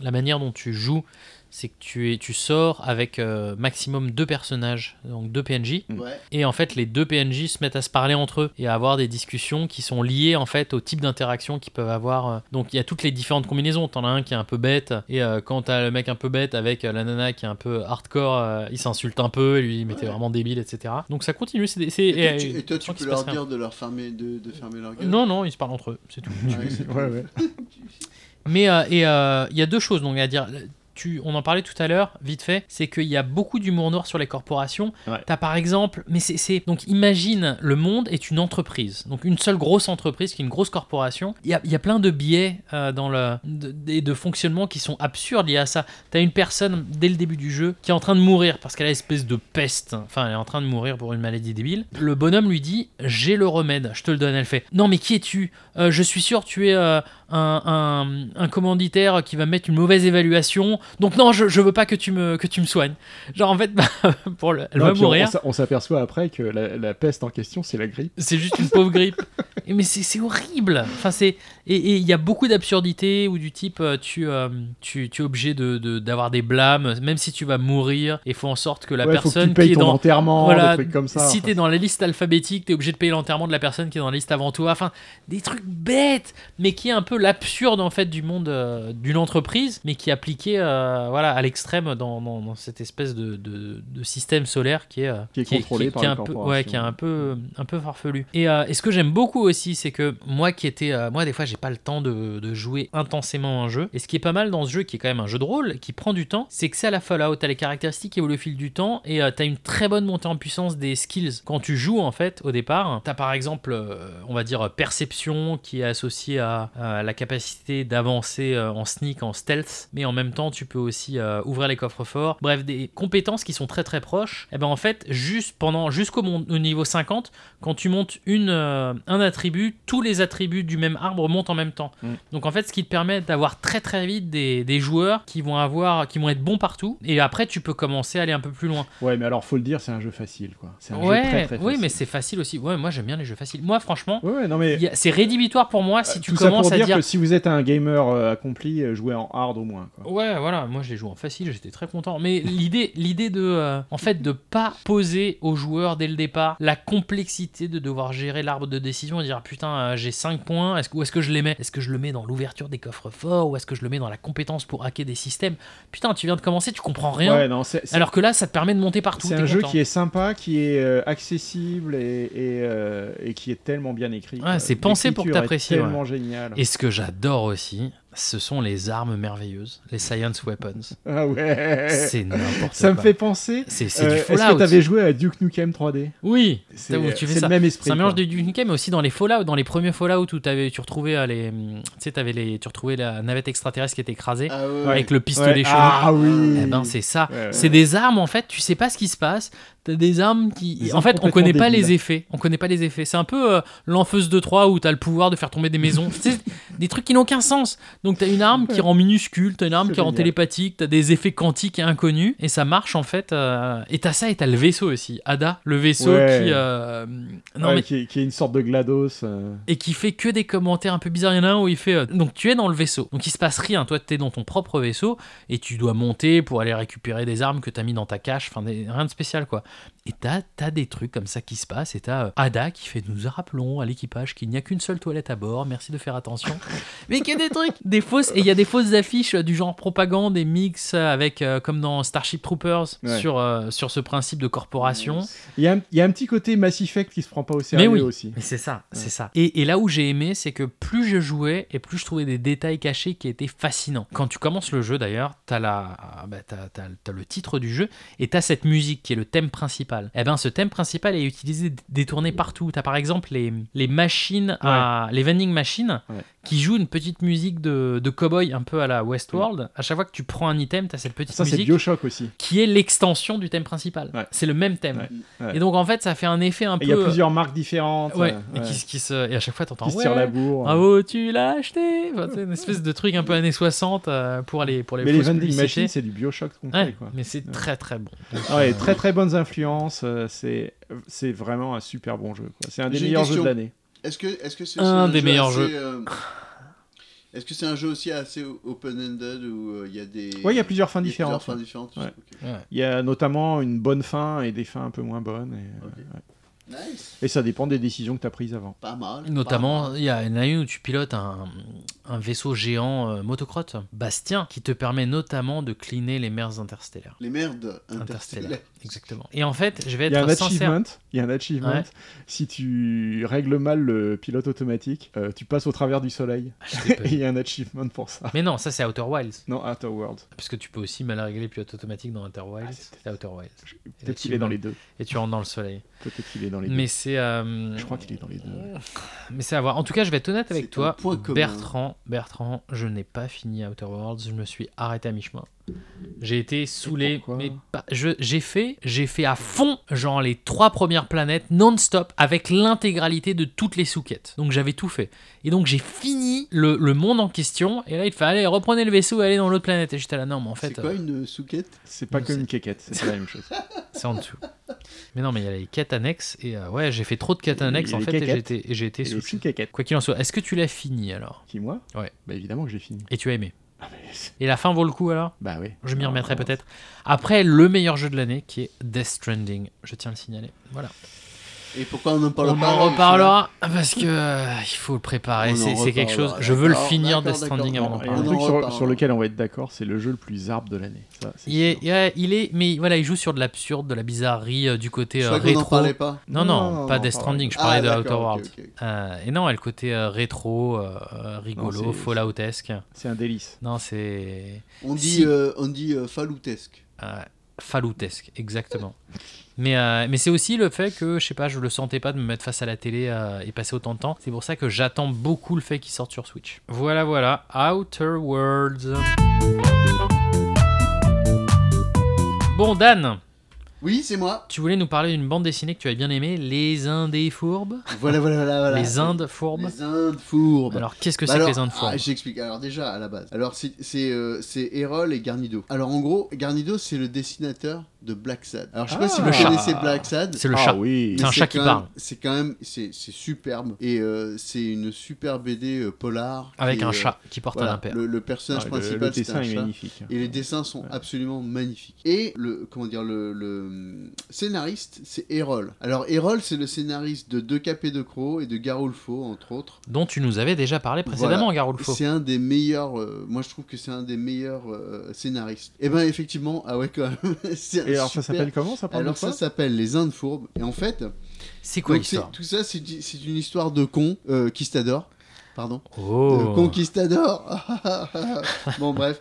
Speaker 1: la manière dont tu joues, c'est que tu, es, tu sors avec euh, maximum deux personnages, donc deux PNJ,
Speaker 2: Hmm.
Speaker 9: Ouais.
Speaker 1: et en fait les deux PNJ se mettent à se parler entre eux et à avoir des discussions qui sont liées en fait au type d'interaction qu'ils peuvent avoir. euh. Donc il y a toutes les différentes combinaisons. T'en as un qui est un peu bête et euh, quand t'as le mec un peu bête avec euh, la nana qui est un peu hardcore, euh, il s'insulte un peu et lui il mais t'es
Speaker 9: Ouais.
Speaker 1: vraiment débile, etc. Donc ça continue. C'est des- c'est-
Speaker 9: Et, toi, tu-
Speaker 1: euh,
Speaker 9: et toi,
Speaker 1: je
Speaker 9: tu
Speaker 1: sens qu'il
Speaker 9: peux
Speaker 1: se passe
Speaker 9: leur
Speaker 1: rien.
Speaker 9: dire de leur fermer, de, de fermer leur gueule.
Speaker 1: Non non, ils se parlent entre eux, c'est tout.
Speaker 9: Ouais, c'est-
Speaker 2: Ouais, ouais.
Speaker 1: Mais euh, et, euh, il y a deux choses donc à dire. Tu, on en parlait tout à l'heure, vite fait, c'est qu'il y a beaucoup d'humour noir sur les corporations.
Speaker 2: Ouais.
Speaker 1: T'as par exemple, mais c'est- c'est donc imagine le monde est une entreprise, donc une seule grosse entreprise qui est une grosse corporation. Il y a, il y a plein de biais euh, dans le de, des- de fonctionnement qui sont absurdes liés à ça. T'as une personne dès le début du jeu qui est en train de mourir parce qu'elle a une espèce de peste. Enfin, elle est en train de mourir pour une maladie débile. Le bonhomme lui dit J'ai le remède, je te le donne. Elle fait Non, mais qui es-tu Euh, Je suis sûr, tu es euh, un, un- un commanditaire qui va mettre une mauvaise évaluation. Donc, non, je, je veux pas que tu me, que tu me soignes. Genre, en fait, bah, pour le, elle
Speaker 2: Non,
Speaker 1: va
Speaker 2: puis on-
Speaker 1: mourir.
Speaker 2: on s'a- On s'aperçoit après que la, la peste en question, c'est la grippe.
Speaker 1: C'est juste une pauvre grippe. Et Mais c'est c'est horrible. Enfin, c'est et et il y a beaucoup d'absurdités ou du type euh, tu, euh, tu tu es obligé de de- d'avoir des blâmes même si tu vas mourir et faut en sorte que la
Speaker 2: Ouais, faut que
Speaker 1: personne
Speaker 2: tu payes
Speaker 1: qui est
Speaker 2: ton
Speaker 1: dans
Speaker 2: enterrement,
Speaker 1: voilà,
Speaker 2: des trucs comme ça.
Speaker 1: si
Speaker 2: enfin,
Speaker 1: t'es dans la liste alphabétique, t'es obligé de payer l'enterrement de la personne qui est dans la liste avant toi. Enfin, des trucs bêtes, mais qui est un peu l'absurde en fait du monde euh, d'une entreprise, mais qui est appliqué euh, voilà à l'extrême dans, dans- dans cette espèce de, de- de système solaire qui est euh,
Speaker 2: Qui est contrôlé par
Speaker 1: qui est
Speaker 2: les
Speaker 1: un peu,
Speaker 2: corporations.
Speaker 1: ouais, qui est un peu un peu farfelu. Et, euh, et ce que j'aime beaucoup aussi, c'est que moi qui étais euh, moi des fois j'ai pas le temps de, de jouer intensément un jeu. Et ce qui est pas mal dans ce jeu, qui est quand même un jeu de rôle, qui prend du temps, c'est que c'est à la Fallout, t'as les caractéristiques qui évoluent au fil du temps et euh, t'as une très bonne montée en puissance des skills quand tu joues en fait au départ. T'as par exemple, euh, on va dire euh, perception qui est associée à, à la capacité d'avancer euh, en sneak, en stealth, mais en même temps tu peux aussi euh, ouvrir les coffres forts. Bref, des compétences qui sont très très proches. Et ben en fait, juste pendant jusqu'au mon- au niveau 50, quand tu montes une, euh, un attribut, tous les attributs du même arbre montent en même temps. Donc en fait, ce qui te permet d'avoir très très vite des, des joueurs qui vont avoir, qui vont être bons partout, et après tu peux commencer à aller un peu plus loin.
Speaker 2: Ouais, mais alors faut le dire, c'est un jeu facile, quoi. C'est un
Speaker 1: ouais,
Speaker 2: jeu très très facile.
Speaker 1: oui, mais c'est facile aussi. Ouais, moi j'aime bien les jeux faciles. Moi, franchement,
Speaker 2: Ouais, ouais, non mais.
Speaker 1: il y a- c'est rédhibitoire pour moi si
Speaker 2: euh,
Speaker 1: tu
Speaker 2: tout ça
Speaker 1: commences
Speaker 2: pour
Speaker 1: à
Speaker 2: dire,
Speaker 1: dire.
Speaker 2: que si vous êtes un gamer euh, accompli, euh, jouez en hard au moins. Quoi.
Speaker 1: Ouais, voilà, moi je l'ai joué en facile, j'étais très content. Mais l'idée, l'idée de, euh, en fait, de pas poser aux joueurs dès le départ la complexité de devoir gérer l'arbre de décision et dire putain, euh, j'ai 5 points, est-ce, que- où est-ce que je les mets Est-ce que je le mets dans l'ouverture des coffres forts ou est-ce que je le mets dans la compétence pour hacker des systèmes Putain, tu viens de commencer, tu comprends rien.
Speaker 2: Ouais, non, c'est c'est-
Speaker 1: Alors que là, ça te permet de monter partout.
Speaker 2: c'est
Speaker 1: t'es
Speaker 2: un jeu
Speaker 1: content.
Speaker 2: qui est sympa, qui est euh, accessible et, et, euh, et qui est tellement bien écrit.
Speaker 1: Ouais,
Speaker 2: quoi.
Speaker 1: c'est pensé pour que
Speaker 2: L'écriture est
Speaker 1: t'apprécies,
Speaker 2: Tellement génial.
Speaker 1: Et ce que j'adore aussi, ce sont les armes merveilleuses, les science weapons.
Speaker 2: Ah ouais.
Speaker 1: C'est n'importe
Speaker 2: Ça me
Speaker 1: quoi.
Speaker 2: fait penser.
Speaker 1: C'est, c'est
Speaker 2: euh,
Speaker 1: du
Speaker 2: Est-ce
Speaker 1: Fallout.
Speaker 2: que t'avais joué à Duke Nukem 3D
Speaker 1: Oui,
Speaker 2: C'est euh,
Speaker 1: où tu fais
Speaker 2: c'est
Speaker 1: ça.
Speaker 2: le même esprit.
Speaker 1: C'est un mélange
Speaker 2: quoi.
Speaker 1: de Duke Nukem, mais aussi dans les Fallout, dans les premiers Fallout où avais, tu retrouvais euh, les, hum, tu sais, t'avais les, tu retrouvais la navette extraterrestre qui était écrasée
Speaker 9: Ah ouais.
Speaker 1: avec le pistolet
Speaker 2: Ouais.
Speaker 1: chaud.
Speaker 2: Ah oui.
Speaker 1: Eh ben c'est ça.
Speaker 2: Ouais, ouais.
Speaker 1: C'est des armes en fait, tu sais pas ce qui se passe. T'as des armes qui.
Speaker 2: Des
Speaker 1: en
Speaker 2: armes
Speaker 1: fait, on connaît
Speaker 2: complètement
Speaker 1: pas les
Speaker 2: débiles.
Speaker 1: effets. On connaît pas les effets. C'est un peu euh, l'enfeuse de 3 où t'as le pouvoir de faire tomber des maisons. C'est des trucs qui n'ont aucun sens. Donc t'as une arme qui rend minuscule, t'as une arme
Speaker 2: C'est
Speaker 1: qui rend
Speaker 2: génial.
Speaker 1: télépathique, t'as des effets quantiques et inconnus. Et ça marche en fait. euh, Et t'as ça et t'as le vaisseau aussi. Ada, le vaisseau
Speaker 2: Ouais.
Speaker 1: qui. euh, Non
Speaker 2: Ouais,
Speaker 1: mais
Speaker 2: qui, est- qui est une sorte de GLaDOS. euh.
Speaker 1: et qui fait que des commentaires un peu bizarres. Il y en a un où il fait euh, Donc tu es dans le vaisseau, donc il se passe rien. Toi, tu es dans ton propre vaisseau et tu dois monter pour aller récupérer des armes que tu as mis dans ta cache. Enfin, des- rien de spécial quoi. Et t'as as des trucs comme ça qui se passent. Et t'as euh, Ada qui fait Nous rappelons à l'équipage qu'il n'y a qu'une seule toilette à bord, merci de faire attention. Mais qu'il y a des trucs, des fausses. Et il y a des fausses affiches euh, du genre propagande et mix avec, euh, comme dans Starship Troopers,
Speaker 2: Ouais.
Speaker 1: sur, euh, sur ce principe de corporation.
Speaker 2: Il y, a un- il y a un petit côté Mass Effect qui se prend pas au sérieux
Speaker 1: oui.
Speaker 2: aussi.
Speaker 1: Mais c'est ça, c'est ça. Et, et là où j'ai aimé, c'est que plus je jouais et plus je trouvais des détails cachés qui étaient fascinants. Quand tu commences le jeu d'ailleurs, t'as la, bah, t'as- t'as- t'as le titre du jeu et t'as cette musique qui est le thème principal. Et ben ce thème principal est utilisé, détourné partout. T'as par exemple les, les machines, à, les vending machines
Speaker 2: Ouais.
Speaker 1: qui jouent une petite musique de, de cowboy un peu à la Westworld. À chaque fois que tu prends un item, t'as cette petite
Speaker 2: Ça, c'est
Speaker 1: musique
Speaker 2: Bioshock aussi.
Speaker 1: qui est l'extension du thème principal.
Speaker 2: Ouais.
Speaker 1: C'est le même thème.
Speaker 2: Ouais, ouais.
Speaker 1: Et donc en fait, ça fait un effet un
Speaker 2: Et
Speaker 1: peu. euh,
Speaker 2: Il y a plusieurs marques différentes
Speaker 1: Ouais,
Speaker 2: euh,
Speaker 1: et
Speaker 2: ouais,
Speaker 1: qui, qui se, et à chaque fois, t'entends
Speaker 2: qui se
Speaker 1: ouais,
Speaker 2: tirent la bourre.
Speaker 1: Bravo, tu l'as acheté. Enfin, c'est une espèce de truc un peu années 60 euh, pour les pour les
Speaker 2: Mais les
Speaker 1: fausses
Speaker 2: vending
Speaker 1: publicités.
Speaker 2: machines, c'est du Bioshock complet.
Speaker 1: Ouais,
Speaker 2: quoi.
Speaker 1: mais c'est
Speaker 2: Ouais.
Speaker 1: très très bon.
Speaker 2: Ah Ouais, très très bonnes influences. euh, C'est c'est vraiment un super bon jeu. quoi. C'est un des
Speaker 9: J'ai une
Speaker 2: meilleurs jeux
Speaker 9: question.
Speaker 2: de l'année.
Speaker 9: Est-ce que est-ce que c'est
Speaker 1: Un
Speaker 9: c'est
Speaker 1: des meilleurs
Speaker 9: assez,
Speaker 1: jeux.
Speaker 9: euh, Est-ce que c'est un jeu aussi assez open-ended où euh, il y a des.
Speaker 2: Ouais, il y a plusieurs fins
Speaker 9: il y a
Speaker 2: différentes.
Speaker 9: fins différentes.
Speaker 2: Ouais.
Speaker 9: ok.
Speaker 2: Il y a notamment une bonne fin et des fins un peu moins bonnes. Et, euh,
Speaker 9: Ok.
Speaker 2: ouais.
Speaker 9: Nice,
Speaker 2: Et ça dépend des décisions que tu as prises avant.
Speaker 9: pas mal.
Speaker 1: Notamment, il y a une année où tu pilotes un, un vaisseau géant euh, motocrotte, Bastien, qui te permet notamment de cleaner les mers interstellaires.
Speaker 9: Les merdes
Speaker 1: Interstellaires,
Speaker 9: interstellaires.
Speaker 1: exactement. Et en fait, je vais
Speaker 2: Il y a un
Speaker 1: être sincère.
Speaker 2: achievement. Il y a un achievement.
Speaker 1: Ouais.
Speaker 2: Si tu règles mal le pilote automatique, euh, tu passes au travers du soleil.
Speaker 1: Ah, je l'ai pas
Speaker 2: Et
Speaker 1: eu.
Speaker 2: il y a un achievement pour ça.
Speaker 1: Mais non, ça c'est Outer Wilds.
Speaker 2: Non, Outer World.
Speaker 1: Parce que tu peux aussi mal régler pilote automatique dans Outer Wilds.
Speaker 2: Ah, c'est
Speaker 1: c'est Outer Wilds.
Speaker 2: Peut-être qu'il est dans les deux.
Speaker 1: Et tu rentres dans le soleil.
Speaker 2: Peut-être qu'il est dans les
Speaker 1: Mais
Speaker 2: deux.
Speaker 1: c'est. euh,
Speaker 2: Je crois qu'il est dans les deux.
Speaker 1: Mais c'est à voir. En tout cas, je vais être honnête avec
Speaker 9: C'est
Speaker 1: toi,
Speaker 9: un point commun.
Speaker 1: Bertrand. Bertrand, je n'ai pas fini Outer Worlds. Je me suis arrêté à mi-chemin. J'ai été saoulé,
Speaker 2: pourquoi
Speaker 1: mais pas- je- j'ai fait, j'ai fait à fond, genre les trois premières planètes non-stop avec l'intégralité de toutes les souquettes. Donc j'avais tout fait. Et donc j'ai fini le, le monde en question. Et là, il fait allez, reprenez le vaisseau et allez dans l'autre planète. Et j'étais là, non, mais en
Speaker 9: C'est
Speaker 1: fait,
Speaker 9: quoi
Speaker 1: euh,
Speaker 9: une souquette
Speaker 2: C'est pas
Speaker 1: Non,
Speaker 2: que
Speaker 1: c'est-
Speaker 2: une quéquette, c'est pas la même chose.
Speaker 1: c'est en dessous. Mais non, mais il y a les quêtes annexes. Et euh, ouais, j'ai fait trop de quêtes
Speaker 2: Il y a
Speaker 1: annexes
Speaker 2: les
Speaker 1: en fait. Et
Speaker 2: quéquettes.
Speaker 1: j'étais- et j'ai été
Speaker 2: Et C'est
Speaker 1: saoulé.
Speaker 2: une quéquette.
Speaker 1: Quoi qu'il en soit, est-ce que tu l'as fini alors
Speaker 2: Qui, moi
Speaker 1: Ouais.
Speaker 2: Bah évidemment que j'ai fini.
Speaker 1: Et tu as aimé
Speaker 2: Ah, mais c'est-
Speaker 1: Et la fin vaut le coup alors
Speaker 2: Bah oui.
Speaker 1: Je m'y remettrai peut-être. Après, le meilleur jeu de l'année qui est Death Stranding. Je tiens à le signaler. Voilà.
Speaker 9: Et pourquoi on en parle
Speaker 1: On
Speaker 9: pas
Speaker 1: en
Speaker 9: au final
Speaker 1: reparlera parce que euh, il faut le
Speaker 9: On
Speaker 1: préparer.
Speaker 9: en
Speaker 1: C'est c'est quelque chose.
Speaker 9: reparlera.
Speaker 1: Je veux le
Speaker 9: D'accord,
Speaker 1: finir Death
Speaker 9: d'accord,
Speaker 1: Stranding
Speaker 9: d'accord.
Speaker 1: avant d'en
Speaker 2: Et un
Speaker 9: On
Speaker 1: parler.
Speaker 9: en
Speaker 2: truc sur,
Speaker 9: reparle.
Speaker 2: sur lequel on va être d'accord, c'est le jeu le plus arbre de l'année. Ça, c'est
Speaker 1: Il est,
Speaker 2: sûr.
Speaker 1: il est- il est- mais voilà, il joue sur de l'absurde, de la bizarrerie, euh, du côté
Speaker 9: Je
Speaker 1: euh,
Speaker 9: crois qu'on en
Speaker 1: rétro.
Speaker 9: parlait pas.
Speaker 1: Non,
Speaker 2: Non,
Speaker 1: non,
Speaker 2: non,
Speaker 1: pas
Speaker 2: non,
Speaker 1: Death
Speaker 2: pas.
Speaker 1: Stranding, je parlais de
Speaker 9: Ah,
Speaker 1: Outer
Speaker 9: d'accord,
Speaker 1: World.
Speaker 9: ok, ok.
Speaker 1: Euh, et non, elle le côté euh, rétro, euh, euh, rigolo,
Speaker 2: Non, c'est-
Speaker 1: falloutesque.
Speaker 2: C'est un délice.
Speaker 1: Non, c'est.
Speaker 9: On dit,
Speaker 1: Si.
Speaker 9: euh, on dit euh, faloutesque.
Speaker 1: Euh, falloutesque, exactement. mais euh, mais c'est aussi le fait que, je sais pas, je le sentais pas de me mettre face à la télé euh, et passer autant de temps. C'est pour ça que j'attends beaucoup le fait qu'il sorte sur Switch. Voilà, voilà, Outer Worlds. Bon, Dan,
Speaker 9: Oui, c'est moi.
Speaker 1: tu voulais nous parler d'une bande dessinée que tu avais bien aimée, Les Indés Fourbes
Speaker 9: Voilà, voilà, voilà. voilà.
Speaker 1: Les Indes Fourbes
Speaker 9: Les Indes fourbes.
Speaker 1: Alors, qu'est-ce que
Speaker 9: Bah
Speaker 1: c'est
Speaker 9: alors,
Speaker 1: que les Indes Fourbes
Speaker 9: ah, J'explique. Alors déjà, à la base. Alors c'est c'est euh, c'est Erol et Garnido. Alors en gros, Garnido, c'est le dessinateur de Black Sad. Alors je sais pas
Speaker 2: Ah.
Speaker 9: si
Speaker 2: Le
Speaker 9: vous
Speaker 1: chat.
Speaker 9: connaissez Black Sad.
Speaker 1: C'est le
Speaker 2: ah
Speaker 1: chat.
Speaker 2: oui.
Speaker 1: C'est un
Speaker 9: mais
Speaker 1: chat qui
Speaker 9: quand
Speaker 1: parle.
Speaker 9: même- C'est quand même, c'est c'est superbe. Et euh, c'est une super BD euh, polar.
Speaker 1: Avec
Speaker 9: qui,
Speaker 1: un
Speaker 9: euh,
Speaker 1: chat qui porte
Speaker 9: voilà,
Speaker 1: un impère.
Speaker 9: le, le personnage
Speaker 2: Ah, le-
Speaker 9: principal,
Speaker 2: le,
Speaker 9: c'est
Speaker 2: dessin
Speaker 9: un
Speaker 2: est
Speaker 9: chat.
Speaker 2: magnifique.
Speaker 9: Et les dessins sont
Speaker 2: Ouais.
Speaker 9: absolument magnifiques. Et le, comment dire, le, le scénariste, c'est Erol. Alors, Erol, c'est le scénariste de Deux Capés de Croc et de Garolfo, entre autres.
Speaker 1: Dont tu nous avais déjà parlé précédemment, Garolfo.
Speaker 9: C'est un des meilleurs, euh, moi je trouve que c'est un des meilleurs euh, scénaristes. Et ben effectivement, ah ouais, quand même. c'est un
Speaker 2: Et alors ça
Speaker 9: super-
Speaker 2: s'appelle comment ça parle
Speaker 9: Alors
Speaker 2: de quoi
Speaker 9: ça s'appelle Les Indes Fourbes. Et en fait,
Speaker 1: C'est quoi
Speaker 9: donc, c'est-
Speaker 1: l'histoire
Speaker 9: tout ça, c'est du- c'est une histoire de con, euh, qui s'adore. Pardon.
Speaker 1: Oh.
Speaker 9: Euh, Conquistador. bon, bref.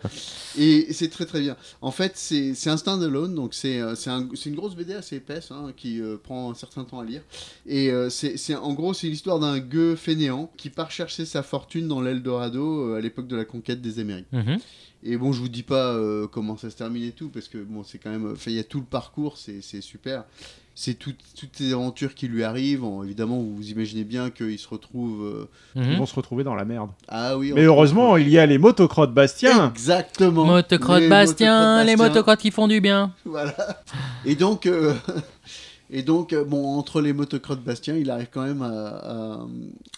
Speaker 9: Et c'est très très bien. En fait, c'est c'est un standalone, donc c'est euh, c'est un- c'est une grosse BD assez épaisse hein, qui euh, prend un certain temps à lire. Et euh, c'est c'est- en gros, c'est l'histoire d'un gueux fainéant qui part chercher sa fortune dans l'Eldorado euh, à l'époque de la conquête des Amériques.
Speaker 1: Mhm.
Speaker 9: Et bon, je vous dis pas euh, comment ça se termine et tout, parce que bon, c'est quand même. Enfin, il y a tout le parcours, c'est c'est super. C'est tout- toutes les aventures qui lui arrivent. En- évidemment, vous vous imaginez bien qu'il se retrouve. euh,
Speaker 1: Mhm.
Speaker 2: Ils vont se retrouver dans la merde.
Speaker 9: Ah oui. on
Speaker 2: Mais
Speaker 9: se
Speaker 2: heureusement,
Speaker 9: retrouve-
Speaker 2: il y a les motocrottes Bastien.
Speaker 9: Exactement.
Speaker 1: Motocrotte
Speaker 9: Les
Speaker 1: Bastien, les
Speaker 9: motocrottes Bastien.
Speaker 1: motocrottes qui font du bien.
Speaker 9: Voilà. Et donc, euh, Et donc, euh, bon, entre les motocross de Bastien, il arrive quand même à, à-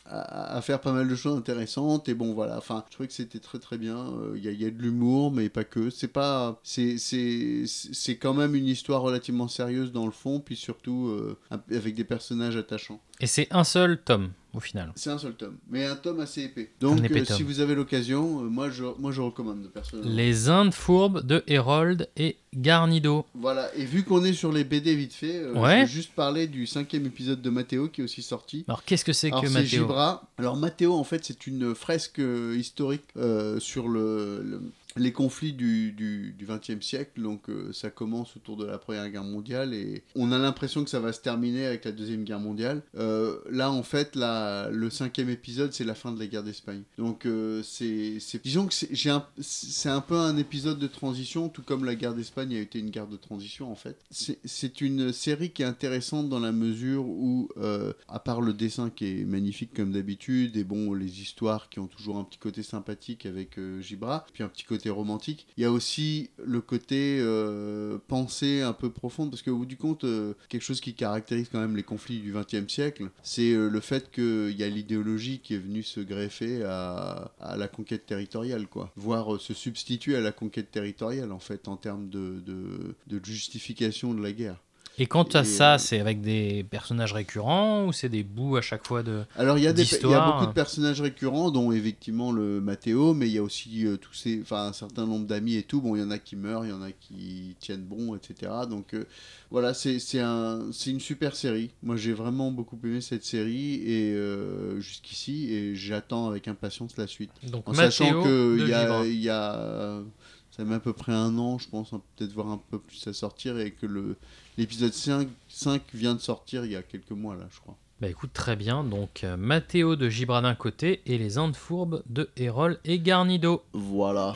Speaker 9: à- à faire pas mal de choses intéressantes. Et bon, voilà, enfin, je trouvais que c'était très très bien. Euh, Il y, a- il y a de l'humour, mais pas que. C'est pas, c'est c'est c'est quand même une histoire relativement sérieuse dans le fond, puis surtout euh, avec des personnages attachants.
Speaker 1: Et c'est un seul tome, au final.
Speaker 9: C'est un seul tome, mais un tome assez épais. Donc,
Speaker 1: Un épais
Speaker 9: euh, si
Speaker 1: tome.
Speaker 9: vous avez l'occasion, euh, moi je moi je recommande personnellement.
Speaker 1: Les Indes fourbes de Herold et Garnido.
Speaker 9: Voilà, et vu qu'on est sur les BD vite fait, euh,
Speaker 1: Ouais.
Speaker 9: je vais juste parler du cinquième épisode de Mathéo qui est aussi sorti.
Speaker 1: Alors qu'est-ce que c'est
Speaker 9: Alors,
Speaker 1: que
Speaker 9: c'est
Speaker 1: Mathéo
Speaker 9: Gibra. Alors Mathéo, en fait, c'est une fresque euh, historique euh, sur le, le- les conflits du, du, du 20e siècle. Donc euh, ça commence autour de la Première Guerre mondiale et on a l'impression que ça va se terminer avec la Deuxième Guerre mondiale. Euh, là, en fait, la, le cinquième épisode, c'est la fin de la guerre d'Espagne. Donc euh, c'est, c'est- disons que c'est, j'ai un, c'est un peu un épisode de transition, tout comme la guerre d'Espagne a été une guerre de transition en fait. C'est, c'est une série qui est intéressante dans la mesure où, euh, à part le dessin qui est magnifique comme d'habitude, et bon, les histoires qui ont toujours un petit côté sympathique avec euh, Gibra, puis un petit côté romantique, il y a aussi le côté euh, pensée un peu profonde, parce qu'au bout du compte, euh, quelque chose qui caractérise quand même les conflits du XXe siècle, c'est euh, le fait qu'il y a l'idéologie qui est venue se greffer à, à la conquête territoriale, quoi. Voire euh, se substituer à la conquête territoriale, en fait, en termes de- de- de justification de la guerre.
Speaker 1: Et quant à
Speaker 9: Et,
Speaker 1: ça,
Speaker 9: euh,
Speaker 1: c'est avec des personnages récurrents ou c'est des bouts à chaque fois de...
Speaker 9: Alors il y a des, il y a
Speaker 1: d'histoire.
Speaker 9: beaucoup de personnages récurrents, dont effectivement le Mathéo, mais il y a aussi euh, tous ces, enfin un certain nombre d'amis et tout. Bon, il y en a qui meurent, il y en a qui tiennent bon, etc. Donc euh, voilà, c'est c'est un, c'est une super série. Moi j'ai vraiment beaucoup aimé cette série et euh, jusqu'ici et j'attends avec impatience la suite.
Speaker 1: Donc
Speaker 9: En
Speaker 1: Mathéo
Speaker 9: sachant que
Speaker 1: de
Speaker 9: il y a,
Speaker 1: Gibra.
Speaker 9: il y a, euh, ça met à peu près un an, je pense, hein, peut-être voir un peu plus à sortir et que le l'épisode 5, 5 vient de sortir il y a quelques mois là, je crois.
Speaker 1: Bah écoute, très bien. Donc euh, Mathéo de Gibra d'un côté et les Indes fourbes de Herold et Garnido.
Speaker 9: Voilà.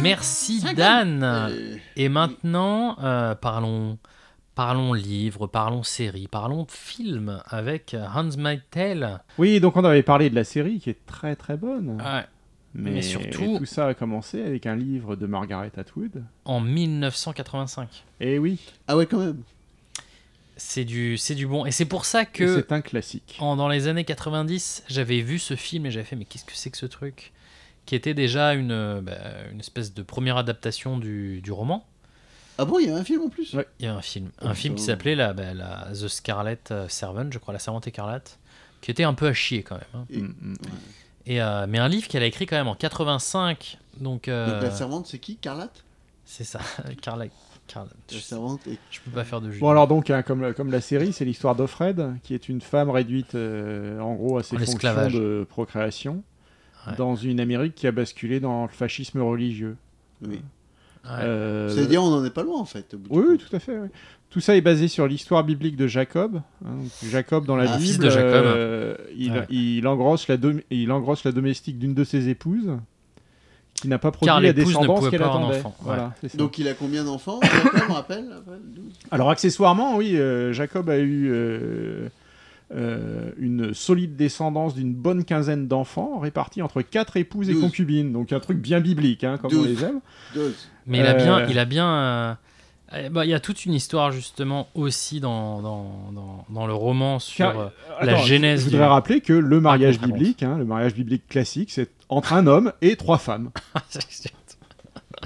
Speaker 1: Merci Dan
Speaker 9: Et-
Speaker 1: Et maintenant, euh, parlons, parlons livres, parlons séries, parlons films avec Hans Meitel.
Speaker 2: Oui, donc on avait parlé de la série qui est très très bonne. mais,
Speaker 1: Ah, mais surtout-
Speaker 2: tout ça a commencé avec un livre de Margaret Atwood.
Speaker 1: en 1985.
Speaker 2: Et oui,
Speaker 9: Ah ouais, quand même.
Speaker 1: C'est du, c'est du bon. Et c'est pour ça
Speaker 2: et
Speaker 1: que
Speaker 2: c'est un classique.
Speaker 1: en, dans les années 90, j'avais vu ce film et j'avais fait mais qu'est-ce que c'est que ce truc Qui était déjà une, euh, bah, une espèce de première adaptation du, du roman.
Speaker 9: Ah bon, il y a un film en plus
Speaker 2: Ouais.
Speaker 1: Il y a un film.
Speaker 9: Oh,
Speaker 1: Un film qui
Speaker 9: putain.
Speaker 1: s'appelait la, bah, la- The Scarlet Servant, je crois, La Servante Écarlate, qui était un peu à chier quand même. hein.
Speaker 9: Et-
Speaker 2: Mm, mm.
Speaker 1: Et, euh, mais un livre qu'elle a écrit quand même en 85. Donc, euh,
Speaker 9: Donc bah, la servante, c'est qui Carlate
Speaker 1: c'est ça, Carla. Carla-
Speaker 9: La
Speaker 1: je,
Speaker 9: servante est...
Speaker 1: je peux pas faire de jeu.
Speaker 2: Bon alors donc, hein, comme, comme la série, c'est l'histoire d'Offred, qui est une femme réduite euh, en gros à ses
Speaker 1: En
Speaker 2: fonctions
Speaker 1: esclavage.
Speaker 2: de procréation,
Speaker 1: Ouais.
Speaker 2: dans une Amérique qui a basculé dans le fascisme religieux.
Speaker 9: Oui.
Speaker 1: Ouais.
Speaker 2: Euh,
Speaker 9: C'est-à-dire, on n'en est pas loin en fait. au bout du
Speaker 2: Oui, oui,
Speaker 9: compte.
Speaker 2: tout à fait. oui. Tout ça est basé sur l'histoire biblique de Jacob. hein. Donc, Jacob, dans la
Speaker 1: Ah,
Speaker 2: Bible,
Speaker 1: fils de Jacob.
Speaker 2: euh, il,
Speaker 1: Ouais.
Speaker 2: il engrosse la dom- il engrosse la domestique d'une de ses épouses, qui n'a pas produit
Speaker 1: Car
Speaker 2: la
Speaker 1: l'épouse ne
Speaker 2: descendance
Speaker 1: pouvait
Speaker 2: qu'elle
Speaker 1: pas avoir
Speaker 2: attendait.
Speaker 1: d'enfant, ouais.
Speaker 2: Voilà, c'est ça.
Speaker 9: Donc il a combien d'enfants Jacob, rappelle, rappelle 12.
Speaker 2: Alors accessoirement, oui, euh, Jacob a eu euh, euh, une solide descendance d'une bonne quinzaine d'enfants, répartis entre quatre épouses et
Speaker 9: Douze.
Speaker 2: concubines. Donc un truc bien biblique, hein, comme on
Speaker 9: Douze.
Speaker 2: les aime.
Speaker 9: 12.
Speaker 1: Mais il a bien.
Speaker 2: Euh.
Speaker 1: Il a bien euh, eh ben, il y a toute une histoire justement aussi dans, dans, dans, dans le roman sur
Speaker 2: Car-
Speaker 1: euh, la
Speaker 2: Attends,
Speaker 1: genèse
Speaker 2: Je voudrais
Speaker 1: du-
Speaker 2: rappeler que le mariage
Speaker 1: raconte.
Speaker 2: biblique, hein, le mariage biblique classique, c'est entre un homme et trois femmes.
Speaker 1: euh,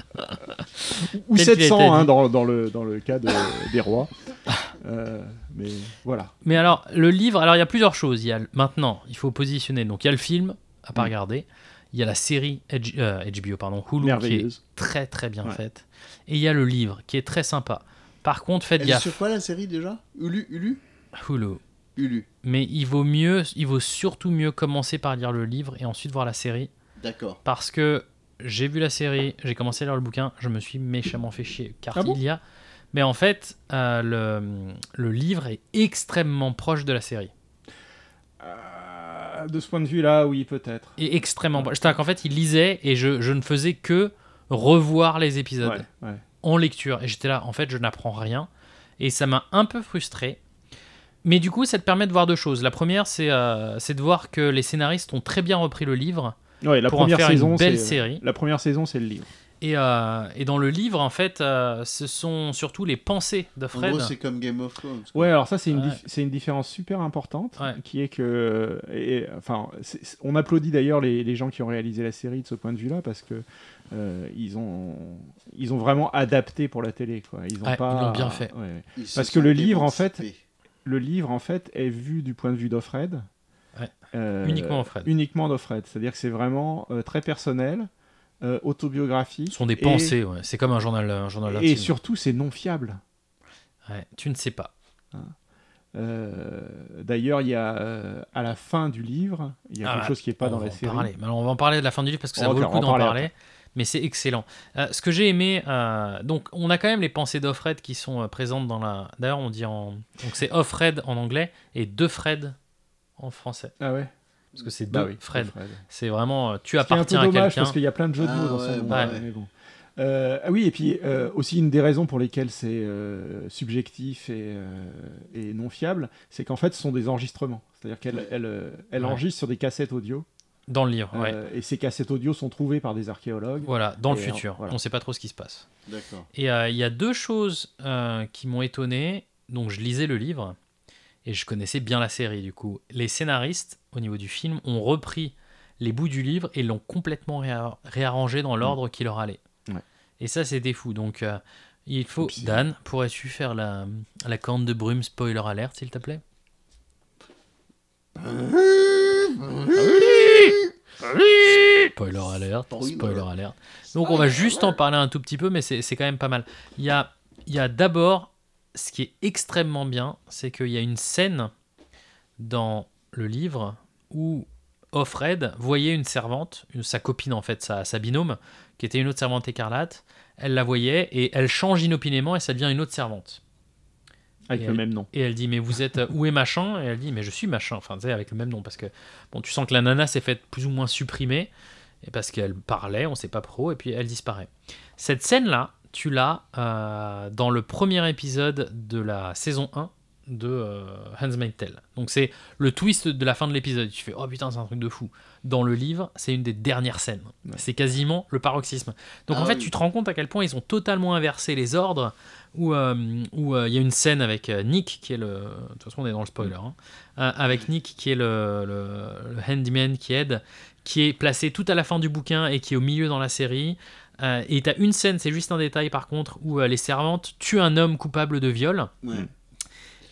Speaker 2: Ou
Speaker 1: Tel qu'il a été
Speaker 2: 700 hein,
Speaker 1: dit.
Speaker 2: dans, dans le, dans le cas de- des rois. Euh, mais voilà.
Speaker 1: Mais alors, le livre, alors il y a plusieurs choses. Il y a le- maintenant, il faut positionner. Donc il y a le film à pas
Speaker 2: Mm.
Speaker 1: regarder. Il y a la série H- euh, HBO, pardon, Hulu, qui est
Speaker 2: Merveilleuse.
Speaker 1: très très bien
Speaker 2: Ouais.
Speaker 1: faite. Et il y a le livre qui est très sympa. Par contre, faites
Speaker 9: Elle est
Speaker 1: gaffe.
Speaker 9: sur quoi la série déjà Ulu Ulu
Speaker 1: Hulu.
Speaker 9: Ulu.
Speaker 1: Mais il vaut mieux, il vaut surtout mieux commencer par lire le livre et ensuite voir la série,
Speaker 9: D'accord.
Speaker 1: parce que j'ai vu la série, j'ai commencé à lire le bouquin, je me suis méchamment fait chier, car
Speaker 2: Ah bon
Speaker 1: il y a, mais en fait, euh, le, le livre est extrêmement proche de la série,
Speaker 2: Euh, de ce point de vue-là, oui, peut-être.
Speaker 1: et extrêmement proche. C'est-à-dire qu'en fait, il lisait et je, je ne faisais que revoir les épisodes
Speaker 2: Ouais, ouais.
Speaker 1: en lecture, et j'étais là, en fait, je n'apprends rien, et ça m'a un peu frustré. Mais du coup, ça te permet de voir deux choses. La première, c'est euh, c'est de voir que les scénaristes ont très bien repris le livre
Speaker 2: Ouais, la
Speaker 1: pour en
Speaker 2: première
Speaker 1: faire
Speaker 2: saison,
Speaker 1: une belle
Speaker 2: c'est-
Speaker 1: série.
Speaker 2: La première saison, c'est le livre.
Speaker 1: Et, euh, et dans le livre, en fait, euh, ce sont surtout les pensées de
Speaker 9: En
Speaker 1: Fred.
Speaker 9: gros, c'est comme Game of Thrones. quoi.
Speaker 2: Ouais, alors ça, c'est une,
Speaker 1: Ouais.
Speaker 2: dif- c'est une différence super importante,
Speaker 1: Ouais.
Speaker 2: qui est que... et, enfin, c'est- c'est- on applaudit d'ailleurs les, les gens qui ont réalisé la série de ce point de vue-là, parce que euh, ils, ont, ils ont vraiment adapté pour la télé. Quoi. Ils ont
Speaker 1: Ouais, ils
Speaker 2: pas...
Speaker 1: l'ont bien fait.
Speaker 2: Ouais, ouais.
Speaker 9: Ils se
Speaker 2: parce que le
Speaker 9: sont
Speaker 2: livre, en fait,
Speaker 9: émancipés.
Speaker 2: Le livre, en fait, est vu du point de vue d'Offred.
Speaker 1: Ouais.
Speaker 2: Euh,
Speaker 1: Uniquement Offred.
Speaker 2: Uniquement d'Offred. C'est-à-dire que c'est vraiment euh, très personnel, euh, autobiographique.
Speaker 1: Ce sont des
Speaker 2: et-
Speaker 1: pensées, ouais. c'est comme un journal, un journal
Speaker 2: Et
Speaker 1: intime.
Speaker 2: surtout, c'est non fiable.
Speaker 1: Ouais, tu ne sais pas.
Speaker 2: Euh, D'ailleurs, il y a euh, à la fin du livre, il y a
Speaker 1: Ah
Speaker 2: quelque
Speaker 1: bah,
Speaker 2: chose qui n'est pas
Speaker 1: on
Speaker 2: dans
Speaker 1: va
Speaker 2: la
Speaker 1: en
Speaker 2: série.
Speaker 1: parler. Mais alors, on va en parler de la fin du livre parce que ça
Speaker 2: Ok,
Speaker 1: vaut le
Speaker 2: on
Speaker 1: coup
Speaker 2: va en
Speaker 1: d'en
Speaker 2: parler
Speaker 1: parler. Mais c'est excellent. Euh, ce que j'ai aimé, euh, donc on a quand même les pensées d'Offred qui sont euh, présentes dans la. D'ailleurs, on dit en. Donc c'est Offred en anglais et deux Fred en français.
Speaker 2: Ah ouais.
Speaker 1: Parce que c'est deux
Speaker 2: Bah oui,
Speaker 1: Fred.
Speaker 2: Fred.
Speaker 1: C'est vraiment. euh, tu
Speaker 2: Ce qui est un peu
Speaker 1: appartiens à
Speaker 2: dommage
Speaker 1: quelqu'un.
Speaker 2: parce qu'il y a plein de jeux de
Speaker 9: Ah
Speaker 2: mots dans
Speaker 9: ouais,
Speaker 2: ça.
Speaker 1: ouais.
Speaker 2: mais bon. Euh, ah oui, et puis euh, aussi une des raisons pour lesquelles c'est euh, subjectif et, euh, et non fiable, c'est qu'en fait ce sont des enregistrements. C'est-à-dire qu'elle elle, euh, elle
Speaker 1: Ouais.
Speaker 2: enregistre sur des cassettes audio,
Speaker 1: Dans le livre,
Speaker 2: euh,
Speaker 1: ouais.
Speaker 2: et ces cassettes audio sont trouvées par des archéologues.
Speaker 1: Voilà, dans le
Speaker 2: et, euh,
Speaker 1: futur.
Speaker 2: voilà.
Speaker 1: On ne sait pas trop ce qui se passe.
Speaker 9: D'accord.
Speaker 1: Et euh, il y a deux choses euh, qui m'ont étonné. Donc, je lisais le livre et je connaissais bien la série, du coup. Les scénaristes, au niveau du film, ont repris les bouts du livre et l'ont complètement réa- réarrangé dans l'ordre qui leur allait.
Speaker 2: Mm. Ouais.
Speaker 1: Et ça, c'était fou. Donc, euh, il faut.
Speaker 2: Et puis-
Speaker 1: Dan, pourrais-tu faire la, la corne de brume spoiler alert, s'il te plaît Spoiler alert,
Speaker 9: Spoiler
Speaker 1: spoiler
Speaker 9: alert.
Speaker 1: alert. Donc on va juste en parler un tout petit peu, mais c'est c'est quand même pas mal. Il y a, il y a d'abord, ce qui est extrêmement bien, c'est qu'il y a une scène dans le livre où Offred voyait une servante, une- sa copine en fait, sa, sa binôme, qui était une autre servante écarlate. Elle la voyait et elle change inopinément et ça devient une autre servante.
Speaker 2: Avec
Speaker 1: Et
Speaker 2: le
Speaker 1: elle-
Speaker 2: même nom.
Speaker 1: Et elle dit mais vous êtes euh, où est machin Et elle dit mais je suis machin. Enfin tu sais avec le même nom parce que bon tu sens que la nana s'est faite plus ou moins supprimer et parce qu'elle parlait on sait pas pro et puis elle disparaît. Cette scène là tu l'as euh, dans le premier épisode de la saison 1 de Hans Tell. Donc c'est le twist de la fin de l'épisode. Tu fais oh putain c'est un truc de fou. Dans le livre c'est une des dernières scènes. C'est quasiment le paroxysme. Donc
Speaker 9: Ah
Speaker 1: en fait
Speaker 9: oui.
Speaker 1: tu te rends compte à quel point ils ont totalement inversé les ordres où euh, où, euh, il y a une scène avec euh, Nick qui est le de toute façon on est dans le spoiler hein. Euh, avec Nick qui est le, le- le handyman qui aide qui est placé tout à la fin du bouquin et qui est au milieu dans la série Euh, et t'as une scène c'est juste un détail par contre où euh, les servantes tuent un homme coupable de viol
Speaker 9: Ouais.
Speaker 2: Mm.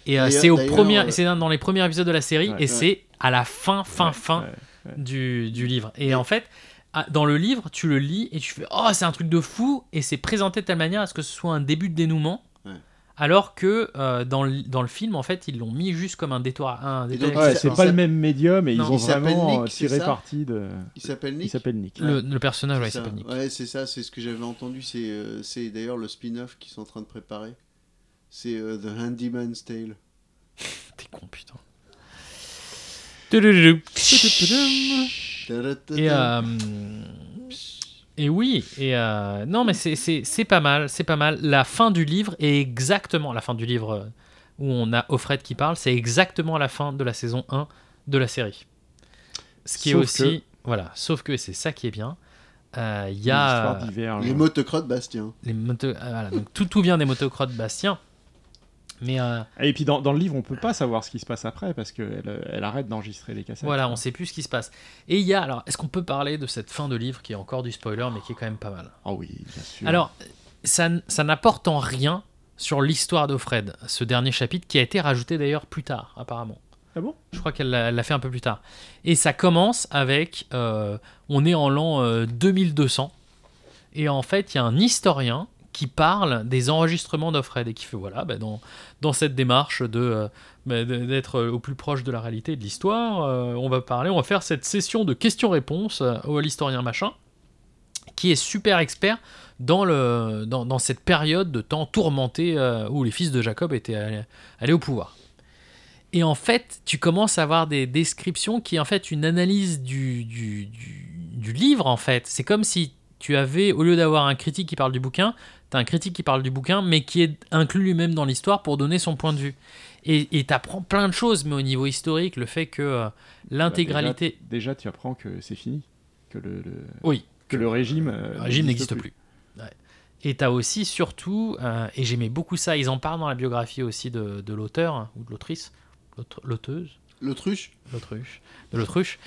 Speaker 1: et euh,
Speaker 9: D'ailleurs-
Speaker 1: c'est au
Speaker 9: d'ailleurs,
Speaker 1: premier
Speaker 9: euh,
Speaker 1: c'est dans les premiers épisodes de la série
Speaker 2: Ouais,
Speaker 1: et
Speaker 2: ouais.
Speaker 1: c'est à la fin fin
Speaker 2: Ouais,
Speaker 1: fin
Speaker 2: ouais.
Speaker 1: du, du livre. Et en fait, à- dans le livre, tu le lis et tu fais Oh, c'est un truc de fou Et c'est présenté de telle manière à ce que ce soit un début de dénouement.
Speaker 9: Ouais.
Speaker 1: Alors que euh, dans, le, dans le film, en fait, ils l'ont mis juste comme un détour. Un
Speaker 9: Et
Speaker 1: détour-
Speaker 9: donc,
Speaker 2: Ouais,
Speaker 9: il
Speaker 2: c'est
Speaker 9: s'a-
Speaker 2: pas
Speaker 9: il
Speaker 2: le
Speaker 9: s'a-
Speaker 2: même médium et
Speaker 1: Non.
Speaker 2: ils ont
Speaker 9: Il s'appelle
Speaker 2: vraiment
Speaker 9: Nick,
Speaker 2: euh,
Speaker 9: c'est
Speaker 2: tiré
Speaker 9: ça
Speaker 2: parti de.
Speaker 9: Il s'appelle
Speaker 2: Il
Speaker 9: Nick.
Speaker 2: s'appelle Nick.
Speaker 1: le, le personnage, Ah ouais, il
Speaker 9: C'est
Speaker 1: s'appelle Nick.
Speaker 9: ça. Ouais, c'est ça, c'est ce que j'avais entendu. C'est euh, c'est d'ailleurs le spin-off qu'ils sont en train de préparer. C'est euh, The Handyman's Tale.
Speaker 1: T'es con, putain. Tudududu. Et, euh, et oui, et euh, non, mais c'est- c'est c'est pas mal, c'est pas mal. La fin du livre est exactement la fin du livre euh, où on a Offred qui parle, c'est exactement la fin de la saison 1 de la série. Ce qui est
Speaker 2: Sauf
Speaker 1: aussi. Voilà, sauf que, et c'est ça qui est bien, euh, il y
Speaker 2: Une
Speaker 1: a.
Speaker 2: histoire euh. diverge.
Speaker 9: Les motocrottes Bastien.
Speaker 1: Les moto- euh, voilà, donc tout, tout vient des motocrottes Bastien. Mais euh,
Speaker 2: Et puis dans, dans le livre, on peut pas savoir ce qui se passe après parce qu'elle elle arrête d'enregistrer les cassettes.
Speaker 1: voilà, on sait plus ce qui se passe. Et il y a. Alors, est-ce qu'on peut parler de cette fin de livre qui est encore du spoiler, mais qui est quand même pas mal
Speaker 2: Ah oui, bien sûr.
Speaker 1: Alors, ça, n- ça n'apporte en rien sur l'histoire d'Offred, ce dernier chapitre qui a été rajouté d'ailleurs plus tard, apparemment.
Speaker 2: Ah bon
Speaker 1: Je crois qu'elle l'a elle l'a fait un peu plus tard. Et ça commence avec. euh, on est en l'an euh, 2200. Et en fait, il y a un historien qui parle des enregistrements d'Offred et qui fait voilà, bah, dans, dans cette démarche de euh, bah, de- d'être euh, au plus proche de la réalité et de l'histoire, euh, on va parler, on va faire cette session de questions-réponses euh, à l'historien machin, qui est super expert dans, le, dans, dans cette période de temps tourmenté euh, où les fils de Jacob étaient allés, allés au pouvoir. Et en fait, tu commences à avoir des descriptions qui est en fait une analyse du, du, du- du livre, en fait. C'est comme si tu avais, au lieu d'avoir un critique qui parle du bouquin, tu as un critique qui parle du bouquin, mais qui est inclus lui-même dans l'histoire pour donner son point de vue. Et tu apprends plein de choses, mais au niveau historique, le fait que euh,
Speaker 2: Bah,
Speaker 1: l'intégralité...
Speaker 2: déjà, déjà, tu apprends que c'est fini, que le, le-
Speaker 1: Oui,
Speaker 2: que le régime. euh,
Speaker 1: le régime
Speaker 2: n'existe
Speaker 1: n'existe plus. Et t'as aussi, surtout, euh, et j'aimais beaucoup ça, ils en parlent dans la biographie aussi de, de l'auteur, hein, ou de l'autrice, l'autre- l'auteuse,
Speaker 9: L'autruche
Speaker 1: l'autruche, de l'autruche,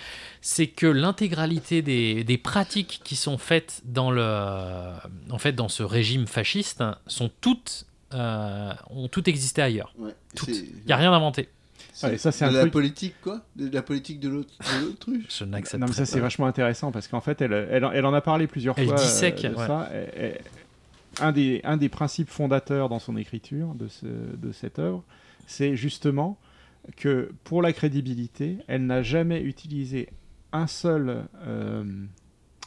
Speaker 1: c'est que l'intégralité des, des pratiques qui sont faites dans, le, en fait, dans ce régime fasciste hein, sont toutes, euh, ont toutes existé ailleurs.
Speaker 9: Ouais.
Speaker 1: Toutes.
Speaker 9: c'est-
Speaker 1: Il n'y a rien inventé.
Speaker 9: c'est-
Speaker 2: Ouais, ça, c'est
Speaker 9: de
Speaker 2: un
Speaker 9: la
Speaker 2: truc-
Speaker 9: politique, quoi De la politique de l'aut- de l'autruche
Speaker 1: Je n'accepte
Speaker 2: Non, mais ça, c'est vachement intéressant parce qu'en fait, elle, elle, elle en a parlé plusieurs
Speaker 1: Elle
Speaker 2: fois. euh,
Speaker 1: dissèque,
Speaker 2: de
Speaker 1: ouais.
Speaker 2: ça. Elle- elle- un, des, un des principes fondateurs dans son écriture de, ce- de cette œuvre, c'est justement que pour la crédibilité, elle n'a jamais utilisé un seul euh,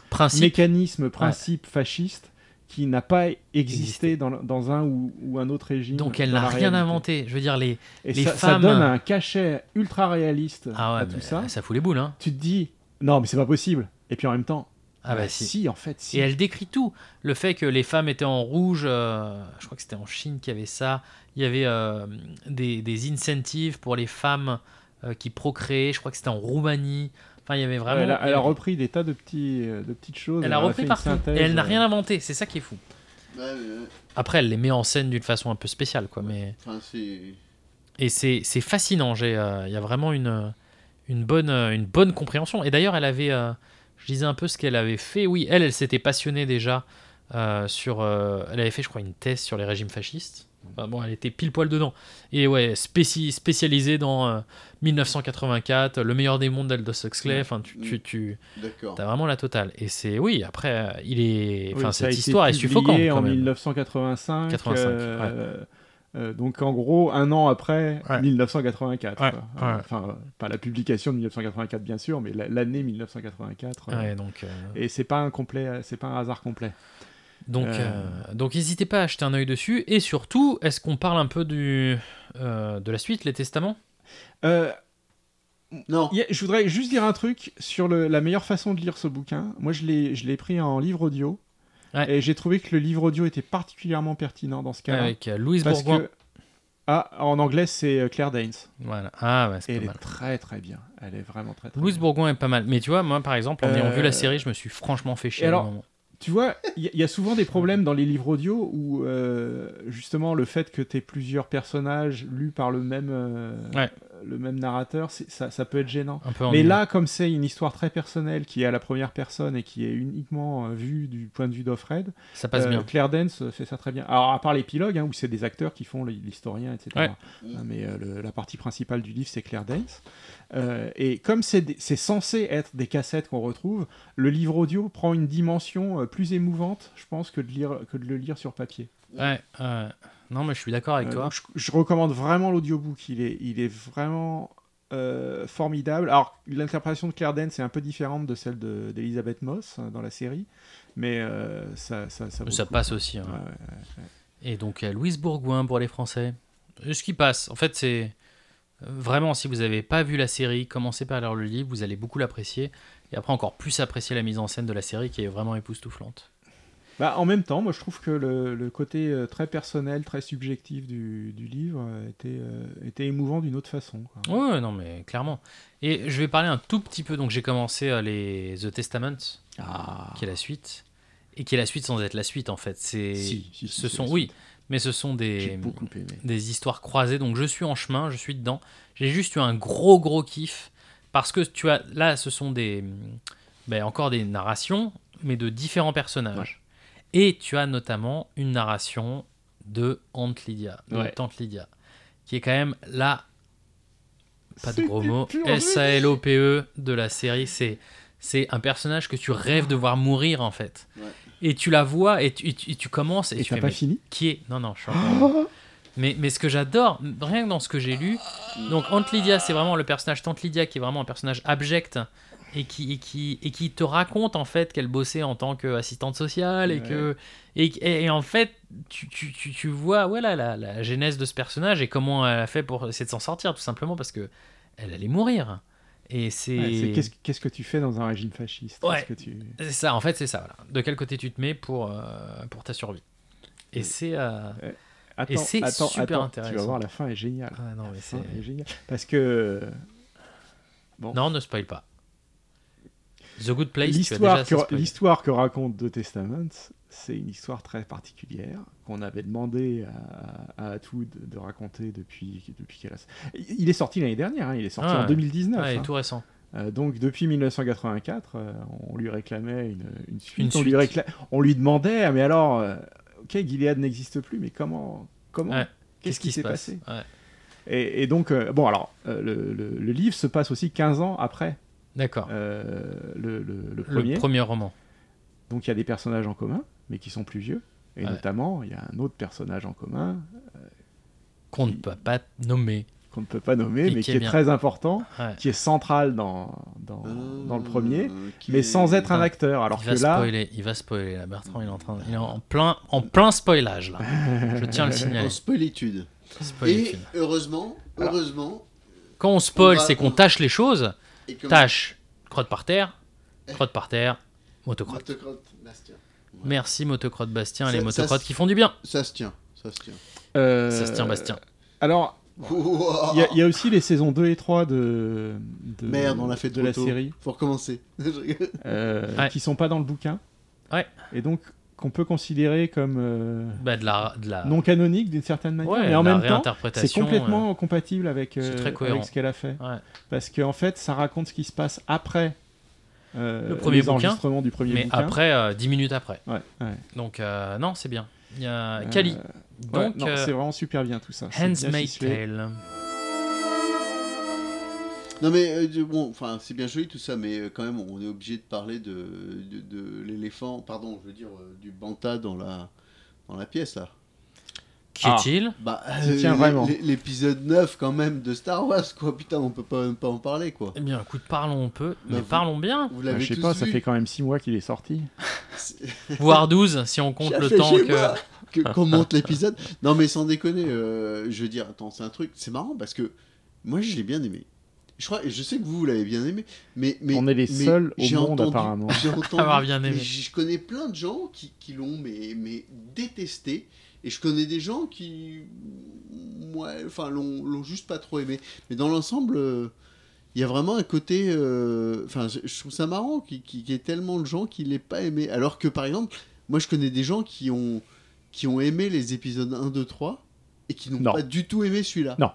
Speaker 1: Principe.
Speaker 2: mécanisme, principe fasciste qui n'a pas existé dans, le- dans un ou, ou un autre régime.
Speaker 1: Donc elle
Speaker 2: dans
Speaker 1: n'a
Speaker 2: la
Speaker 1: rien
Speaker 2: réalité.
Speaker 1: inventé. Je veux dire, les...
Speaker 2: Et
Speaker 1: Les
Speaker 2: ça, ça
Speaker 1: femmes- euh,
Speaker 2: donne un cachet ultra réaliste
Speaker 1: Ah ouais,
Speaker 2: à tout
Speaker 1: mais
Speaker 2: ça.
Speaker 1: ça. fout les boules, hein.
Speaker 2: Tu te dis, non, mais c'est pas possible. Et puis en même temps,
Speaker 1: Ah
Speaker 2: bah,
Speaker 1: bah si.
Speaker 2: en fait, si.
Speaker 1: Et elle décrit tout. Le fait que les femmes étaient en rouge, euh, je crois que c'était en Chine qu'il y avait ça. Il y avait euh, des, des incentives pour les femmes euh, qui procréaient. Je crois que c'était en Roumanie. Enfin, il y avait
Speaker 2: Ouais,
Speaker 1: vraiment.
Speaker 2: elle, a,
Speaker 1: il y
Speaker 2: elle a
Speaker 1: avait-
Speaker 2: repris des tas de, petits, euh, de petites choses.
Speaker 1: elle a
Speaker 2: en fait
Speaker 1: repris
Speaker 2: une
Speaker 1: partout.
Speaker 2: synthèse,
Speaker 1: Et elle n'a
Speaker 2: euh,
Speaker 1: rien inventé. C'est ça qui est fou.
Speaker 9: Ouais, mais, ouais.
Speaker 1: Après, elle les met en scène d'une façon un peu spéciale, quoi. Mais
Speaker 9: Enfin, c'est.
Speaker 1: et c'est c'est fascinant. J'ai, euh, il y a vraiment une une bonne euh, une bonne compréhension. Et d'ailleurs, elle avait, euh, je disais un peu ce qu'elle avait fait. Oui, elle, elle s'était passionnée déjà euh, sur. euh, elle avait fait, je crois, une thèse sur les régimes fascistes. Enfin, bon, elle était pile poil dedans. Et ouais, spéci- spécialisée dans euh, 1984, le meilleur des mondes d'Aldous Huxley. Enfin, tu,
Speaker 2: Mm.
Speaker 1: tu, tu
Speaker 9: D'accord.
Speaker 1: as vraiment la totale. Et c'est oui. Après, euh, il est.
Speaker 2: oui,
Speaker 1: Enfin,
Speaker 2: ça a
Speaker 1: cette
Speaker 2: été
Speaker 1: histoire est
Speaker 2: publié
Speaker 1: suffocante.
Speaker 2: en
Speaker 1: quand même.
Speaker 2: 1985.
Speaker 1: 85,
Speaker 2: euh, euh, donc en gros, un an après
Speaker 1: Ouais.
Speaker 2: 1984.
Speaker 1: Ouais,
Speaker 2: quoi.
Speaker 1: ouais.
Speaker 2: Enfin, euh, pas la publication de 1984, bien sûr, mais la- l'année 1984. euh,
Speaker 1: Ouais, donc. euh,
Speaker 2: Et c'est pas un complet, euh, c'est pas un hasard complet.
Speaker 1: Donc,
Speaker 2: Euh.
Speaker 1: euh, donc n'hésitez pas à acheter un œil dessus. Et surtout, est-ce qu'on parle un peu du, euh, de la suite, les testaments
Speaker 2: Euh,
Speaker 9: Non.
Speaker 2: Il y a- je voudrais juste dire un truc sur le- la meilleure façon de lire ce bouquin. Moi, je l'ai, je l'ai pris en livre audio.
Speaker 1: Ouais.
Speaker 2: Et j'ai trouvé que le livre audio était particulièrement pertinent dans ce cas-là.
Speaker 1: avec euh, Louise
Speaker 2: parce
Speaker 1: Bourgoin
Speaker 2: que. Ah, en anglais, c'est euh, Claire Danes.
Speaker 1: Voilà. Ah, ouais,
Speaker 2: Et
Speaker 1: c'est
Speaker 2: elle
Speaker 1: pas
Speaker 2: est
Speaker 1: mal.
Speaker 2: très très bien. Elle est vraiment très très
Speaker 1: Louise
Speaker 2: bien.
Speaker 1: Bourgoin est pas mal. Mais tu vois, moi, par exemple, en ayant
Speaker 2: Euh.
Speaker 1: vu la série, je me suis franchement fait chier.
Speaker 2: Et
Speaker 1: à un
Speaker 2: alors,
Speaker 1: moment.
Speaker 2: Tu vois, il y, a- il y a souvent des problèmes dans les livres audio où, euh, justement, le fait que tu aies plusieurs personnages lus par le même, euh,
Speaker 1: Ouais.
Speaker 2: le même narrateur, c'est- ça, ça peut être gênant.
Speaker 1: un peu
Speaker 2: Mais
Speaker 1: ennuyeux.
Speaker 2: là, comme c'est une histoire très personnelle qui est à la première personne et qui est uniquement euh, vue du point de vue d'Offred,
Speaker 1: ça passe
Speaker 2: euh,
Speaker 1: bien.
Speaker 2: Claire Danes euh, fait ça très bien. Alors, à part l'épilogue, hein, où c'est des acteurs qui font l- l'historien, etc.
Speaker 1: Ouais.
Speaker 2: Hein, mais euh, le- la partie principale du livre, c'est Claire Danes. Euh, et comme c'est des- c'est censé être des cassettes qu'on retrouve, le livre audio prend une dimension euh, plus émouvante, je pense, que de, lire, que de le lire sur papier.
Speaker 1: Ouais, ouais. Non, mais je suis d'accord avec
Speaker 2: Euh,
Speaker 1: toi.
Speaker 2: donc je, je recommande vraiment l'audiobook. Il est, il est vraiment euh, formidable. Alors, l'interprétation de Claire Danes est un peu différente de celle de- d'Elisabeth Moss euh, dans la série, mais euh, ça, ça, ça, vaut
Speaker 1: Ça
Speaker 2: le coup.
Speaker 1: passe aussi. hein.
Speaker 2: Ouais, ouais.
Speaker 1: Et donc euh, Louise Bourgoin pour les Français. Euh, Ce qui passe, en fait, c'est euh, vraiment si vous n'avez pas vu la série, commencez par lire le livre, vous allez beaucoup l'apprécier. Et après, encore plus apprécier la mise en scène de la série qui est vraiment époustouflante.
Speaker 2: Bah, en même temps, moi je trouve que le, le côté euh, très personnel, très subjectif du, du livre euh, était, euh, était émouvant d'une autre façon. quoi.
Speaker 1: Ouais, ouais, non, mais clairement. Et je vais parler un tout petit peu. Donc, j'ai commencé euh, les The Testament, qui est la suite. Et qui est la suite sans être la suite, en fait. C'est,
Speaker 2: Si, si, si,
Speaker 1: ce
Speaker 2: c'est
Speaker 1: sont,
Speaker 2: la
Speaker 1: oui,
Speaker 2: suite.
Speaker 1: mais ce sont
Speaker 2: J'ai
Speaker 1: des,
Speaker 2: beaucoup aimé.
Speaker 1: des histoires croisées. Donc je suis en chemin, je suis dedans. J'ai juste eu un gros gros kiff parce que tu as là, ce sont des ben, encore des narrations, mais de différents personnages. Et tu as notamment une narration de Aunt Lydia, de
Speaker 2: Ouais.
Speaker 1: Tante Lydia, qui est quand même là, pas de
Speaker 2: C'est
Speaker 1: gros
Speaker 2: du
Speaker 1: mots,
Speaker 2: pur
Speaker 1: S-A-L-O-P-E E de la série. C'est c'est un personnage que tu rêves de voir mourir en fait.
Speaker 9: Ouais.
Speaker 1: Et tu la vois et tu, et tu- et tu commences et,
Speaker 2: Et
Speaker 1: tu
Speaker 2: t'as
Speaker 1: fais
Speaker 2: pas
Speaker 1: mais
Speaker 2: fini
Speaker 1: qui est non non je suis
Speaker 2: Ah.
Speaker 1: en- mais mais ce que j'adore rien que dans ce que j'ai lu donc Aunt Lydia c'est vraiment le personnage Tante Lydia qui est vraiment un personnage abject et qui et qui et qui te raconte en fait qu'elle bossait en tant qu'assistante sociale et
Speaker 2: Ouais.
Speaker 1: que et, et- et en fait tu, tu, tu, tu vois voilà la, la genèse de ce personnage et comment elle a fait pour essayer de s'en sortir tout simplement parce que elle allait mourir et c'est
Speaker 2: Ouais, c'est Qu'est-ce qu'est-ce que tu fais dans un régime fasciste
Speaker 1: Ouais.
Speaker 2: Qu'est-ce que tu...
Speaker 1: c'est ça en fait c'est ça voilà. de quel côté tu te mets pour euh, pour ta survie et
Speaker 2: Mm.
Speaker 1: c'est euh,
Speaker 2: Attends,
Speaker 1: Et c'est
Speaker 2: attends,
Speaker 1: super
Speaker 2: attends, Tu vas
Speaker 1: intéressant.
Speaker 2: voir, la fin est géniale.
Speaker 1: ah non mais
Speaker 2: La
Speaker 1: c'est
Speaker 2: fin est géniale. Parce que
Speaker 1: Non, ne spoil pas. The Good Place, tu as déjà
Speaker 2: l'histoire
Speaker 1: assez
Speaker 2: que,
Speaker 1: spoilé.
Speaker 2: l'histoire que raconte The Testament, C'est une histoire très particulière qu'on avait demandé à, à Atwood de raconter depuis, depuis qu'elle a... Il est sorti l'année dernière, hein, il est sorti
Speaker 1: Ah
Speaker 2: en
Speaker 1: ouais.
Speaker 2: 2019.
Speaker 1: Ouais,
Speaker 2: hein.
Speaker 1: tout récent.
Speaker 2: Euh, donc depuis 1984, euh, on lui réclamait une, une suite.
Speaker 1: Une
Speaker 2: on, Lui
Speaker 1: suite.
Speaker 2: récla- on lui demandait, ah, mais alors, euh, ok, Gilead n'existe plus, mais comment, comment
Speaker 1: Ouais.
Speaker 2: Qu'est-ce qui s'est passé
Speaker 1: Ouais.
Speaker 2: et, et donc, euh, bon, alors, euh, le, le- le livre se passe aussi 15 ans après
Speaker 1: D'accord.
Speaker 2: euh, le, le- le
Speaker 1: le
Speaker 2: premier.
Speaker 1: premier roman.
Speaker 2: Donc, il y a des personnages en commun, mais qui sont plus vieux. Et
Speaker 1: Ouais.
Speaker 2: notamment, il y a un autre personnage en commun
Speaker 1: Qu'on ne
Speaker 2: Qui-
Speaker 1: peut pas nommer.
Speaker 2: qu'on ne peut pas nommer,
Speaker 1: Et qui
Speaker 2: mais qui
Speaker 1: est
Speaker 2: est
Speaker 1: bien.
Speaker 2: très important,
Speaker 1: Ouais.
Speaker 2: qui est central dans, dans,
Speaker 9: Euh,
Speaker 2: dans le premier,
Speaker 9: ok.
Speaker 2: mais sans être un
Speaker 1: Putain.
Speaker 2: acteur. Alors
Speaker 1: il va
Speaker 2: que là,
Speaker 1: spoiler, il va spoiler là. Bertrand, il est en train, il est en plein, en plein spoilage là. Je tiens à le signaler.
Speaker 9: En spoilitude.
Speaker 1: Spoil le
Speaker 9: Et
Speaker 1: film.
Speaker 9: heureusement,
Speaker 2: Alors.
Speaker 9: heureusement,
Speaker 1: Quand on spoil,
Speaker 9: on va-
Speaker 1: c'est qu'on tâche les choses.
Speaker 9: et comme
Speaker 1: Tâche, crotte par terre, crotte par terre, motocrotte.
Speaker 9: Motocrotte, ça se tient.
Speaker 1: Merci motocrotte Bastien, et les
Speaker 9: Ça- ça
Speaker 1: motocrottes
Speaker 9: se-
Speaker 1: qui font du bien.
Speaker 9: Ça se tient, ça se tient.
Speaker 2: euh,
Speaker 1: Ça se tient Bastien.
Speaker 2: Alors,
Speaker 9: Wouah.
Speaker 2: il y a- il y, a aussi les saisons 2 et 3 de, de-
Speaker 9: Merde, on l'a fait
Speaker 2: de
Speaker 9: trop
Speaker 2: la
Speaker 9: tôt.
Speaker 2: série.
Speaker 9: Faut recommencer. Je rigole.
Speaker 2: euh,
Speaker 1: Ouais.
Speaker 2: qui sont pas dans le bouquin.
Speaker 1: Ouais.
Speaker 2: Et donc qu'on peut considérer comme euh,
Speaker 1: Bah, de la, de la,
Speaker 2: non canonique d'une certaine manière,
Speaker 1: ouais,
Speaker 2: mais en
Speaker 1: de la
Speaker 2: même temps,
Speaker 1: réinterprétation. euh,
Speaker 2: c'est complètement compatible avec, euh,
Speaker 1: c'est très cohérent.
Speaker 2: avec ce qu'elle a fait.
Speaker 1: euh, ouais.
Speaker 2: Parce qu'en fait, ça raconte ce qui se passe après euh,
Speaker 1: Le premier
Speaker 2: les
Speaker 1: bouquin,
Speaker 2: enregistrements du premier
Speaker 1: Mais
Speaker 2: bouquin.
Speaker 1: après, euh, 10 minutes après.
Speaker 2: Ouais, ouais.
Speaker 1: Donc, euh, non, c'est bien. Il y a
Speaker 2: Euh,
Speaker 1: Kali.
Speaker 2: ouais,
Speaker 1: Donc,
Speaker 2: non,
Speaker 1: euh,
Speaker 2: c'est vraiment super bien tout ça. C'est
Speaker 1: Hands
Speaker 2: bien
Speaker 1: Made
Speaker 2: ficelé.
Speaker 1: Tale.
Speaker 9: Non mais euh, du- bon, enfin c'est bien joli tout ça, mais euh, quand même on est obligé de parler de, de, de l'éléphant, pardon, je veux dire euh, du banta dans la dans la pièce là.
Speaker 1: Qui
Speaker 2: Ah.
Speaker 1: est-il
Speaker 9: Bah
Speaker 2: J'y tiens
Speaker 9: l'é-
Speaker 2: vraiment.
Speaker 9: l'é- l'épisode 9 quand même de Star Wars quoi, putain on peut pas même pas en parler quoi.
Speaker 1: Eh bien, écoute, parlons un
Speaker 2: Bah,
Speaker 1: peu, mais
Speaker 9: vous-
Speaker 1: parlons bien.
Speaker 9: Vous
Speaker 2: Ouais,
Speaker 9: l'avez
Speaker 2: Bah, je sais
Speaker 9: tous
Speaker 2: pas,
Speaker 9: vu.
Speaker 2: ça fait quand même 6 mois qu'il est sorti.
Speaker 9: C'est-
Speaker 1: Voire 12, si on compte
Speaker 9: J'ai
Speaker 1: le
Speaker 9: fait
Speaker 1: temps
Speaker 9: chez
Speaker 1: que.
Speaker 9: moi que commente l'épisode. Non, mais sans déconner, euh, je veux dire, attends, c'est un truc, c'est marrant parce que moi, je l'ai bien aimé. Je crois, je sais que vous, vous l'avez bien aimé, mais, mais
Speaker 2: On est les
Speaker 9: mais
Speaker 2: seuls au
Speaker 9: j'ai
Speaker 2: monde,
Speaker 9: entendu-
Speaker 2: apparemment.
Speaker 9: J'ai entendu,
Speaker 1: Avoir bien aimé.
Speaker 9: mais Je connais plein de gens qui, qui l'ont mais, mais détesté, et je connais des gens qui, moi, enfin, l'ont l'ont juste pas trop aimé. Mais dans l'ensemble. euh, il y a vraiment un côté. euh, Enfin, je- je trouve ça marrant qu'il qu'il- qu'il y ait tellement de gens qui l'aient pas aimé. Alors que, par exemple, moi, je connais des gens qui ont, qui ont aimé les épisodes 1, 2, 3 et qui n'ont
Speaker 2: Non.
Speaker 9: pas du tout aimé celui-là.
Speaker 2: Non.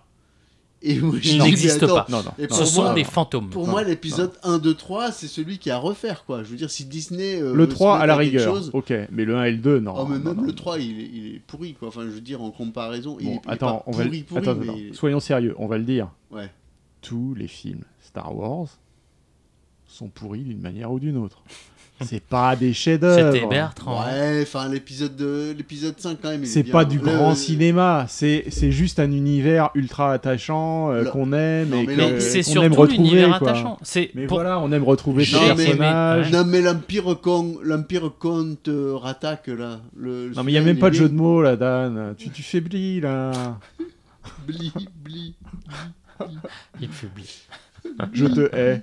Speaker 9: Et moi, je
Speaker 1: Il
Speaker 9: dis, mais
Speaker 1: n'existe
Speaker 9: attends,
Speaker 1: pas.
Speaker 2: Non, non.
Speaker 9: Et
Speaker 2: non,
Speaker 1: Ce
Speaker 9: pour
Speaker 1: sont
Speaker 9: moi- euh,
Speaker 1: des fantômes.
Speaker 9: Pour
Speaker 2: Non,
Speaker 9: moi,
Speaker 2: non.
Speaker 9: l'épisode 1, 2, 3, c'est celui qui a à refaire, quoi. Je veux dire, si Disney. euh,
Speaker 2: Le
Speaker 9: se
Speaker 2: 3
Speaker 9: met
Speaker 2: à la
Speaker 9: quelque
Speaker 2: rigueur,
Speaker 9: chose-
Speaker 2: ok, mais le 1 et le 2, non.
Speaker 9: Oh, mais
Speaker 2: non,
Speaker 9: même
Speaker 2: non,
Speaker 9: le
Speaker 2: non.
Speaker 9: 3, il est, il est pourri, quoi. Enfin, je veux dire, en comparaison, il
Speaker 2: Bon,
Speaker 9: est, il est
Speaker 2: attends,
Speaker 9: pas
Speaker 2: on va
Speaker 9: pourri,
Speaker 2: le-
Speaker 9: pourri,
Speaker 2: attends,
Speaker 9: mais
Speaker 2: attends.
Speaker 9: il est-
Speaker 2: soyons sérieux, on va le dire.
Speaker 9: Ouais.
Speaker 2: Tous les films Star Wars sont pourris d'une manière ou d'une autre. C'est pas des chefs-d'œuvre.
Speaker 1: C'était Bertrand.
Speaker 9: Ouais, enfin, l'épisode de- l'épisode 5, quand même. il est
Speaker 2: C'est
Speaker 9: bien.
Speaker 2: pas du
Speaker 9: Le-
Speaker 2: grand cinéma, c'est c'est juste un univers ultra attachant euh,
Speaker 9: Le-
Speaker 2: qu'on aime
Speaker 9: Non,
Speaker 2: et
Speaker 9: mais
Speaker 2: que-
Speaker 9: là-
Speaker 1: Mais
Speaker 9: Euh,
Speaker 1: c'est
Speaker 2: qu'on aime
Speaker 1: surtout
Speaker 2: retrouver.
Speaker 1: l'univers
Speaker 2: quoi.
Speaker 1: attachant. C'est
Speaker 2: Mais
Speaker 1: pour-
Speaker 2: voilà, on aime retrouver ces
Speaker 9: J'ai aimé,
Speaker 2: personnages.
Speaker 9: Non mais l'Empire con, l'Empire compte euh, rattaque là. Le,
Speaker 2: Non mais il y a même pas de jeu de mots là, Dan. Tu, tu faiblis là.
Speaker 9: Bli, bli.
Speaker 1: Il publie.
Speaker 2: Je te hais.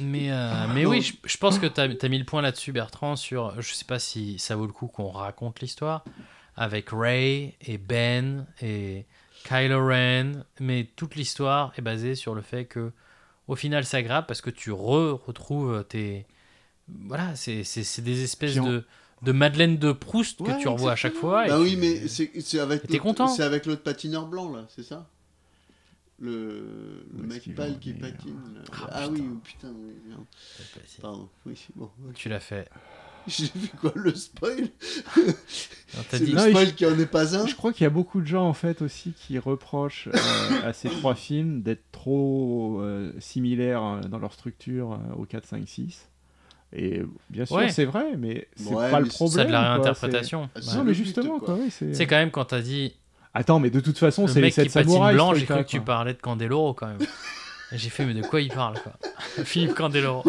Speaker 1: Mais,
Speaker 2: Ah,
Speaker 1: euh, mais
Speaker 9: Non.
Speaker 1: oui, je, je pense que tu as, mis le point là-dessus, Bertrand, sur. Je sais pas si ça vaut le coup qu'on raconte l'histoire avec Ray et Ben et Kylo Ren, mais toute l'histoire est basée sur le fait que, au final, ça grappe parce que tu re retrouves tes. Voilà, c'est c'est- c'est des espèces
Speaker 2: Puis on-
Speaker 1: de, de Madeleine de Proust que
Speaker 2: Ouais,
Speaker 1: tu revois à chaque fois. et euh,
Speaker 9: Bah
Speaker 1: tu-
Speaker 9: oui mais c'est c'est avec
Speaker 1: t'es
Speaker 9: l'autre-
Speaker 1: content
Speaker 9: c'est avec l'autre patineur blanc là, c'est ça Le, le
Speaker 2: Où est-ce
Speaker 9: mec
Speaker 2: qu'il
Speaker 9: pâle
Speaker 2: en
Speaker 9: qui
Speaker 2: est, là
Speaker 9: patine. là.
Speaker 1: Ah,
Speaker 9: Ah,
Speaker 1: putain.
Speaker 9: oui, oh, putain, oui, merde. Pardon. Oui, c'est bon. ok.
Speaker 1: Tu l'as fait.
Speaker 9: J'ai vu quoi le spoil
Speaker 1: Non, T'as
Speaker 9: C'est
Speaker 1: dit.
Speaker 9: le
Speaker 2: Non, il-
Speaker 9: spoil qui en est pas un.
Speaker 2: Je crois qu'il y a beaucoup de gens en fait aussi qui reprochent euh, à ces trois films d'être trop euh, similaires euh, dans leur structure euh, au 4, 5, 6. Et bien sûr,
Speaker 1: Ouais.
Speaker 2: c'est vrai, mais c'est
Speaker 9: Ouais,
Speaker 2: pas
Speaker 9: mais
Speaker 2: le
Speaker 9: c'est
Speaker 2: problème.
Speaker 1: Ça de la
Speaker 2: quoi,
Speaker 1: réinterprétation.
Speaker 9: c'est-
Speaker 2: c'est-
Speaker 1: Ouais.
Speaker 2: Non,
Speaker 9: le
Speaker 2: mais
Speaker 9: but,
Speaker 2: justement,
Speaker 9: quoi.
Speaker 2: quoi. oui, c'est-
Speaker 1: C'est quand même quand t'as dit
Speaker 2: Attends, mais de toute façon,
Speaker 1: le
Speaker 2: c'est les
Speaker 1: mec qui
Speaker 2: 7
Speaker 1: patine
Speaker 2: samouraïs. hein.
Speaker 1: blanc,
Speaker 2: ce
Speaker 1: j'ai cru
Speaker 2: truc-là,
Speaker 1: que tu
Speaker 2: quoi.
Speaker 1: parlais de Candeloro quand même. Et j'ai fait, mais de quoi il parle quoi Philippe Candeloro.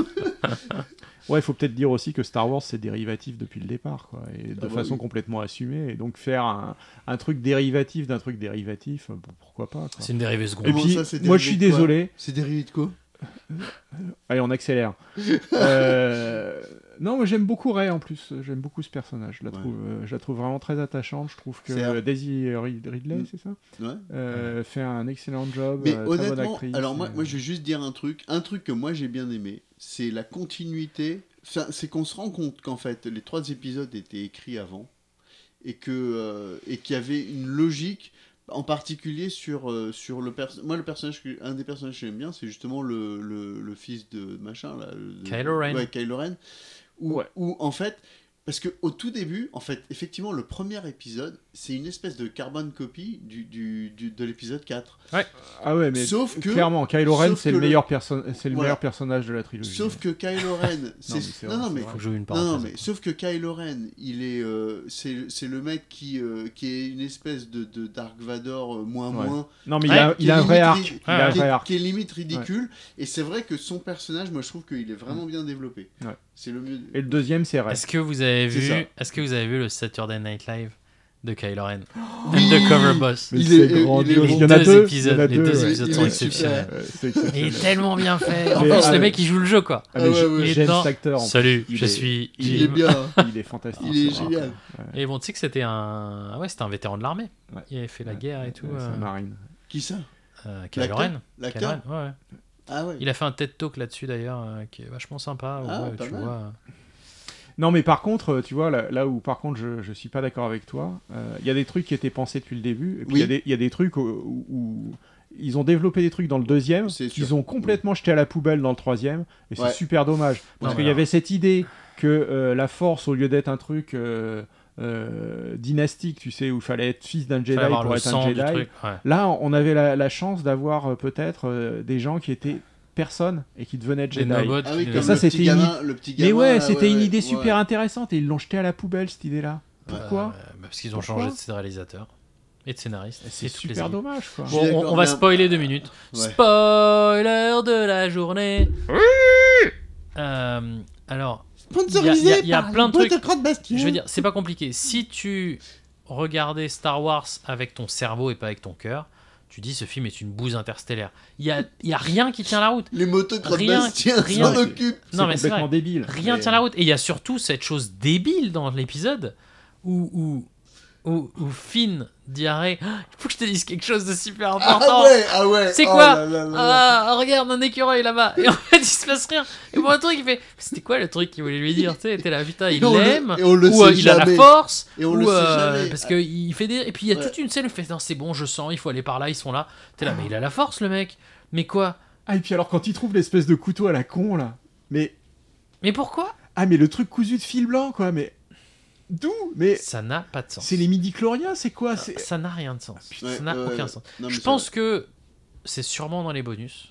Speaker 2: Ouais, il faut peut-être dire aussi que Star Wars, c'est dérivatif depuis le départ, quoi, et de
Speaker 9: bah
Speaker 2: façon
Speaker 9: oui.
Speaker 2: complètement assumée. Et donc faire un, un truc dérivatif d'un truc dérivatif, euh, bon, pourquoi pas quoi.
Speaker 1: C'est une dérivée
Speaker 2: Et
Speaker 1: seconde.
Speaker 9: Comment
Speaker 2: puis,
Speaker 9: ça, c'est
Speaker 2: moi, je suis
Speaker 9: dérivé de quoi
Speaker 2: désolé.
Speaker 9: C'est dérivé de quoi
Speaker 2: Allez, on accélère. Euh, Non, mais j'aime beaucoup Ray en plus. J'aime beaucoup ce personnage. Je la,
Speaker 9: Ouais.
Speaker 2: trouve, euh, je la trouve vraiment très attachante. Je trouve
Speaker 9: C'est un-
Speaker 2: que Daisy Rid- Ridley,
Speaker 9: Mm.
Speaker 2: c'est ça
Speaker 9: Ouais.
Speaker 2: Euh, Fait un excellent job.
Speaker 9: Mais
Speaker 2: euh, très bonne
Speaker 9: honnêtement,
Speaker 2: actrice,
Speaker 9: alors moi,
Speaker 2: et- euh,
Speaker 9: moi, je vais juste dire un truc. Un truc que moi j'ai bien aimé, c'est la continuité. Enfin, c'est qu'on se rend compte qu'en fait, les trois épisodes étaient écrits avant et que euh, et qu'il y avait une logique. En particulier sur, euh, sur le personnage. Moi, le personnage que- un des personnages que j'aime bien, c'est justement le, le, le fils de machin. Là, le- de-
Speaker 1: Kylo Ren.
Speaker 9: Ouais, Kylo Ren. Où, où, en fait, parce que au tout début, en fait, effectivement, le premier épisode, c'est une espèce de carbone copie du, du, du- de l'épisode 4.
Speaker 2: Ah ouais, mais
Speaker 9: Sauf que-
Speaker 2: clairement, Kylo Ren,
Speaker 9: sauf
Speaker 2: c'est
Speaker 9: que
Speaker 2: le,
Speaker 9: le-
Speaker 2: meilleur perso- c'est le
Speaker 9: Voilà.
Speaker 2: meilleur personnage de la trilogie.
Speaker 9: Sauf que Kylo Ren,
Speaker 2: mais
Speaker 9: c'est
Speaker 2: c'est
Speaker 9: non,
Speaker 2: vrai,
Speaker 9: non,
Speaker 2: c'est
Speaker 9: mais
Speaker 2: vrai.
Speaker 1: Faut que je joue une
Speaker 9: non,
Speaker 1: parenthèse.
Speaker 9: non, mais sauf que Kylo Ren, il est, euh, c'est c'est le mec qui euh, qui est une espèce de, de Dark Vador euh, moins
Speaker 2: Ouais.
Speaker 9: moins.
Speaker 2: Non, mais il
Speaker 1: Ouais,
Speaker 2: a,
Speaker 9: qui
Speaker 2: il
Speaker 9: est
Speaker 2: a un vrai
Speaker 9: limite
Speaker 2: arc.
Speaker 9: ri-
Speaker 2: Il a un
Speaker 9: qui, est-
Speaker 2: vrai arc.
Speaker 9: qui est limite ridicule. Et c'est vrai que son personnage, moi, je trouve qu'il est vraiment bien développé.
Speaker 2: Ouais.
Speaker 9: C'est le mieux.
Speaker 2: Et le deuxième, c'est Ray.
Speaker 1: Est-ce que vous avez
Speaker 9: C'est
Speaker 1: vu
Speaker 9: ça.
Speaker 1: Est-ce que vous avez vu le Saturday Night Live de Kylo Ren
Speaker 9: Oui.
Speaker 1: Undercover Boss.
Speaker 9: Mais
Speaker 2: Il
Speaker 9: c'est
Speaker 2: est- il est-
Speaker 9: grandiose.
Speaker 2: Il y en a
Speaker 1: Les deux
Speaker 2: deux.
Speaker 1: épisodes-
Speaker 2: il y en a
Speaker 1: les
Speaker 2: deux,
Speaker 1: deux
Speaker 2: ouais.
Speaker 1: épisodes
Speaker 9: Il
Speaker 1: sont
Speaker 9: est
Speaker 1: exceptionnels.
Speaker 2: Euh,
Speaker 1: Il
Speaker 2: c'est exceptionnel.
Speaker 1: est tellement bien fait. En
Speaker 2: Mais,
Speaker 1: plus,
Speaker 2: ah
Speaker 1: le
Speaker 9: euh,
Speaker 2: ouais.
Speaker 1: mec, il joue le jeu, quoi.
Speaker 2: Ah, mais
Speaker 9: Ah ouais,
Speaker 2: j'ai-
Speaker 9: ouais.
Speaker 1: Il est
Speaker 2: J'aime
Speaker 1: dans-
Speaker 2: cet acteur. en
Speaker 1: Salut,
Speaker 2: il
Speaker 1: je
Speaker 2: est-
Speaker 1: suis
Speaker 9: Il est
Speaker 1: Jim.
Speaker 9: bien. hein.
Speaker 2: plus. Il est fantastique.
Speaker 9: Il est
Speaker 2: ce
Speaker 9: génial.
Speaker 1: Et bon, tu sais que c'était un, ah ouais, c'était un vétéran de l'armée.
Speaker 2: Ouais.
Speaker 1: Il avait fait la
Speaker 2: Ouais.
Speaker 1: guerre et tout.
Speaker 2: Ouais, c'est
Speaker 1: euh,
Speaker 2: un marine.
Speaker 9: Qui ça
Speaker 1: euh, Kylo
Speaker 9: L'acteur
Speaker 1: Ren. Kylo
Speaker 9: L'acteur
Speaker 1: Ren, ouais, ouais.
Speaker 9: Ah ouais.
Speaker 1: Il a fait un TED Talk là-dessus d'ailleurs, euh, qui est vachement sympa.
Speaker 9: Ah,
Speaker 1: ouais,
Speaker 9: pas
Speaker 1: tu
Speaker 9: mal.
Speaker 1: vois. euh,
Speaker 2: Non, mais par contre, euh, tu vois, là, là où par contre je, je suis pas d'accord avec toi, euh, il y a des trucs qui étaient pensés depuis le début, et puis il
Speaker 9: Oui.
Speaker 2: y a des- il y, a des trucs où, où- où ils ont développé des trucs dans le deuxième,
Speaker 9: C'est
Speaker 2: qu'ils
Speaker 9: sûr.
Speaker 2: ont complètement jeté à la poubelle dans le troisième, et
Speaker 9: Ouais.
Speaker 2: c'est super dommage. Parce
Speaker 1: Non,
Speaker 2: qu'il
Speaker 1: mais
Speaker 2: y avait cette idée que euh, la force, au lieu d'être un truc euh, euh, dynastique, tu sais, où il fallait être fils d'un Jedi
Speaker 1: fallait avoir
Speaker 2: pour
Speaker 1: le
Speaker 2: être
Speaker 1: sang
Speaker 2: un
Speaker 1: du
Speaker 2: Jedi,
Speaker 1: truc. ouais.
Speaker 2: là on avait la, la chance d'avoir euh, peut-être euh, des gens qui étaient personnes et qui devenaient
Speaker 1: Des
Speaker 2: Jedi.
Speaker 1: nobots.
Speaker 9: Ah oui,
Speaker 1: qui-
Speaker 9: comme
Speaker 2: ça,
Speaker 9: le petit
Speaker 2: c'était
Speaker 9: gamin, le petit gamin.
Speaker 2: Mais ouais,
Speaker 9: là,
Speaker 2: c'était une
Speaker 9: ouais,
Speaker 2: idée
Speaker 9: ouais.
Speaker 2: super intéressante et ils l'ont jetée à la poubelle cette idée-là. Pourquoi
Speaker 1: Euh, bah, Parce qu'ils ont
Speaker 2: Pourquoi
Speaker 1: changé de réalisateur et de scénariste.
Speaker 2: C'est
Speaker 1: et toutes les
Speaker 2: super
Speaker 1: équipes.
Speaker 2: dommage quoi.
Speaker 9: Bon,
Speaker 1: Bon, on,
Speaker 9: D'accord,
Speaker 1: on va
Speaker 9: mais-
Speaker 1: spoiler deux minutes.
Speaker 9: Ouais.
Speaker 1: Spoiler de la journée. Euh, alors, Il y a-
Speaker 9: Sponsorisé
Speaker 1: il y a
Speaker 9: par
Speaker 1: plein
Speaker 9: les
Speaker 1: de trucs.
Speaker 9: Autocrates Bastien.
Speaker 1: je veux dire, c'est pas compliqué. Si tu regardais Star Wars avec ton cerveau et pas avec ton cœur, tu dis ce film est une bouse interstellaire. Il y a, il y a rien qui tient la route.
Speaker 9: Les motocrottes
Speaker 1: Rien-
Speaker 9: Bastien
Speaker 1: rien-
Speaker 9: s'en occupent.
Speaker 1: Non, mais
Speaker 2: c'est
Speaker 1: c'est vrai.
Speaker 2: complètement débile.
Speaker 1: Rien
Speaker 2: Mais-
Speaker 1: tient la route. Et il y a surtout cette chose débile dans l'épisode où, où, où, où Finn dit à Ray, Ah, il faut que je te dise quelque chose de super important.
Speaker 9: Ah ouais, ah ouais.
Speaker 1: C'est
Speaker 9: oh
Speaker 1: quoi
Speaker 9: là là là là.
Speaker 1: Ah, regarde un écureuil là-bas! Et en fait, il se passe rien! Et pour un truc, il fait C'était quoi le truc qu'il voulait lui dire? Tu sais, t'es là, putain,
Speaker 9: Et
Speaker 1: Ah, il
Speaker 9: on le-
Speaker 1: l'aime!
Speaker 9: et on le
Speaker 1: Ou euh,
Speaker 9: sait
Speaker 1: il a la
Speaker 9: jamais.
Speaker 1: force!
Speaker 9: Et on
Speaker 1: ou,
Speaker 9: le sait
Speaker 1: euh,
Speaker 9: jamais.
Speaker 1: Parce qu'il fait des. Et puis il y a
Speaker 9: Ouais.
Speaker 1: toute une scène où il fait Non, c'est bon, je sens, il faut aller par là, ils sont là. T'es là, mais il a la force le mec! Mais quoi?
Speaker 2: Ah et puis alors quand ils trouvent l'espèce de couteau à la con là, mais
Speaker 1: Mais pourquoi?
Speaker 2: ah mais le truc cousu de fil blanc quoi, mais d'où Mais
Speaker 1: Ça n'a pas de sens. Ah,
Speaker 2: c'est les midi chloriens, c'est quoi C'est
Speaker 1: Ça n'a rien de sens.
Speaker 9: Ouais,
Speaker 1: ça n'a
Speaker 9: ouais,
Speaker 1: aucun
Speaker 9: ouais.
Speaker 1: sens.
Speaker 9: Non, mais
Speaker 1: Je
Speaker 9: c'est
Speaker 1: pense que c'est sûrement dans les bonus.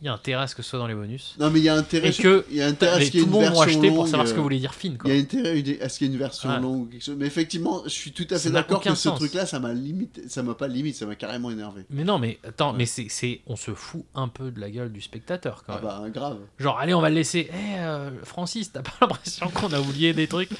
Speaker 1: Il y a intérêt à ce que ce soit dans les bonus.
Speaker 9: vrai. Non, mais il y a intérêt.
Speaker 1: Et que-
Speaker 9: Il y a intérêt à
Speaker 1: Mais
Speaker 9: ce qu'il y
Speaker 1: tout
Speaker 9: ait
Speaker 1: le
Speaker 9: une
Speaker 1: monde
Speaker 9: version
Speaker 1: m'a acheté pour
Speaker 9: longue,
Speaker 1: savoir ce que
Speaker 9: euh,
Speaker 1: voulait dire Finn. Quoi.
Speaker 9: Il y a intérêt une- à ce qu'il y ait une version
Speaker 1: Ouais.
Speaker 9: longue ou quelque chose. Mais effectivement, je suis tout à
Speaker 1: Ça
Speaker 9: fait
Speaker 1: n'a
Speaker 9: d'accord
Speaker 1: aucun
Speaker 9: que ce
Speaker 1: sens.
Speaker 9: truc-là, ça m'a limite, ça m'a pas limite, ça m'a carrément énervé.
Speaker 1: Mais non, mais attends,
Speaker 9: Ouais.
Speaker 1: mais c'est, c'est- on se fout un peu de la gueule du spectateur quand
Speaker 9: Ah
Speaker 1: même.
Speaker 9: bah grave.
Speaker 1: Genre, allez, on va le laisser. Eh, euh, Francis, t'as pas l'impression qu'on a oublié des trucs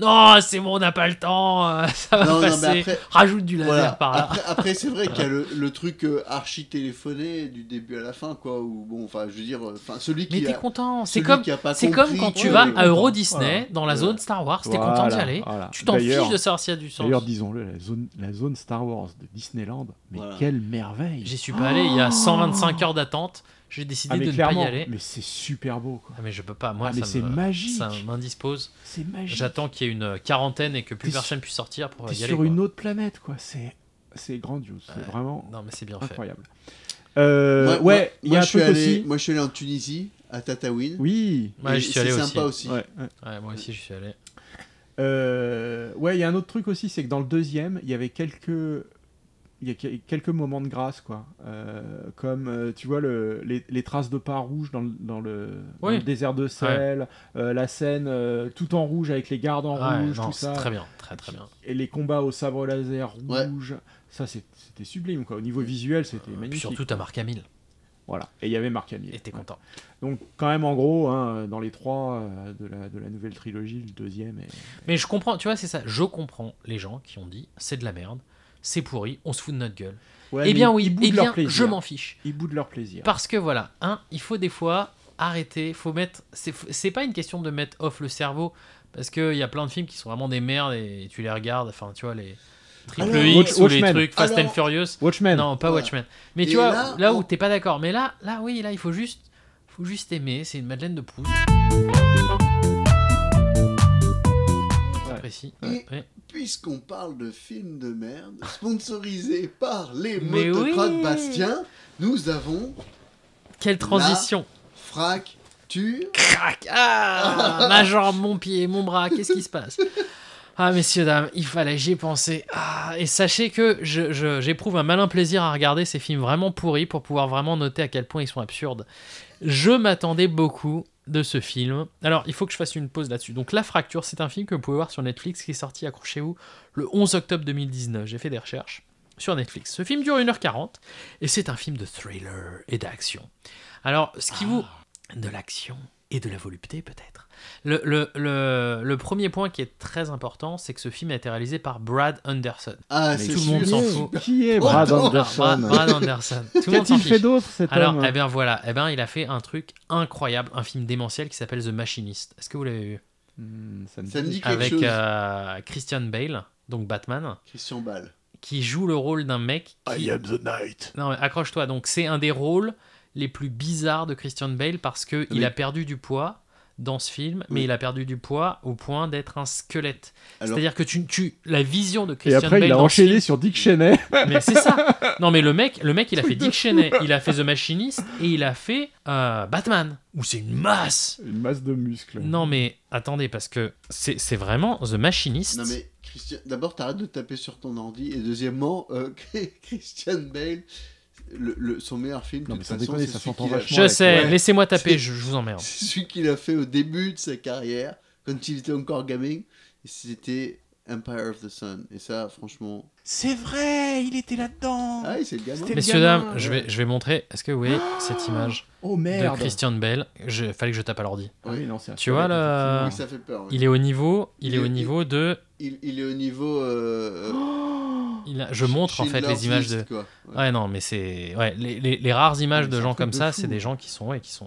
Speaker 1: Non, c'est bon, on n'a pas le temps. euh, Ça va
Speaker 9: Non, non, mais
Speaker 1: passer.
Speaker 9: après-
Speaker 1: Rajoute du laser
Speaker 9: Voilà.
Speaker 1: par là.
Speaker 9: Après, après, c'est vrai qu'il y a le, le truc archi téléphoné du début à la fin, quoi. Ou bon, enfin, je veux dire, euh, enfin, celui
Speaker 1: Mais
Speaker 9: qui
Speaker 1: t'es
Speaker 9: a,
Speaker 1: content. C'est
Speaker 9: celui
Speaker 1: comme,
Speaker 9: qui a pas
Speaker 1: c'est comme
Speaker 9: compris,
Speaker 1: quand tu
Speaker 9: ouais,
Speaker 1: vas
Speaker 9: il est
Speaker 1: à Euro
Speaker 9: content.
Speaker 1: Disney dans la
Speaker 9: Voilà.
Speaker 1: zone Star Wars. T'es content d'y
Speaker 2: Voilà,
Speaker 1: aller.
Speaker 2: voilà.
Speaker 1: Tu t'en
Speaker 2: D'ailleurs-
Speaker 1: fiches de savoir s'il y a du sens.
Speaker 2: D'ailleurs disons-le, la zone, la zone Star Wars de Disneyland, mais
Speaker 9: Voilà.
Speaker 2: quelle merveille
Speaker 1: J'y suis pas allé. Il y a 125 heures d'attente. J'ai décidé
Speaker 2: Ah, mais
Speaker 1: de ne pas y
Speaker 2: clairement,
Speaker 1: aller.
Speaker 2: mais c'est super beau quoi.
Speaker 1: Ah, mais je peux pas. Moi,
Speaker 2: Ah, mais
Speaker 1: ça
Speaker 2: c'est
Speaker 1: me-
Speaker 2: magique.
Speaker 1: Ça m'indispose.
Speaker 2: C'est magique.
Speaker 1: J'attends qu'il y ait une quarantaine et que plus
Speaker 2: T'es sur-
Speaker 1: personne puisse sortir pour
Speaker 2: T'es
Speaker 1: y aller.
Speaker 2: sur
Speaker 1: quoi.
Speaker 2: une autre planète, quoi. C'est, c'est grandiose. C'est
Speaker 1: Ouais.
Speaker 2: vraiment
Speaker 1: Non, mais c'est bien fait.
Speaker 2: incroyable. Euh,
Speaker 9: Moi- moi-
Speaker 2: ouais, il y
Speaker 9: moi,
Speaker 2: a un
Speaker 9: je suis
Speaker 2: truc
Speaker 9: allé-
Speaker 2: aussi.
Speaker 9: Moi, je suis allé en Tunisie à Tataouine.
Speaker 2: Oui.
Speaker 1: Ouais,
Speaker 9: Et
Speaker 1: j'y suis
Speaker 9: c'est
Speaker 1: allé aussi.
Speaker 9: sympa aussi.
Speaker 2: Ouais, ouais.
Speaker 1: Ouais, moi aussi, je suis allé.
Speaker 2: Euh, ouais, il y a un autre truc aussi, c'est que dans le deuxième, il y avait quelques, il y a que- quelques moments de grâce, quoi. Euh, comme, euh, tu vois, le, les, les traces de pas rouges dans le, dans le, dans
Speaker 1: Oui.
Speaker 2: le désert de sel, euh, la scène euh, tout en rouge avec les gardes en
Speaker 1: Ouais,
Speaker 2: rouge,
Speaker 1: non,
Speaker 2: tout
Speaker 1: c'est
Speaker 2: ça.
Speaker 1: très bien, très Ah, très bien.
Speaker 2: Et les combats au sabre laser
Speaker 9: Ouais.
Speaker 2: rouge. Ça, c'est- c'était sublime, quoi. Au niveau visuel, c'était
Speaker 1: Puis
Speaker 2: magnifique.
Speaker 1: Euh, surtout, t'as Marc Hamill
Speaker 2: Voilà. Et il y avait Marc Hamill.
Speaker 1: et t'es
Speaker 2: Ouais.
Speaker 1: content.
Speaker 2: Donc quand même en gros, hein, dans les trois euh, de, la, de la nouvelle trilogie, le deuxième est...
Speaker 1: Mais je comprends, tu vois, c'est ça. Je comprends les gens qui ont dit c'est de la merde, c'est pourri, on se fout de notre gueule.
Speaker 2: Ouais,
Speaker 1: eh
Speaker 2: mais
Speaker 1: bien,
Speaker 2: ils-
Speaker 1: oui,
Speaker 2: ils boudent
Speaker 1: eh
Speaker 2: leur
Speaker 1: bien,
Speaker 2: plaisir.
Speaker 1: je m'en fiche.
Speaker 2: Ils boudent leur plaisir.
Speaker 1: Parce que voilà, un, hein, il faut des fois arrêter. Faut mettre. C'est c'est pas une question de mettre off le cerveau parce que il y a plein de films qui sont vraiment des merdes et tu les regardes. Enfin, tu vois les Triple
Speaker 2: Alors,
Speaker 1: X
Speaker 2: Watch-
Speaker 1: ou les
Speaker 2: Watchmen.
Speaker 1: trucs Fast
Speaker 9: Alors-
Speaker 1: and Furious.
Speaker 2: Watchmen.
Speaker 1: Non, pas
Speaker 9: Voilà.
Speaker 1: Watchmen. Mais
Speaker 9: Et
Speaker 1: tu vois, là,
Speaker 9: là,
Speaker 1: où
Speaker 9: on-
Speaker 1: t'es pas d'accord. Mais là, là, oui, là, il faut juste, faut juste aimer. C'est une Madeleine de Proust. Précis.
Speaker 9: Et-
Speaker 1: Ouais.
Speaker 9: Puisqu'on parle de films de merde, sponsorisés par les
Speaker 1: Mais
Speaker 9: motocrottes
Speaker 1: oui.
Speaker 9: Bastien, nous avons
Speaker 1: Quelle transition
Speaker 9: Fracture.
Speaker 1: Crac Ah Ma jambe, mon pied, mon bras, qu'est-ce qui se passe Ah, messieurs, dames, il fallait, j'y ai pensé. Ah, et sachez que je- je- j'éprouve un malin plaisir à regarder ces films vraiment pourris pour pouvoir vraiment noter à quel point ils sont absurdes. Je m'attendais beaucoup de ce film. Alors, il faut que je fasse une pause là-dessus. Donc, La Fracture, c'est un film que vous pouvez voir sur Netflix qui est sorti, accrochez-vous, le 11 octobre 2019. J'ai fait des recherches sur Netflix. Ce film dure 1h40 et c'est un film de thriller et d'action. Alors, ce qui vous... De l'action et de la volupté peut-être. Le, le- le- le premier point qui est très important, c'est que ce film a été réalisé par Brad Anderson.
Speaker 9: Ah,
Speaker 1: Mais
Speaker 9: c'est
Speaker 1: tout le monde
Speaker 9: sûr.
Speaker 2: Mmh.
Speaker 1: s'en fout.
Speaker 2: Qui est Brad
Speaker 9: Oh,
Speaker 1: Brad,
Speaker 2: Anderson
Speaker 1: Brad Anderson. Tout le monde s'en
Speaker 2: Qu'a-t-il
Speaker 1: fiche.
Speaker 2: fait d'autre cet
Speaker 1: Alors,
Speaker 2: homme
Speaker 1: eh bien voilà, eh ben, il a fait un truc incroyable, un film démentiel qui s'appelle The Machinist. Est-ce que vous l'avez vu
Speaker 2: Hmm, ça
Speaker 9: Ça me dit quelque
Speaker 1: Avec
Speaker 9: chose.
Speaker 1: euh, Christian Bale, donc Batman,
Speaker 9: Christian Ball.
Speaker 1: qui joue le rôle d'un mec qui,
Speaker 2: am the night.
Speaker 1: Non, mais accroche-toi. Donc, c'est un des rôles les plus bizarres de Christian Bale parce que il
Speaker 9: mais-
Speaker 1: a perdu du poids dans ce film, mais
Speaker 9: Oui.
Speaker 1: il a perdu du poids au point d'être un squelette.
Speaker 9: Alors-
Speaker 1: C'est-à-dire que tu, tu, la vision de
Speaker 2: Et
Speaker 1: Christian
Speaker 2: après,
Speaker 1: Bale
Speaker 2: il a
Speaker 1: dans ce film-
Speaker 2: enchaîné sur Dick Cheney.
Speaker 1: mais c'est ça. Non, mais le mec, le mec, il a fait Dick Cheney, il a fait The Machinist et il a fait euh, Batman. Où c'est une masse.
Speaker 2: Une masse de muscles.
Speaker 1: Non, mais attendez, parce que c'est c'est vraiment The Machinist.
Speaker 9: Non mais Christian, d'abord t'arrêtes de taper sur ton ordi et deuxièmement euh, Christian Bale, le, le- son meilleur film de
Speaker 2: Non,
Speaker 9: toute
Speaker 2: mais sans
Speaker 9: façon,
Speaker 2: déconner,
Speaker 9: c'est
Speaker 2: ça
Speaker 9: celui
Speaker 2: s'entend
Speaker 9: qu'il a-
Speaker 2: vachement.
Speaker 1: Je
Speaker 2: Ouais,
Speaker 1: sais,
Speaker 9: ouais.
Speaker 1: laissez-moi taper,
Speaker 9: C'est-
Speaker 1: je, je vous emmerde.
Speaker 9: C'est celui qu'il a fait au début de sa carrière quand il était encore gaming. et C'était Empire of the Sun et ça franchement,
Speaker 11: C'est vrai, il était là-dedans.
Speaker 9: ah oui, c'est le gamin.
Speaker 11: C'était-
Speaker 1: Messieurs,
Speaker 11: gamin,
Speaker 1: dames,
Speaker 11: ouais.
Speaker 1: je vais, je vais montrer. Est-ce que vous voyez cette image
Speaker 2: Oh
Speaker 1: de Christian Bale Je, fallait que je tape à l'ordi.
Speaker 2: Ah oui, non, c'est
Speaker 1: Tu
Speaker 2: un-
Speaker 1: vois, là-
Speaker 9: Oui, ça fait peur. oui.
Speaker 1: Euh, Il est au niveau, il
Speaker 9: Il
Speaker 1: est
Speaker 9: est-
Speaker 1: au niveau de.
Speaker 9: Il, il est au niveau. euh,
Speaker 1: il a- je montre en fait
Speaker 9: Schindler's
Speaker 1: les images
Speaker 9: List,
Speaker 1: de. Ah,
Speaker 9: quoi. Ouais.
Speaker 1: Ouais, non, mais c'est. Ouais, les, les- les rares images
Speaker 9: Mais
Speaker 1: de
Speaker 9: c'est un
Speaker 1: gens
Speaker 9: truc
Speaker 1: comme
Speaker 9: de
Speaker 1: ça,
Speaker 9: fou.
Speaker 1: c'est des gens qui sont, ouais, qui sont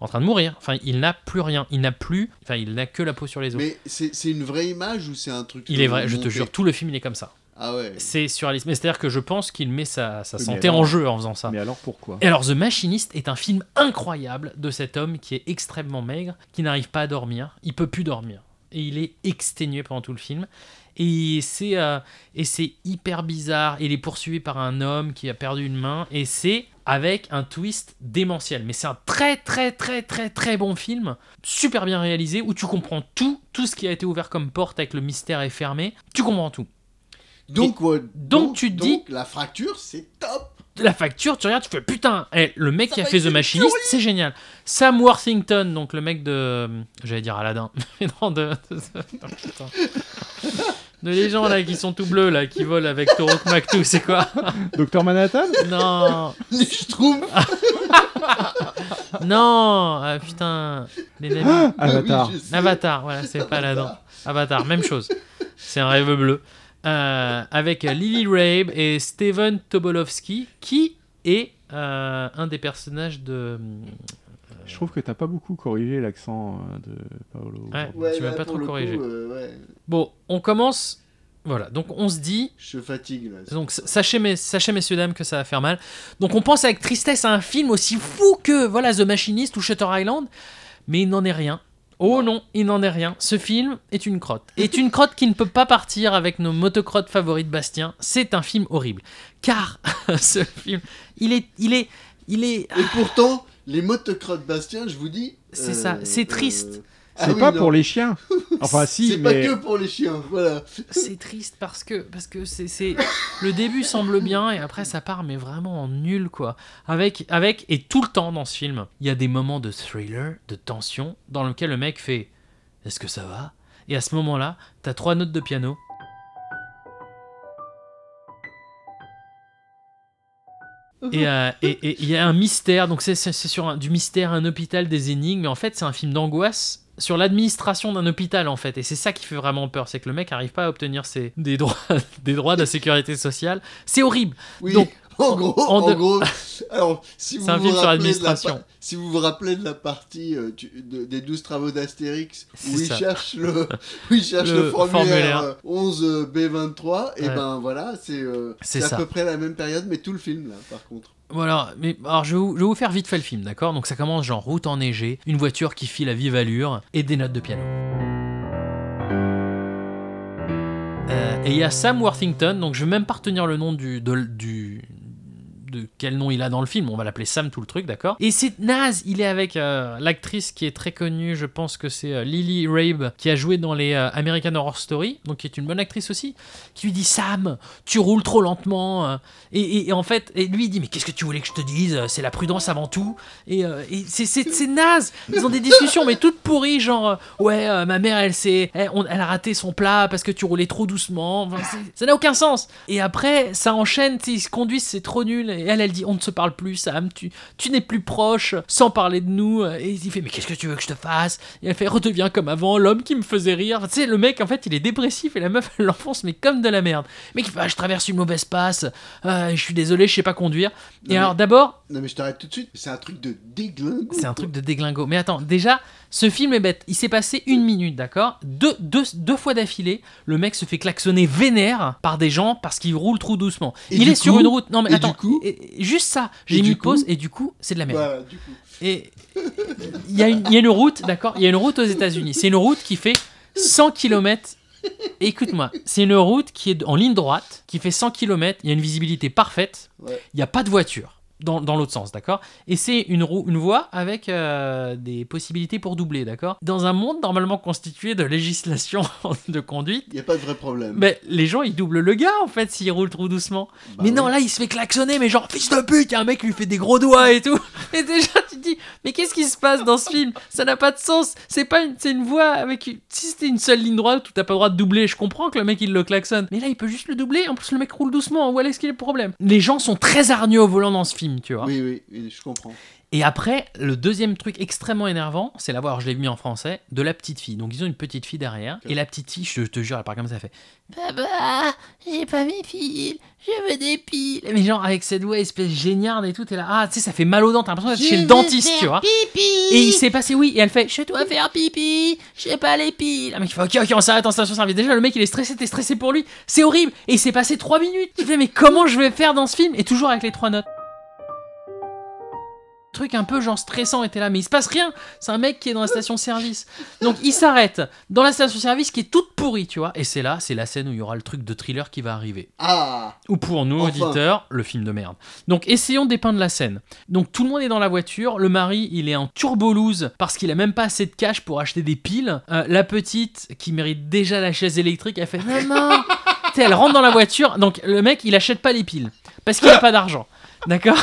Speaker 1: en train de mourir. Enfin, il n'a plus rien. Il n'a plus. Enfin, il n'a que la peau sur les os.
Speaker 9: Mais c'est c'est une vraie image ou c'est un truc.
Speaker 1: il est vrai, je te
Speaker 9: monté
Speaker 1: jure, tout le film il est comme ça.
Speaker 9: Ah ouais.
Speaker 1: C'est sur Alice. Mais c'est-à-dire que je pense qu'il met sa, sa
Speaker 2: Oui, mais
Speaker 1: santé
Speaker 2: alors-
Speaker 1: en jeu en faisant ça.
Speaker 2: Mais alors pourquoi
Speaker 1: Et alors, The Machinist est un film incroyable de cet homme qui est extrêmement maigre, qui n'arrive pas à dormir, il peut plus dormir. Et il est exténué pendant tout le film. Et c'est euh, et c'est hyper bizarre. Il est poursuivi par un homme qui a perdu une main. Et c'est avec un twist démentiel. Mais c'est un très, très, très, très, très bon film. Super bien réalisé, où tu comprends tout. Tout ce qui a été ouvert comme porte avec le mystère est fermé. Tu comprends tout.
Speaker 9: Donc, ouais,
Speaker 1: tu te
Speaker 9: donc, la fracture, c'est top.
Speaker 1: de la facture, tu regardes, tu fais putain, eh, le mec
Speaker 9: Ça
Speaker 1: qui a
Speaker 9: va
Speaker 1: fait
Speaker 9: être
Speaker 1: The
Speaker 9: une
Speaker 1: Machinist,
Speaker 9: tuerie
Speaker 1: c'est génial. Sam Worthington, donc le mec de. J'allais dire Aladdin. Mais non, de. De, non, putain. De les gens là qui sont tout bleus là, qui volent avec Torok Maktou, c'est quoi
Speaker 2: Docteur Manhattan
Speaker 1: Non
Speaker 9: Je trouve.
Speaker 1: Non Ah putain Les nanas.
Speaker 2: Ah, Avatar.
Speaker 9: Oui, je sais.
Speaker 1: Avatar, voilà, c'est pas Aladdin. Avatar, même chose. C'est un rêve bleu. Euh, avec euh, Lily Rabe et Steven Tobolowski, qui est euh, un des personnages de.
Speaker 2: Je trouve que t'as pas beaucoup corrigé l'accent euh, de Paolo.
Speaker 1: Ouais.
Speaker 9: Ouais,
Speaker 1: Tu m'as
Speaker 9: là,
Speaker 1: pas
Speaker 9: pour
Speaker 1: trop
Speaker 9: le coup,
Speaker 1: corrigé.
Speaker 9: euh, ouais.
Speaker 1: Bon, on commence. Voilà, donc on se dit.
Speaker 9: Je fatigue là.
Speaker 1: Donc s- sachez, mes, sachez messieurs, dames, que ça va faire mal. Donc on pense avec tristesse à un film aussi fou que voilà The Machinist ou Shutter Island, mais il n'en est rien. Oh non, il n'en est rien. Ce film est une crotte. Est une crotte qui ne peut pas partir avec nos motocrottes favoris de Bastien. C'est un film horrible. Car ce film, il est. Il est. Il est.
Speaker 9: Et pourtant, les motocrottes Bastien, je vous dis. euh,
Speaker 1: C'est ça, c'est triste.
Speaker 9: ah
Speaker 2: C'est
Speaker 9: oui,
Speaker 2: pas
Speaker 9: non.
Speaker 2: pour les chiens. Enfin, si,
Speaker 9: C'est pas
Speaker 2: mais.
Speaker 9: que pour les chiens, voilà.
Speaker 1: C'est triste parce que parce que c'est c'est le début semble bien et après ça part mais vraiment en nul quoi. Avec avec et tout le temps dans ce film, il y a des moments de thriller, de tension dans lequel le mec fait est-ce que ça va Et à ce moment-là, t'as trois notes de piano. Et euh, et- et il y a un mystère, donc c'est c'est- c'est sur un- du mystère, un hôpital, des énigmes, mais en fait c'est un film d'angoisse sur l'administration d'un hôpital en fait, et c'est ça qui fait vraiment peur, c'est que le mec arrive pas à obtenir ses, des, droits, des droits de la sécurité sociale, c'est horrible.
Speaker 9: Oui,
Speaker 1: Donc
Speaker 9: En gros,
Speaker 1: En
Speaker 9: en
Speaker 1: deux-
Speaker 9: gros, alors si vous
Speaker 1: C'est un
Speaker 9: vous
Speaker 1: film sur
Speaker 9: rappelez de la
Speaker 1: l'administration.
Speaker 9: pa- si vous vous rappelez de la partie euh, tu- de- des 12 travaux d'Astérix où
Speaker 1: C'est
Speaker 9: il
Speaker 1: ça.
Speaker 9: cherche le où il cherche
Speaker 1: Le
Speaker 9: le,
Speaker 1: formulaire.
Speaker 9: formulaire, euh, 11 euh, B23 et
Speaker 1: Ouais.
Speaker 9: ben voilà, c'est euh,
Speaker 1: C'est
Speaker 9: c'est
Speaker 1: ça.
Speaker 9: à peu près la même période mais tout le film là par contre.
Speaker 1: Voilà, mais alors je vais, vous, je vais vous faire vite fait le film, d'accord Donc ça commence genre route enneigée, une voiture qui file à vive allure et des notes de piano. Euh, et il y a Sam Worthington, donc je vais même pas retenir le nom du, de, du- de quel nom il a dans le film, on va l'appeler Sam tout le truc, d'accord Et c'est naze, il est avec euh, l'actrice qui est très connue, je pense que c'est euh, Lily Rabe, qui a joué dans les euh, American Horror Story, donc qui est une bonne actrice aussi, qui lui dit Sam, tu roules trop lentement, euh, et, et- et en fait, et lui il dit mais qu'est-ce que tu voulais que je te dise C'est la prudence avant tout. Et, euh, et c'est- c'est c'est naze. Ils ont des discussions mais toutes pourries genre euh, ouais euh, ma mère elle s'est elle, on- elle a raté son plat parce que tu roulais trop doucement. Enfin, c'est- ça n'a aucun sens. Et après ça enchaîne, tu sais, ils se conduisent c'est trop nul. Et elle elle dit on ne se parle plus Sam, tu tu n'es plus proche sans parler de nous. Et il fait mais qu'est-ce que tu veux que je te fasse Et elle fait redeviens comme avant l'homme qui me faisait rire. Enfin, tu sais le mec en fait il est dépressif et la meuf elle l'enfonce mais comme de la merde. Mec il fait, Ah, je traverse une mauvaise passe. Euh, je suis désolé, je sais pas conduire. Et
Speaker 9: Non, mais-
Speaker 1: alors d'abord,
Speaker 9: Non mais je t'arrête tout de suite, c'est un truc de déglingue.
Speaker 1: c'est un truc de déglingo. Mais attends, déjà, ce film est bête. Il s'est passé une minute, d'accord deux, deux, deux fois d'affilée, le mec se fait klaxonner vénère par des gens parce qu'il roule trop doucement.
Speaker 9: Et
Speaker 1: il
Speaker 9: du
Speaker 1: est sur
Speaker 9: coup-
Speaker 1: une route. Non mais
Speaker 9: et
Speaker 1: attends,
Speaker 9: du coup-
Speaker 1: et- et juste ça.
Speaker 9: et
Speaker 1: J'ai
Speaker 9: du
Speaker 1: mis
Speaker 9: coup-
Speaker 1: pause et du coup, c'est de la merde.
Speaker 9: Voilà, du coup.
Speaker 1: Et il y, a une- il y a une route, d'accord Il y a une route aux États-Unis. C'est une route qui fait 100 km. Écoute-moi, c'est une route qui est en ligne droite, qui fait 100 km. Il y a une visibilité parfaite.
Speaker 9: Ouais.
Speaker 1: Il n'y a pas de voiture dans, dans l'autre sens, d'accord Et c'est une, roue- une voie avec euh, des possibilités pour doubler, d'accord Dans un monde normalement constitué de législation de conduite,
Speaker 9: Il y a pas de vrai problème.
Speaker 1: mais les gens ils doublent le gars en fait s'ils roulent trop doucement.
Speaker 9: Bah
Speaker 1: mais non,
Speaker 9: ouais.
Speaker 1: là il se fait klaxonner, mais genre fils de pute, y a un mec qui lui fait des gros doigts et tout. Et déjà tu te dis, mais qu'est-ce qui se passe dans ce film Ça n'a pas de sens. C'est pas une, c'est une voie avec. une- Si c'était une seule ligne droite où t'as pas le droit de doubler, je comprends que le mec il le klaxonne. Mais là il peut juste le doubler, en plus le mec roule doucement. Où est-ce qu'il est le problème Les gens sont très hargneux au volant dans ce film, tu vois.
Speaker 9: Oui, oui, oui, je comprends.
Speaker 1: Et après, le deuxième truc extrêmement énervant, c'est la voix, alors je l'ai mis en français, de la petite fille. Donc ils ont une petite fille derrière, et la petite fille, je te jure, elle parle comme ça, elle fait Papa, j'ai pas mes piles, je veux des piles. Mais genre, avec cette voix espèce géniarde et tout, t'es là, ah, tu sais, ça fait mal aux dents, t'as l'impression d'être chez le dentiste, tu vois. Et il s'est passé, oui, et elle fait, je dois faire pipi, j'ai pas les piles. Le mec, il fait, ok, ok, on s'arrête en station service. Déjà, le mec, il est stressé, t'es stressé pour lui, c'est horrible. Et il s'est passé 3 minutes. Tu fais, mais comment je vais faire dans ce film Et toujours avec les trois notes. Truc un peu genre stressant, et t'es là, mais il se passe rien. C'est un mec qui est dans la station service. Donc il s'arrête dans la station service qui est toute pourrie, tu vois. Et c'est là, c'est la scène où il y aura le truc de thriller qui va arriver
Speaker 9: Ah,
Speaker 1: ou pour nous,
Speaker 9: Enfin.
Speaker 1: auditeurs, le film de merde. Donc essayons de dépeindre la scène. Donc tout le monde est dans la voiture, le mari il est en turbo-loose parce qu'il a même pas assez de cash pour acheter des piles. Euh, la petite qui mérite déjà la chaise électrique, elle fait Maman Tu sais, Elle rentre dans la voiture, donc le mec il achète pas les piles parce qu'il a pas d'argent. D'accord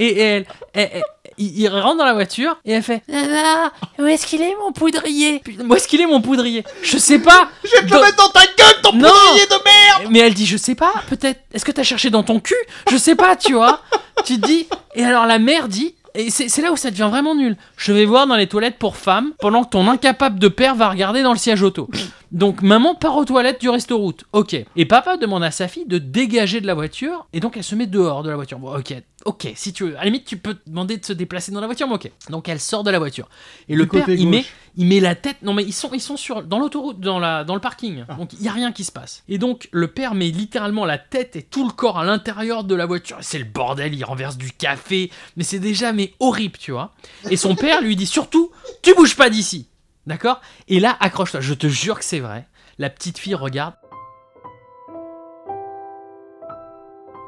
Speaker 1: Et, et elle, elle- elle- il, il rentre dans la voiture et elle fait Nana, où est-ce qu'il est mon poudrier Putain, Où est-ce qu'il est mon poudrier Je sais pas Je vais te mettre dans ta gueule ton poudrier mais elle dit, je sais pas, peut-être. Est-ce que t'as cherché dans ton cul Je sais pas, tu vois. tu te dis. Et alors la mère dit. Et c'est c'est là où ça devient vraiment nul. Je vais voir dans les toilettes pour femmes pendant que ton incapable de père va regarder dans le siège auto. Donc maman part aux toilettes du restoroute. Ok. Et papa demande à sa fille de dégager de la voiture. Et donc elle se met dehors de la voiture. Bon, ok. Ok. Si tu veux. À la limite, tu peux te demander de se déplacer dans la voiture. Mais ok. Donc elle sort de la voiture. Et le
Speaker 2: Du côté
Speaker 1: père, il
Speaker 2: gauche.
Speaker 1: met, il met la tête. Non, mais ils sont, ils sont sur, dans l'autoroute, dans, la, dans le parking.
Speaker 2: Ah.
Speaker 1: Donc, il n'y a rien qui se passe. Et donc, le père met littéralement la tête et tout le corps à l'intérieur de la voiture. C'est le bordel, il renverse du café. Mais c'est déjà, mais horrible, tu vois. Et son père lui dit surtout, tu bouges pas d'ici. D'accord Et là, accroche-toi. Je te jure que c'est vrai. La petite fille regarde.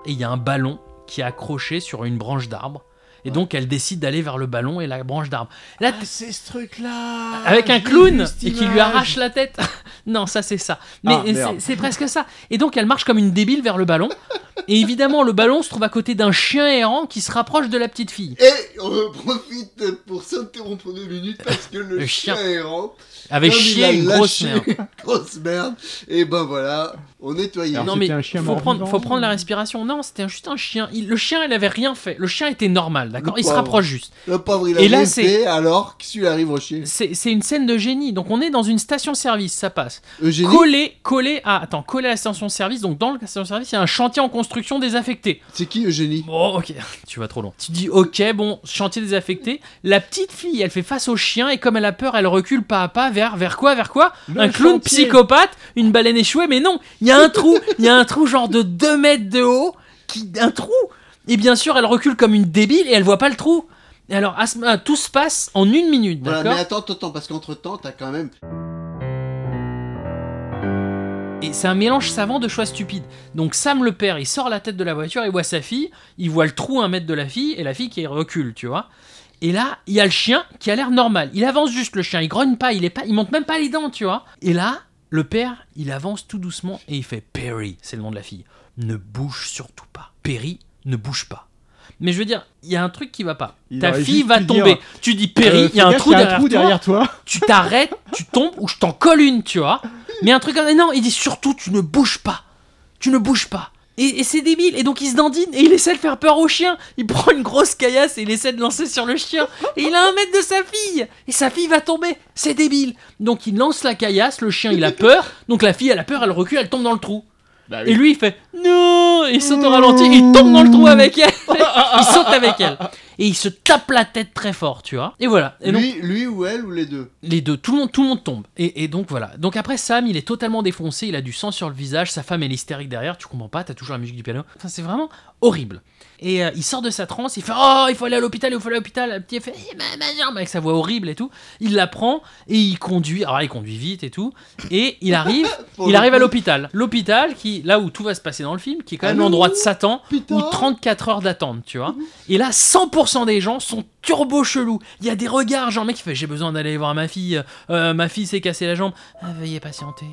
Speaker 1: Et il y a un ballon qui est accroché sur une branche d'arbre. Et donc, elle décide d'aller vers le ballon et la branche d'arbre. Là,
Speaker 11: Ah,
Speaker 1: t'es-
Speaker 11: c'est ce truc-là
Speaker 1: avec un
Speaker 11: Ah, J'ai
Speaker 1: clown
Speaker 11: vu cette
Speaker 1: et qui lui
Speaker 11: image.
Speaker 1: arrache la tête. non, ça c'est ça. Mais
Speaker 2: Ah,
Speaker 1: c'est-
Speaker 2: merde.
Speaker 1: c'est presque ça. Et donc elle marche comme une débile vers le ballon. Et évidemment, le ballon se trouve à côté d'un chien errant qui se rapproche de la petite fille.
Speaker 9: et on profite pour s'interrompre deux minutes parce que le,
Speaker 1: Le chien.
Speaker 9: chien errant
Speaker 1: Avait
Speaker 9: Comme il
Speaker 1: chié
Speaker 9: a
Speaker 1: une grosse
Speaker 9: lâché
Speaker 1: merde.
Speaker 9: une grosse merde. Et ben voilà, on nettoyait.
Speaker 2: Alors,
Speaker 1: Non
Speaker 2: c'était
Speaker 1: mais
Speaker 2: un chien
Speaker 1: faut
Speaker 2: mort
Speaker 1: prendre,
Speaker 2: vivant
Speaker 1: faut prendre la respiration. Non, c'était juste un chien. Il- le chien, il avait rien fait. Le chien était normal, d'accord.
Speaker 9: Le
Speaker 1: Il se
Speaker 9: pauvre.
Speaker 1: rapproche juste.
Speaker 9: Le pauvre, il
Speaker 1: Et
Speaker 9: a
Speaker 1: là,
Speaker 9: laissé, alors que celui arrive au chien.
Speaker 1: C'est c'est une scène de génie. Donc on est dans une station-service, ça passe.
Speaker 9: Eugénie,
Speaker 1: Collé, collé à, attends, collé à la station-service. Donc dans la station-service, il y a un chantier en construction désaffectée.
Speaker 9: C'est qui Eugénie
Speaker 1: Bon, Oh, ok, tu vas trop loin. Tu dis, ok, bon, chantier désaffecté. La petite fille, elle fait face au chien et comme elle a peur, elle recule pas à pas vers, vers quoi Vers quoi
Speaker 2: Le
Speaker 1: Un clown
Speaker 2: chantier.
Speaker 1: psychopathe, une baleine échouée, mais non, il y a un trou, il y a un trou genre de 2 mètres de haut, qui, un trou. Et bien sûr, elle recule comme une débile et elle voit pas le trou. Et alors, à ce- à- tout se passe en une minute,
Speaker 9: Voilà,
Speaker 1: d'accord
Speaker 9: mais attends, attends, attends, parce qu'entre temps, t'as quand même.
Speaker 1: Et c'est un mélange savant de choix stupides. Donc Sam le père, il sort la tête de la voiture, il voit sa fille, il voit le trou à un mètre de la fille, et la fille qui recule, tu vois. Et là, il y a le chien qui a l'air normal. Il avance juste le chien, il grogne pas, il est pas, il monte même pas les dents, tu vois. Et là, le père, il avance tout doucement et il fait Perry, c'est le nom de la fille. Ne bouge surtout pas. Perry, ne bouge pas. Mais je veux dire, il y a un truc qui va pas.
Speaker 2: Il
Speaker 1: Ta
Speaker 2: aurait
Speaker 1: fille
Speaker 2: juste
Speaker 1: va
Speaker 2: pu
Speaker 1: tomber.
Speaker 2: dire,
Speaker 1: tu dis Perry,
Speaker 2: Euh,
Speaker 1: il y a
Speaker 2: fais
Speaker 1: un
Speaker 2: gaffe,
Speaker 1: trou
Speaker 2: il y
Speaker 1: derrière toi
Speaker 2: derrière toi.
Speaker 1: tu t'arrêtes, tu tombes ou je t'en colle une, tu vois. Mais un truc comme Non, il dit surtout, tu ne bouges pas. Tu ne bouges pas. Et, et c'est débile. Et donc il se dandine et il essaie de faire peur au chien. Il prend une grosse caillasse et il essaie de lancer sur le chien. Et il a un mètre de sa fille. Et sa fille va tomber. C'est débile. Donc il lance la caillasse, le chien il a peur. Donc la fille elle a peur, elle recule, elle tombe dans le trou. Et lui il fait non, et il saute au ralenti, et il tombe dans le trou avec elle, il saute avec elle, et il se tape la tête très fort, tu vois. Et voilà. Et donc-
Speaker 9: Lui, lui ou elle ou les deux
Speaker 1: les deux, tout le monde, tout le monde tombe. Et, et donc voilà. Donc après, Sam, il est totalement défoncé, il a du sang sur le visage, sa femme elle est hystérique derrière, tu comprends pas, t'as toujours la musique du piano. Enfin, c'est vraiment horrible. Et euh, il sort de sa transe, il fait Oh, il faut aller à l'hôpital, il faut aller à l'hôpital. La petite elle fait Eh, ma, ma jambe avec sa voix horrible et tout. Il la prend et il conduit. Alors il conduit vite et tout. Et il arrive,
Speaker 9: Pour
Speaker 1: il
Speaker 9: le
Speaker 1: arrive à
Speaker 9: coup,
Speaker 1: l'hôpital. L'hôpital, qui là où tout va se passer dans le film, qui est quand même
Speaker 9: Allô
Speaker 1: l'endroit de Satan,
Speaker 9: Putain.
Speaker 1: ou 34 heures d'attente, tu vois. Et là, 100% des gens sont turbo chelous. Il y a des regards, genre, mec, qui fait J'ai besoin d'aller voir ma fille, Euh, ma fille s'est cassée la jambe. Ah, veuillez patienter.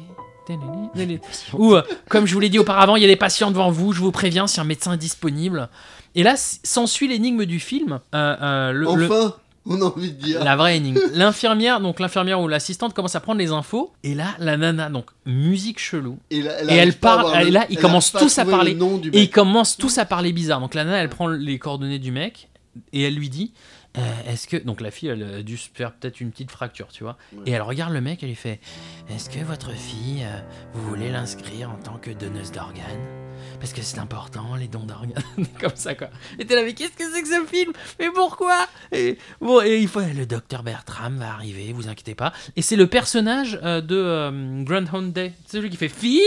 Speaker 1: Ou, euh, comme je vous l'ai dit auparavant, il y a des patients devant vous, je vous préviens si un médecin est disponible. Et là, s- s'ensuit l'énigme du film. Euh, euh, le- le-
Speaker 9: Enfin, on a envie de dire.
Speaker 1: la vraie énigme. L'infirmière, donc l'infirmière ou l'assistante commence à prendre les infos. Et là, la nana, donc musique chelou.
Speaker 9: Et, là,
Speaker 1: et
Speaker 9: arrive
Speaker 1: elle
Speaker 9: pas à
Speaker 1: parle-
Speaker 9: avoir le-
Speaker 1: et là, ils
Speaker 9: elle
Speaker 1: commencent
Speaker 9: arrive pas
Speaker 1: tous à
Speaker 9: trouver
Speaker 1: parler.
Speaker 9: Le nom du
Speaker 1: Et ils
Speaker 9: mec.
Speaker 1: commencent tous à parler bizarre. Donc la nana, elle prend les coordonnées du mec et elle lui dit euh, Est-ce que. Donc la fille, elle a dû se faire peut-être une petite fracture, tu vois.
Speaker 9: Ouais.
Speaker 1: Et elle regarde le mec, elle lui fait Est-ce que votre fille, euh, vous voulez l'inscrire en tant que donneuse d'organes Parce que c'est important, les dons d'organes. Comme ça, quoi. Et t'es là, mais qu'est-ce que c'est que ce film Mais pourquoi et, Bon, et il faut. Le docteur Bertram va arriver, vous inquiétez pas. Et c'est le personnage euh, de euh, Groundhog Day. C'est celui qui fait Phil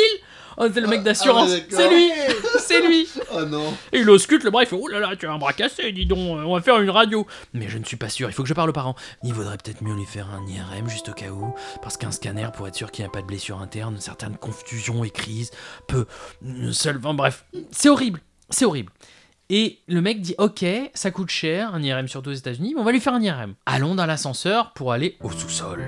Speaker 1: Oh, c'est le mec
Speaker 9: Ah,
Speaker 1: d'assurance.
Speaker 9: ah ouais, d'accord.
Speaker 1: c'est lui C'est lui
Speaker 9: Ah non.
Speaker 1: et il auscute le bras, il fait Oh là là, tu as un bras cassé, dis donc, euh, on va faire une radio. Mais je ne suis pas sûr, il faut que je parle aux parents. Il vaudrait peut-être mieux lui faire un IRM juste au cas où, parce qu'un scanner, pour être sûr qu'il n'y a pas de blessure interne, certaines confusions et crises, peut. Seul. Enfin bref, c'est horrible, c'est horrible. Et le mec dit Ok, ça coûte cher, un IRM surtout aux États-Unis, mais on va lui faire un IRM. Allons dans l'ascenseur pour aller au sous-sol,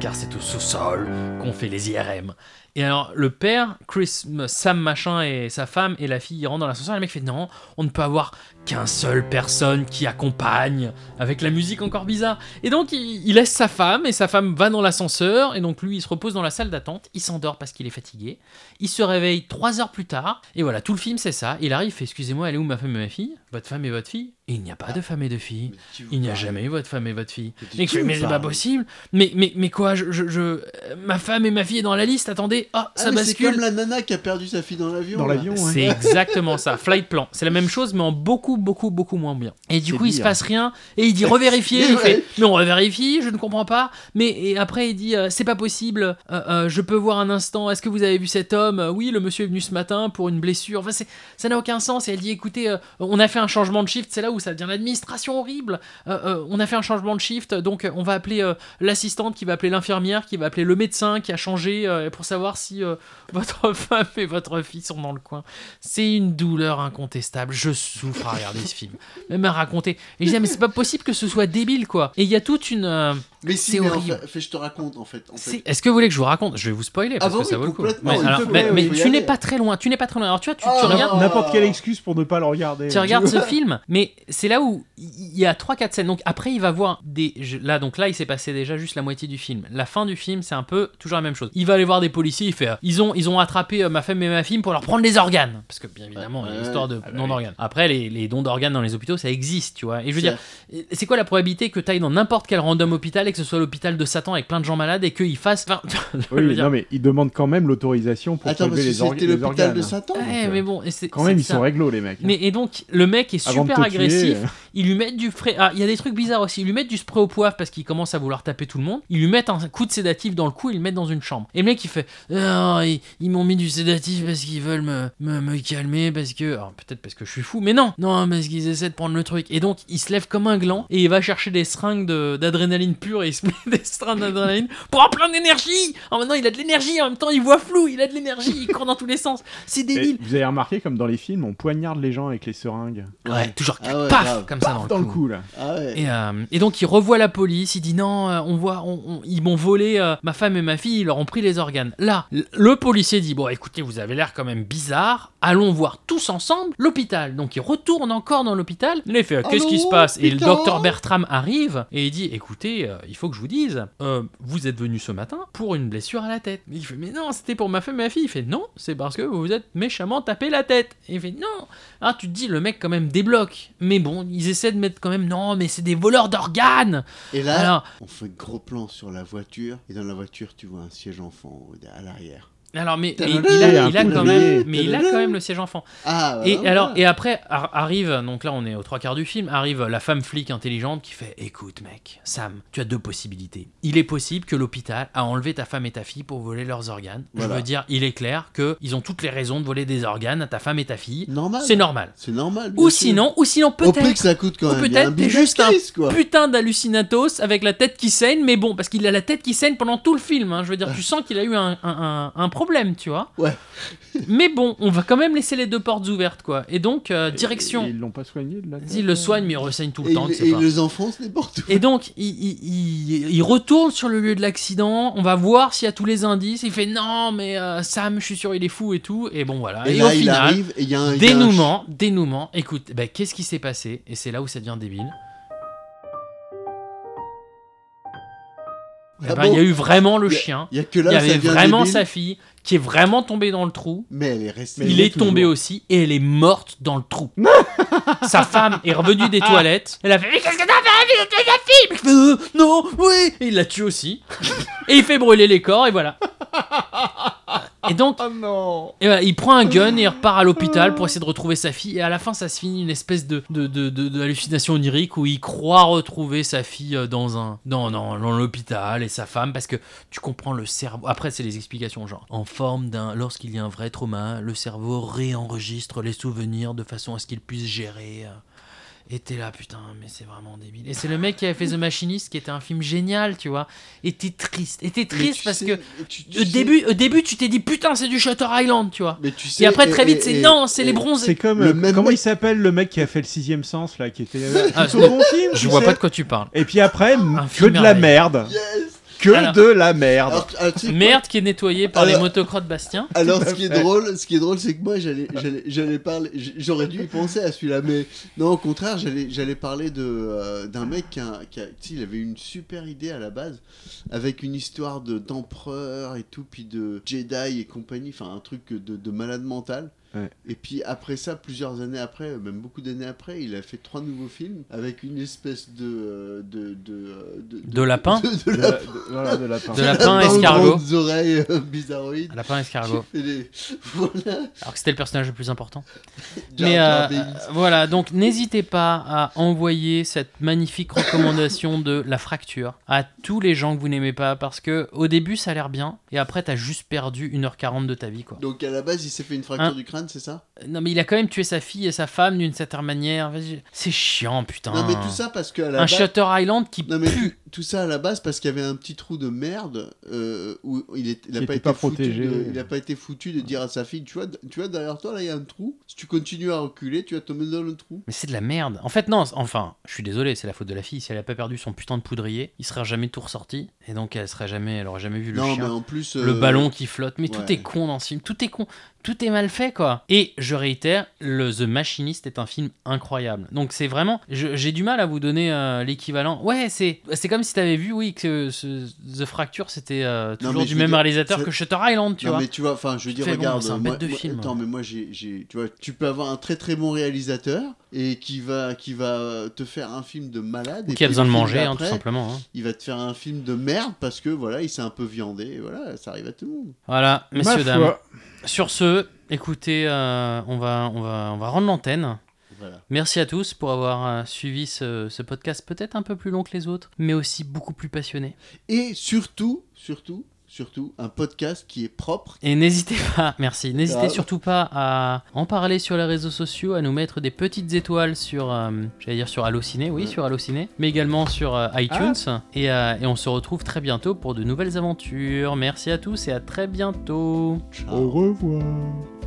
Speaker 1: car c'est au sous-sol qu'on fait les IRM. Et alors, le père, Chris, euh, Sam machin et sa femme et la fille, ils rentrent dans l'ascenseur. Et le mec fait non, on ne peut avoir qu'un seul personne qui accompagne avec la musique encore bizarre. Et donc, il, il laisse sa femme et sa femme va dans l'ascenseur. Et donc, lui, il se repose dans la salle d'attente. Il s'endort parce qu'il est fatigué. Il se réveille trois heures plus tard. Et voilà, tout le film, c'est ça. Il arrive, il fait excusez-moi, elle est où ma femme et ma fille Votre femme et votre fille Il n'y a pas de femme et de fille.
Speaker 9: Mais qui vous
Speaker 1: Il n'y a
Speaker 9: parle
Speaker 1: jamais eu votre femme et votre fille.
Speaker 9: Mais dis
Speaker 1: Et que je fais,
Speaker 9: donc,
Speaker 1: mais c'est pas
Speaker 9: parle.
Speaker 1: possible. Mais, mais, mais quoi, je, je- je- euh, ma femme et ma fille est dans la liste, attendez, ah,
Speaker 9: Ah,
Speaker 1: ça
Speaker 9: mais C'est comme
Speaker 1: bascule.
Speaker 9: la nana qui a perdu sa fille dans l'avion.
Speaker 2: Dans
Speaker 9: là.
Speaker 2: l'avion, ouais.
Speaker 1: C'est exactement ça, flight plan. C'est la même chose, mais en beaucoup, beaucoup, beaucoup moins bien. Et du
Speaker 2: C'est
Speaker 1: coup, il se
Speaker 2: dire.
Speaker 1: passe rien, et il dit revérifier,
Speaker 9: C'est
Speaker 1: il fait,
Speaker 9: vrai.
Speaker 1: mais on revérifie, je ne comprends pas. Mais et après, il dit, euh, c'est pas possible, euh, euh, je peux voir un instant, est-ce que vous avez vu cet homme Euh, Oui, le monsieur est venu ce matin pour une blessure. Enfin, c'est- ça n'a aucun sens. Et elle dit, écoutez, euh, on a fait un changement de shift, c'est là où ça devient l'administration horrible. Euh, euh, on a fait un changement de shift, donc euh, on va appeler euh, l'assistante qui va appeler l'infirmière, qui va appeler le médecin qui a changé euh, pour savoir si euh, votre femme et votre fille sont dans le coin. C'est une douleur incontestable. Je souffre à regarder ce film, même à raconter. Et je disais, mais c'est pas possible que ce soit débile, quoi. Et il y a toute une. euh,
Speaker 9: Mais si,
Speaker 1: C'est
Speaker 9: mais en
Speaker 1: horrible.
Speaker 9: fait- fait, je te raconte en fait. En
Speaker 1: c'est-
Speaker 9: fait.
Speaker 1: Est-ce que vous voulez que je vous raconte Je vais vous spoiler parce
Speaker 9: Ah bah
Speaker 1: que
Speaker 9: oui,
Speaker 1: ça vaut le coup.
Speaker 9: complètement,
Speaker 1: Mais,
Speaker 9: il
Speaker 1: alors,
Speaker 9: faut y
Speaker 1: mais-
Speaker 9: aller,
Speaker 1: mais
Speaker 9: il faut y
Speaker 1: tu n'es
Speaker 9: aller.
Speaker 1: pas très loin. Tu n'es pas très loin. Alors tu vois, tu, tu
Speaker 9: Ah,
Speaker 1: regardes.
Speaker 9: non,
Speaker 2: N'importe quelle excuse pour ne pas le regarder.
Speaker 1: Tu regardes ce film, mais c'est là où il y a 3-4 scènes. Donc après, il va voir des. je- Là, donc là, il s'est passé déjà juste la moitié du film. La fin du film, c'est un peu toujours la même chose. Il va aller voir des policiers, aussi, il fait euh, ils, ont, ils ont attrapé euh, ma femme et ma fille pour leur prendre les organes. Parce que, bien évidemment, il y a
Speaker 9: Ouais,
Speaker 1: l'histoire de
Speaker 9: ouais.
Speaker 1: dons d'organes. Après, les, les dons d'organes dans les hôpitaux, ça existe, tu vois. Et je veux dire, c'est quoi la probabilité que t'ailles dans n'importe quel random hôpital et que ce soit l'hôpital de Satan avec plein de gens malades et qu'ils fassent. Enfin, je veux
Speaker 2: Oui,
Speaker 1: dire-
Speaker 2: non, mais ils demandent quand même l'autorisation pour
Speaker 9: Attends, parce
Speaker 2: soulever
Speaker 9: que
Speaker 2: les, orga-
Speaker 9: c'était
Speaker 2: les
Speaker 9: l'hôpital
Speaker 2: organes.
Speaker 9: de Satan
Speaker 1: Ouais,
Speaker 2: Donc,
Speaker 1: mais
Speaker 2: euh,
Speaker 1: bon, et c'est-
Speaker 2: Quand même,
Speaker 1: c'est
Speaker 2: ils sont
Speaker 1: ça.
Speaker 2: réglo, les mecs. hein.
Speaker 1: Mais et donc, le mec est
Speaker 2: Avant de
Speaker 1: super
Speaker 2: te tuer,
Speaker 1: agressif.
Speaker 2: euh.
Speaker 1: Ils lui mettent du frais. Ah, il y a des trucs bizarres aussi. Ils lui mettent du spray au poivre parce qu'il commence à vouloir taper tout le monde. Ils lui mettent un coup de sédatif dans le cou. Ils le mettent dans une chambre. Et le mec, il fait Ah, ils, ils m'ont mis du sédatif parce qu'ils veulent me, me, me calmer. Parce que. Alors, peut-être parce que je suis fou, mais non Non, parce qu'ils essaient de prendre le truc. Et donc, il se lève comme un gland et il va chercher des seringues de- d'adrénaline pure et il se met des seringues d'adrénaline pour avoir plein d'énergie. En même temps, il a de l'énergie. En même temps, il voit flou. Il a de l'énergie. Il court dans tous les sens. C'est
Speaker 2: Et
Speaker 1: débile.
Speaker 2: eh, vous avez remarqué, comme dans les films, on poignarde les gens avec les seringues.
Speaker 1: Ouais, toujours
Speaker 9: Ah ouais,
Speaker 1: paf
Speaker 9: grave.
Speaker 1: comme ça
Speaker 2: Paf, dans le cou, là.
Speaker 9: Ah ouais.
Speaker 1: Et, euh, et donc il revoit la police, il dit non, euh, on voit, on- on- ils m'ont volé euh, ma femme et ma fille, ils leur ont pris les organes. Là, l- le policier dit bon, écoutez, vous avez l'air quand même bizarre, allons voir tous ensemble l'hôpital. Donc il retourne encore dans l'hôpital. Il fait
Speaker 9: Allô,
Speaker 1: Euh, qu'est-ce qui se passe Et le
Speaker 9: putain
Speaker 1: docteur Bertram arrive et il dit écoutez, euh, il faut que je vous dise, euh, vous êtes venu ce matin pour une blessure à la tête. Il fait mais non, c'était pour ma femme et ma fille. Il fait non, c'est parce que vous vous êtes méchamment tapé la tête. Et il fait non, ah, tu te dis, le mec, quand même, débloque. Mais bon, ils essaient de mettre quand même. Non, mais c'est des voleurs d'organes
Speaker 9: Et là,
Speaker 1: Alors,
Speaker 9: on fait gros plan sur la voiture. Et dans la voiture, tu vois un siège enfant au- à l'arrière.
Speaker 1: alors mais, mais
Speaker 9: Tadadam,
Speaker 1: il a, il a
Speaker 9: un
Speaker 1: quand
Speaker 9: poulailler,
Speaker 1: même, mais il a
Speaker 9: tadadam.
Speaker 1: quand même le siège enfant.
Speaker 9: Ah, bah,
Speaker 1: Et
Speaker 9: voilà.
Speaker 1: alors, et après ar- arrive, donc là on est aux trois quarts du film, arrive la femme flic intelligente qui fait Écoute, mec, Sam, tu as deux possibilités. Il est possible que l'hôpital a enlevé ta femme et ta fille pour voler leurs organes. Je
Speaker 9: Voilà.
Speaker 1: veux dire, il est clair que ils ont toutes les raisons de voler des organes à ta femme et ta fille.
Speaker 9: Normal.
Speaker 1: C'est normal.
Speaker 9: C'est normal. bien
Speaker 1: Ou
Speaker 9: sûr.
Speaker 1: sinon, ou sinon
Speaker 9: Au prix
Speaker 1: peut-être
Speaker 9: que ça coûte quand
Speaker 1: Ou
Speaker 9: même. il y a un
Speaker 1: peut-être t'es
Speaker 9: business
Speaker 1: juste un
Speaker 9: case, quoi.
Speaker 1: putain d'hallucinatos avec la tête qui saigne, mais bon, parce qu'il a la tête qui saigne pendant tout le film. hein. Je veux dire, tu sens qu'il a eu un, un- un- un problème, tu vois.
Speaker 9: Ouais.
Speaker 1: mais bon, on va quand même laisser les deux portes ouvertes, quoi. Et donc, euh, direction.
Speaker 2: Et- et Ils l'ont pas soigné de la tête,
Speaker 1: Il le
Speaker 2: euh
Speaker 1: soigne, mais il ressaigne tout le
Speaker 9: Et,
Speaker 1: temps,
Speaker 9: il-
Speaker 1: tu sais
Speaker 9: et
Speaker 1: pas.
Speaker 9: les enfants, c'est n'importe où.
Speaker 1: Et donc, il, il- il- il retourne sur le lieu de l'accident. On va voir s'il y a tous les indices. Il fait non, mais euh, Sam, je suis sûr, il est fou et tout. Et bon, voilà.
Speaker 9: Et
Speaker 1: Et,
Speaker 9: là,
Speaker 1: au
Speaker 9: il
Speaker 1: final,
Speaker 9: arrive et il y a un. il y a un ch-
Speaker 1: Dénouement, dénouement. Écoute, bah, qu'est-ce qui s'est passé Et c'est là où ça devient débile. Eh ben, Il
Speaker 9: Ah bon
Speaker 1: y a eu vraiment le chien.
Speaker 9: Il y a que
Speaker 1: Il
Speaker 9: là,
Speaker 1: y
Speaker 9: ça
Speaker 1: avait
Speaker 9: devient
Speaker 1: vraiment
Speaker 9: débile,
Speaker 1: sa fille qui est vraiment tombée dans le trou.
Speaker 9: Mais elle est restée.
Speaker 1: il est tombé aussi et elle est morte dans le trou. sa femme est revenue des toilettes. Elle a fait Mais qu'est-ce que t'as fait avec ta fille Mais je fais, Euh, Non, oui Et il la tue aussi. et il fait brûler les corps et voilà. Et donc,
Speaker 2: Ah non
Speaker 1: et voilà, il prend un gun et il
Speaker 9: Ah.
Speaker 1: repart à l'hôpital pour essayer de retrouver sa fille. Et à la fin, ça se finit une espèce de, de, de, de- de hallucination onirique où il croit retrouver sa fille euh, dans un dans, dans, dans l'hôpital et sa femme parce que tu comprends le cerveau. Après, c'est les explications genre en forme d'un lorsqu'il y a un vrai trauma, le cerveau réenregistre les souvenirs de façon à ce qu'il puisse gérer. euh. Et t'es là, putain, mais c'est vraiment débile. Et c'est le mec qui avait fait The Machinist, qui était un film génial, tu vois. Et t'es triste. Et t'es
Speaker 9: Mais
Speaker 1: triste
Speaker 9: tu
Speaker 1: parce
Speaker 9: sais-
Speaker 1: que
Speaker 9: tu-
Speaker 1: au
Speaker 9: tu sais-
Speaker 1: début, au début, tu t'es dit putain, c'est du Shutter Island, tu vois.
Speaker 9: Mais tu sais,
Speaker 1: Et après, très
Speaker 9: et-
Speaker 1: vite,
Speaker 9: et-
Speaker 1: c'est
Speaker 9: et-
Speaker 1: non, c'est les
Speaker 9: et-
Speaker 2: C'est
Speaker 1: bronzés.
Speaker 2: comme.
Speaker 9: Le
Speaker 2: euh,
Speaker 9: même
Speaker 2: comment
Speaker 9: mec-
Speaker 2: il s'appelle le mec qui a fait le sixième sens, là, qui était. euh,
Speaker 1: Ah,
Speaker 2: plutôt
Speaker 1: c'est-
Speaker 2: bon film,
Speaker 1: Je
Speaker 2: tu
Speaker 1: vois
Speaker 2: sais.
Speaker 1: pas de quoi tu parles.
Speaker 2: Et puis après, m-
Speaker 1: Un
Speaker 2: que
Speaker 1: film
Speaker 2: de la
Speaker 1: merveilleux.
Speaker 2: merde
Speaker 9: Yes
Speaker 2: Que
Speaker 1: Alors-
Speaker 2: de la merde
Speaker 9: Alors, tu- alors, tu sais quoi
Speaker 1: Merde qui est nettoyée par les
Speaker 9: Alors-
Speaker 1: motocrottes Bastien.
Speaker 9: Alors, ce qui est drôle, ce qui est drôle, c'est que moi, j'allais, j'allais, j'allais parler, j- j'aurais dû y penser à celui-là, mais non, au contraire, j'allais, j'allais parler de euh, d'un mec qui a, qui a- tu sais, il avait une super idée à la base, avec une histoire de d'empereur et tout, puis de Jedi et compagnie, enfin un truc de, de malade mental.
Speaker 2: Ouais.
Speaker 9: Et puis après ça, plusieurs années après, même beaucoup d'années après, il a fait trois nouveaux films avec une espèce de euh, de de de,
Speaker 1: De lapin.
Speaker 9: de- de
Speaker 2: De la-
Speaker 9: lapin.
Speaker 2: de- voilà, de lapin.
Speaker 1: De lapin
Speaker 9: Dans
Speaker 1: escargot.
Speaker 9: Grandes oreilles euh, bizarroïdes.
Speaker 1: Lapin escargot.
Speaker 9: J'ai fait les- Voilà.
Speaker 1: Alors que c'était le personnage le plus important.
Speaker 9: Jar
Speaker 1: Mais
Speaker 9: Jar
Speaker 1: euh,
Speaker 9: Binks.
Speaker 1: euh, voilà, donc n'hésitez pas à envoyer cette magnifique recommandation de La Fracture à tous les gens que vous n'aimez pas parce que au début ça a l'air bien et après t'as juste perdu 1h40 de ta vie quoi.
Speaker 9: Donc à la base, il s'est fait une fracture
Speaker 1: Hein.
Speaker 9: du crâne, c'est ça
Speaker 1: Non mais il a quand même tué sa fille et sa femme d'une certaine manière. Vas-y. C'est chiant putain.
Speaker 9: Non, mais tout ça parce que à la
Speaker 1: Un
Speaker 9: base.
Speaker 1: Shutter Island qui
Speaker 9: Non, mais
Speaker 1: pue.
Speaker 9: tout, tout ça à la base parce qu'il y avait un petit trou de merde euh, où il est- il a
Speaker 2: Qui était
Speaker 9: pas été
Speaker 2: pas
Speaker 9: foutu
Speaker 2: protégé.
Speaker 9: de- il a pas été foutu de dire à sa fille tu vois, tu vois derrière toi là il y a un trou si tu continues à reculer tu vas tomber dans le trou
Speaker 1: Mais c'est de la merde. En fait, non, c- enfin, je suis désolé, c'est la faute de la fille. Si elle a pas perdu son putain de poudrier, il sera jamais tout ressorti. Et donc, elle serait jamais, elle aurait jamais vu le
Speaker 9: non
Speaker 1: chien.
Speaker 9: mais en plus
Speaker 1: Le
Speaker 9: euh,
Speaker 1: ballon qui flotte, mais tout
Speaker 9: ouais.
Speaker 1: est con dans ce film, tout est con, tout est mal fait quoi. Et je réitère, le The Machinist est un film incroyable. Donc c'est vraiment, je- j'ai du mal à vous donner euh, l'équivalent. Ouais, c'est c'est comme si t'avais vu, oui, que ce- The Fracture, c'était euh,
Speaker 9: Non,
Speaker 1: toujours
Speaker 9: mais
Speaker 1: du
Speaker 9: je veux
Speaker 1: même
Speaker 9: dire,
Speaker 1: réalisateur
Speaker 9: c'est-
Speaker 1: que Shutter Island, tu
Speaker 9: non,
Speaker 1: vois.
Speaker 9: mais tu vois, enfin, je veux
Speaker 1: Tu
Speaker 9: dire,
Speaker 1: fais, bon,
Speaker 9: regarde,
Speaker 1: c'est un
Speaker 9: moi-
Speaker 1: bête de
Speaker 9: moi-
Speaker 1: film.
Speaker 9: attends, mais moi, j'ai, j'ai- tu vois, tu peux avoir un très très bon réalisateur et qui va, qui va te faire un film de malade. et
Speaker 1: Qui a
Speaker 9: puis
Speaker 1: besoin
Speaker 9: le
Speaker 1: de
Speaker 9: film
Speaker 1: manger, hein, tout
Speaker 9: d'après,
Speaker 1: simplement. hein.
Speaker 9: Il va te faire un film de merde parce que voilà, il s'est un peu viandé. Et voilà, ça arrive à tout le monde.
Speaker 1: Voilà, messieurs,
Speaker 2: Ma
Speaker 1: dames.
Speaker 2: foi.
Speaker 1: Sur ce, écoutez, euh, on, va, on, va, on va rendre l'antenne.
Speaker 9: Voilà.
Speaker 1: Merci à tous pour avoir euh, suivi ce, ce podcast, peut-être un peu plus long que les autres, mais aussi beaucoup plus passionné.
Speaker 9: Et surtout, surtout, surtout, un podcast qui est propre.
Speaker 1: Et n'hésitez pas, merci, n'hésitez
Speaker 9: Grave.
Speaker 1: surtout pas à en parler sur les réseaux sociaux, à nous mettre des petites étoiles sur, euh, j'allais dire sur Allociné, oui,
Speaker 9: Ouais. Ah.
Speaker 1: sur Allociné, mais également sur euh, iTunes. Et, euh, et on se retrouve très bientôt pour de nouvelles aventures. Merci à tous et à très bientôt.
Speaker 9: Ciao.
Speaker 2: Au revoir.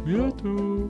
Speaker 2: Bientôt.